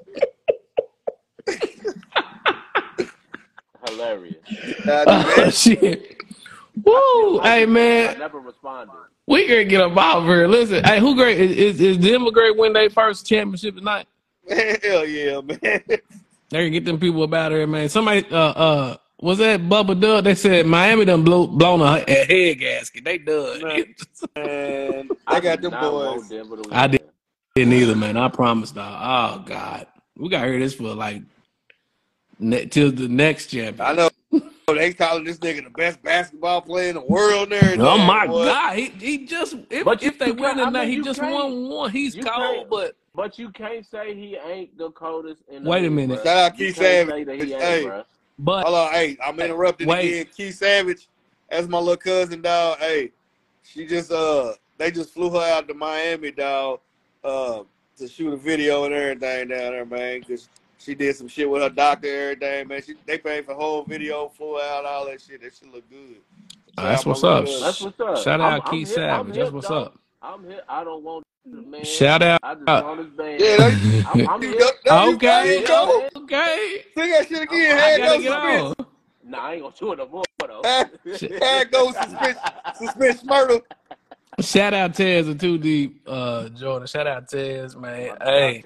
S4: Hilarious.
S3: Did I do
S2: Oh
S3: that?
S2: shit. Woo!
S4: I
S2: Hey
S4: never- I
S2: man,
S4: never responded.
S2: we gonna get up out of here. Listen, hey, who great is is, is Denver great win their first championship tonight? <laughs>
S3: <laughs> Hell yeah, man.
S2: They can get them people up out of here, man. Somebody, uh, uh, was that Bubba Dub? They said Miami done blow, blown a, a head gasket. They done.
S3: Man. Man,
S4: I
S3: I got
S4: did
S3: them
S4: not want
S3: boys.
S4: Denver to
S2: I
S4: win.
S2: <laughs> Didn't either, man. I promise, dog. Oh God, we gotta hear this for like ne- till the next champion.
S3: I know. They calling this nigga the best basketball player in the world. There.
S2: Oh my
S3: boy.
S2: God, he he just if,
S4: But you
S2: if they
S4: can't-
S2: win
S4: I
S2: tonight,
S4: mean,
S2: he
S4: you
S2: just
S4: can't-
S2: won one. He's
S4: you
S2: cold,
S4: can't-
S2: but
S4: But you can't say he ain't the coldest in the
S2: Wait a
S4: league,
S2: minute.
S4: bruh.
S3: Shout out
S4: You
S3: Keith
S4: can't
S3: Savage.
S4: say that he ain't,
S3: Hey.
S4: bruh.
S2: but
S3: Hold on, hey, I'm interrupted
S2: Wait.
S3: again. Keith Savage, that's my little cousin, dog. Hey, she just uh, they just flew her out to Miami, dog, uh, to shoot a video and everything down there, man. Cause she did some shit with her doctor and everything, man. She they paid for the whole video, flew her out, all that shit. That shit look good. Shout
S2: that's
S3: out my
S2: what's
S3: little
S2: up.
S3: cousin.
S4: That's what's up.
S2: Shout
S4: I'm-
S2: out
S4: I'm
S2: Keith
S4: hip- I'm
S2: Savage. That's
S4: hip,
S2: what's
S4: dog.
S2: up.
S4: I'm here. I don't want the man.
S2: Shout out.
S4: I just want his band.
S2: <laughs>
S3: Yeah, that,
S4: <laughs> I'm, I'm
S3: you
S4: here.
S3: go, <laughs> there you go, there
S2: Okay,
S3: you go.
S2: okay.
S3: Sing that shit again.
S4: I
S2: I
S3: Had no
S2: gotta get
S3: suspense.
S2: on.
S4: Nah, I ain't gonna do it no more though.
S3: <laughs> Had- Had no suspense. Suspense murder.
S2: Shout out Tez and Two Deep, uh, Jordan. Shout out Tez, man. Hey.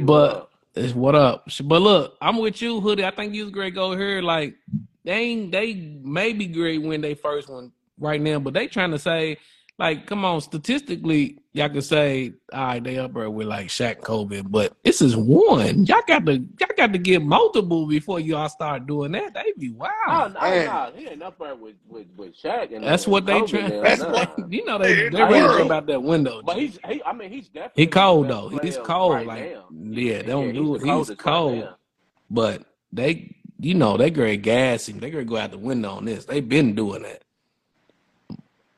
S2: But
S4: But
S2: it's what up. But look, I'm with you, Hoodie. I think you was great go here. Like they ain't, they may be great when they first one right now, but they trying to say, like, come on, statistically, y'all can say, all right, they up there with like Shaq and Kobe, but this is one. Y'all got to y'all got to get multiple before y'all start doing that. They be
S4: oh,
S2: wow.
S4: no,
S3: Ah, Man.
S4: no, he ain't up there with with, with Shaq and
S2: That's
S4: and
S2: what they
S4: Kobe
S2: trying.
S4: now,
S3: That's
S4: nah.
S3: <laughs> what-
S2: you know they they
S3: Hey,
S2: ready to
S3: world.
S2: jump out that window.
S4: But
S2: G.
S4: he's he. I mean, he's definitely
S2: He
S4: one of the
S2: cold
S4: best
S2: though. He's
S4: players
S2: cold.
S4: right
S2: like
S4: now.
S2: yeah,
S4: Yeah,
S2: don't
S4: he's
S2: do
S4: the
S2: it. He's
S4: coldest right
S2: cold.
S4: now.
S2: But they, you know, they great gassing. They great go out the window on this. They been doing that.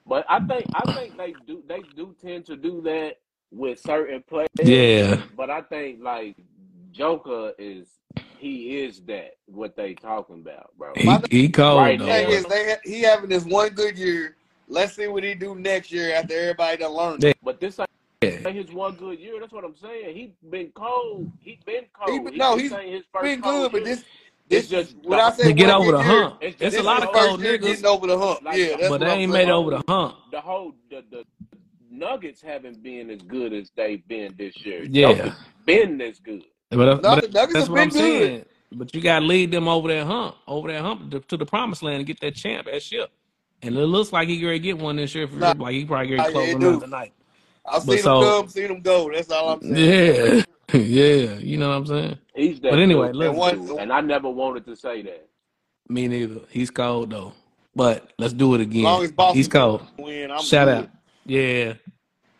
S4: But I think I think they do they do tend to do that with certain players.
S2: Yeah,
S4: But I think like Joker is he is that what they talking about, bro.
S2: he he
S4: Right
S2: cold though.
S3: thing
S4: now.
S2: but-
S3: is, they ha- he having this one good year. Let's see what he do next year after everybody done learned.
S2: Yeah.
S4: But this ain't Like his one good year. That's what I'm saying. He been cold. He been cold.
S3: He been- no,
S4: this
S3: he's
S4: ain't his first
S3: Been good,
S4: cold
S3: but
S4: year.
S3: this this
S4: It's just
S3: when I say
S2: to get
S3: one
S2: over
S3: good
S2: the
S3: year,
S2: hump.
S4: it's-
S2: It's
S3: this
S2: a
S3: is
S2: lot
S3: the
S2: of
S3: first
S2: cold
S3: year
S2: niggas,
S3: getting over the hump.
S4: Like,
S3: yeah, that's
S2: but
S3: what
S2: they
S3: I'm
S2: ain't
S3: saying.
S2: made it over the hump.
S4: the whole the, the Nuggets haven't been as good as they've been this year.
S2: Yeah.
S4: Nuggets been this good.
S2: But,
S3: No,
S2: but
S3: the Nuggets
S2: that's
S3: have
S2: what I'm
S3: been good.
S2: saying. But you gotta lead them over that hump, over that hump to, to the promised land and get that champ, that ship. And it looks like he gonna get one this year. For
S3: Nah.
S2: real. Like he probably gonna
S3: Nah, yeah,
S2: close
S3: it
S2: them out
S3: do.
S2: tonight.
S3: I've
S2: But
S3: seen
S2: so-
S3: them come, seen them go. That's all I'm saying.
S2: Yeah, <laughs> yeah. You know what I'm saying?
S4: He's that
S2: But anyway,
S4: dude,
S2: listen.
S3: And once
S4: dude, and I never wanted to say that.
S2: Me neither. He's cold though. But let's do it
S3: as long as
S2: again. He's
S3: Boston
S2: cold.
S3: win, I'm
S2: Shout
S3: good.
S2: out. Yeah.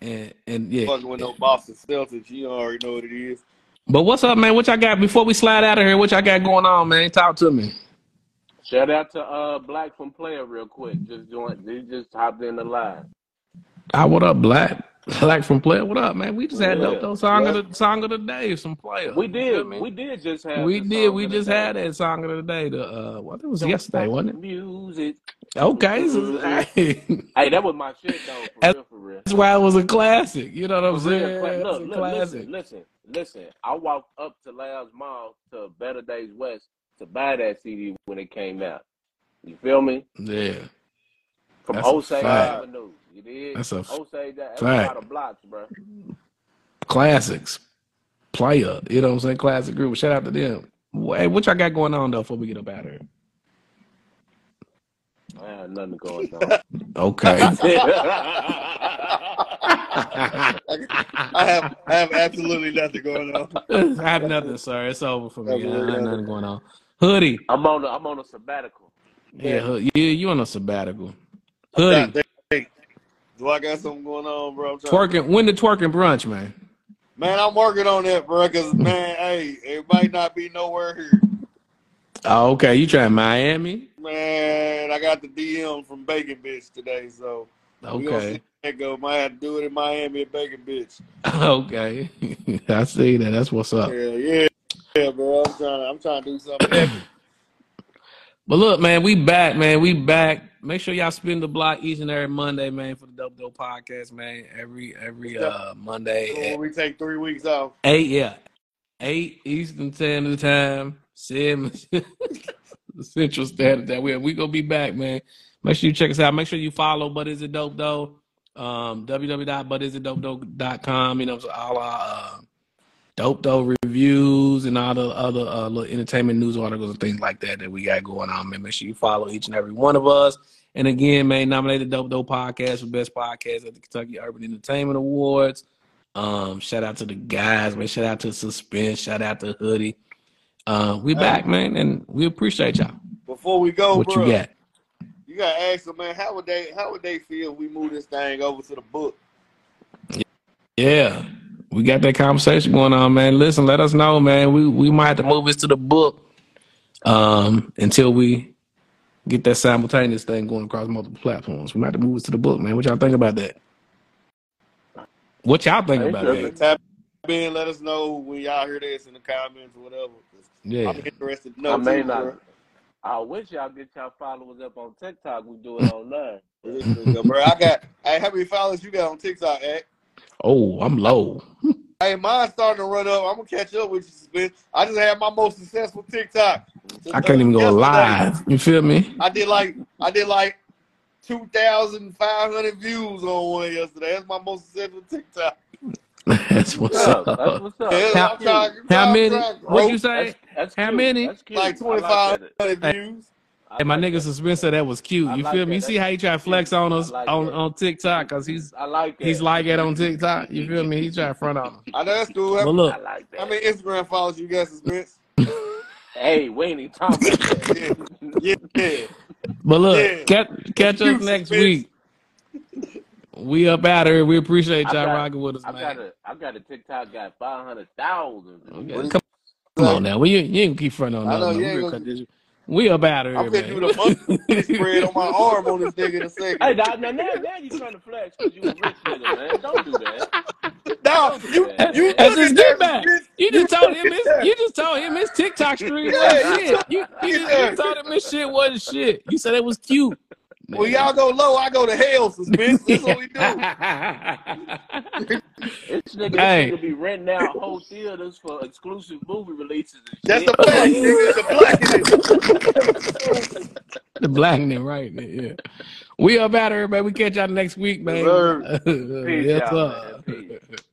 S2: And and yeah.
S3: Fucking with no Boston Celtics, you already know what it is. <laughs>
S2: But what's up, man? What y'all got before we slide out of here? What y'all got going on, man? Talk to me.
S4: Shout out to uh Black from Player real quick. Just joined. He just hopped in the line.
S2: Ah, what up, Black? <laughs> Black from Player. What up, man? We just had
S4: Yeah,
S2: dope dope song of the song of the day, some player.
S4: We
S2: You
S4: did.
S2: feel me?
S4: We did just have.
S2: We
S4: the
S2: did.
S4: song
S2: We
S4: of the
S2: just
S4: day.
S2: had that song of the day. The uh, what it was
S4: Don't
S2: yesterday,
S4: stop the
S2: wasn't
S4: music.
S2: it? Okay, so- hey,
S4: Hey, that was my shit though. For
S2: <laughs> that's
S4: real, for real.
S2: why it was a classic. You know what I'm
S4: For real,
S2: saying?
S4: cla-
S2: It was
S4: look,
S2: a
S4: look,
S2: classic.
S4: listen, listen, listen. I walked up to Lounge Mall to Better Days West to buy that CD when it came out. You feel me?
S2: Yeah,
S4: From
S2: That's a
S4: Osage
S2: fact.
S4: Avenue. You did?
S2: that's a f-
S4: Osage, that- that's a
S2: fact.
S4: lot of blocks, bro.
S2: Classics, player. You know what I'm saying? Classic group. Shout out to them. Hey, what y'all got going on though? Before we get up out of here.
S4: I had nothing going on.
S2: <laughs> Okay.
S3: I have I have absolutely nothing going on.
S2: I have nothing, sir. It's over for me. I
S3: Absolutely
S2: have
S3: nothing.
S2: nothing going on. Hoodie.
S4: <laughs> I'm on. A, I'm on a sabbatical.
S2: Yeah, hood, yeah, you on a sabbatical.
S3: God,
S2: Hoodie.
S3: dang, dang. Do I got something going on, bro? I'm trying to-
S2: Twerking when the twerking brunch, man.
S3: Man, I'm working on that, bro. Cause man, hey, it might not be nowhere here.
S2: Oh, okay. You trying Miami?
S3: Man, I got the DM from Bacon Bitch today, so we gonna see
S2: Okay.
S3: how that go. Might have to do it in Miami at Bacon Bitch.
S2: <laughs> Okay. <laughs> I see that. That's what's up.
S3: Yeah, yeah, yeah, bro. I'm trying. I'm trying to do
S2: <clears throat>
S3: something. epic.
S2: But look, man, we back, man. We back. Make sure y'all spin the block each and every Monday, man, for the Dope Dope Podcast, man. Every every uh Monday
S3: When
S2: at
S3: we take three weeks off.
S2: eight, yeah. Eight Eastern Standard Time, seven <laughs> Central Standard Time. We we gonna be back, man. Make sure you check us out. Make sure you follow But Is It Dope Though. Um www.butisitdopedope.com. You know, all our uh, dope dope reviews and all the other uh, little entertainment news articles and things like that that we got going on, man. Make sure you follow each and every one of us. And again, man, nominate the Dope Dope Podcast for Best Podcast at the Kentucky Urban Entertainment Awards. Um, shout out to the guys, man. Shout out to Suspense. Shout out to Hoodie. Uh, we
S3: Hey.
S2: back, man, and we appreciate y'all.
S3: Before we go,
S2: what
S3: Oh, bro,
S2: you got?
S3: you gotta ask them, man. How would they? How would they feel if we move this thing over to the book?
S2: Yeah, we got that conversation going on, man. Listen, let us know, man. We we might have to move this to the book um, until we get that simultaneous thing going across multiple platforms. We might have to move this to the book, man. What y'all think about that? What y'all think about
S3: Just
S2: that?
S3: Tap in. Let us know when y'all hear this in the comments or whatever. 'cause
S2: Yeah,
S3: I'm interested to
S4: I
S3: know
S4: may
S3: too,
S4: not.
S3: bro.
S4: I wish y'all get y'all followers up on TikTok. We do it
S2: <laughs>
S4: online.
S3: This nigga, bro. I got. Hey, how many followers you got on TikTok? Hey,
S2: Oh, I'm low.
S3: hey mine's starting to run up. I'm gonna catch up with you, Spence. I just had my most successful TikTok. Just,
S2: I can't
S3: uh,
S2: even go
S3: yesterday.
S2: live. You feel me? <laughs>
S3: I did like I did like two thousand five hundred views on one yesterday. That's my most successful
S4: <laughs>
S3: TikTok.
S2: That's what's
S4: Yeah, that's
S2: up.
S4: what's up.
S3: Yeah,
S2: How-
S4: That's
S3: I'm trying,
S4: cute.
S2: How
S3: I'm
S2: many?
S3: trying to
S2: What
S3: grow.
S2: you say?
S4: Oh,
S2: <laughs>
S4: That's that's
S2: How
S4: cute.
S2: many?
S4: That's cute.
S3: Like
S4: I
S3: twenty
S4: like
S3: five
S4: that.
S3: hundred
S2: Hey.
S3: views.
S4: I
S2: Hey, my
S4: like
S2: nigga
S4: that.
S2: suspense said that was cute.
S4: I
S2: You
S4: like
S2: feel me?
S4: that.
S2: You see
S4: That's
S2: how he try to flex
S4: cute.
S2: on
S4: I
S2: us
S4: like
S2: on
S4: that.
S2: on TikTok because he's
S4: I like
S2: he's
S4: that.
S2: like that on TikTok. You feel me? He try to front on him.
S3: I know that's cool.
S2: But
S3: How,
S4: I
S2: look,
S4: like
S3: how
S4: that.
S3: many Instagram followers you got, Spence?
S4: Hey, we ain't even
S2: <laughs>
S4: talking about that.
S3: Yeah, yeah, yeah.
S2: but
S3: Yeah.
S2: look, catch catch
S3: You
S2: us next
S3: suspense.
S2: week. We up out of here. We appreciate
S4: I
S2: y'all
S4: got,
S2: rocking with us,
S4: I got
S2: man.
S4: a, I got a TikTok got five hundred thousand
S2: Okay,
S3: What
S2: Come,
S3: is
S2: come on now. We you ain't gonna keep front on
S3: I
S2: us,
S3: know
S2: man.
S3: you
S2: We
S3: ain't
S2: gonna
S3: gonna.
S2: cut this. We up out of
S3: I'm
S2: here,
S3: finna do the
S2: <laughs>
S3: money spread on my
S2: man.
S3: arm on this nigga in a
S4: Hey,
S3: second.
S4: now, now, now, now you trying to flex because you a rich nigga, man. Don't do that.
S3: No,
S4: Don't do
S3: you
S4: that,
S3: you
S4: man.
S2: That's
S3: took
S2: his
S3: it
S2: get
S3: there,
S2: back.
S3: Spence.
S2: You
S3: You
S2: just told
S3: took
S2: him
S3: it
S2: his.
S3: there.
S2: You just told him his TikTok stream
S3: Yeah,
S2: wasn't shit.
S3: you
S2: You you
S3: took it
S2: just, you
S3: there.
S2: told him his shit wasn't shit. You said it was cute.
S3: <laughs>
S2: <laughs>
S3: When y'all go low, I go to hell, suspense. That's what we do.
S4: nigga,
S2: Hey.
S4: this nigga be renting out whole theaters for exclusive movie releases. And
S3: That's
S4: shit.
S3: the fact, nigga. The black in it.
S2: The black nigga, right? Yeah. We up out here, man. We catch y'all next week, man. <laughs>
S3: Yes, sir.
S2: yes,
S4: Peace, y'all,
S2: sir.
S4: man. Peace.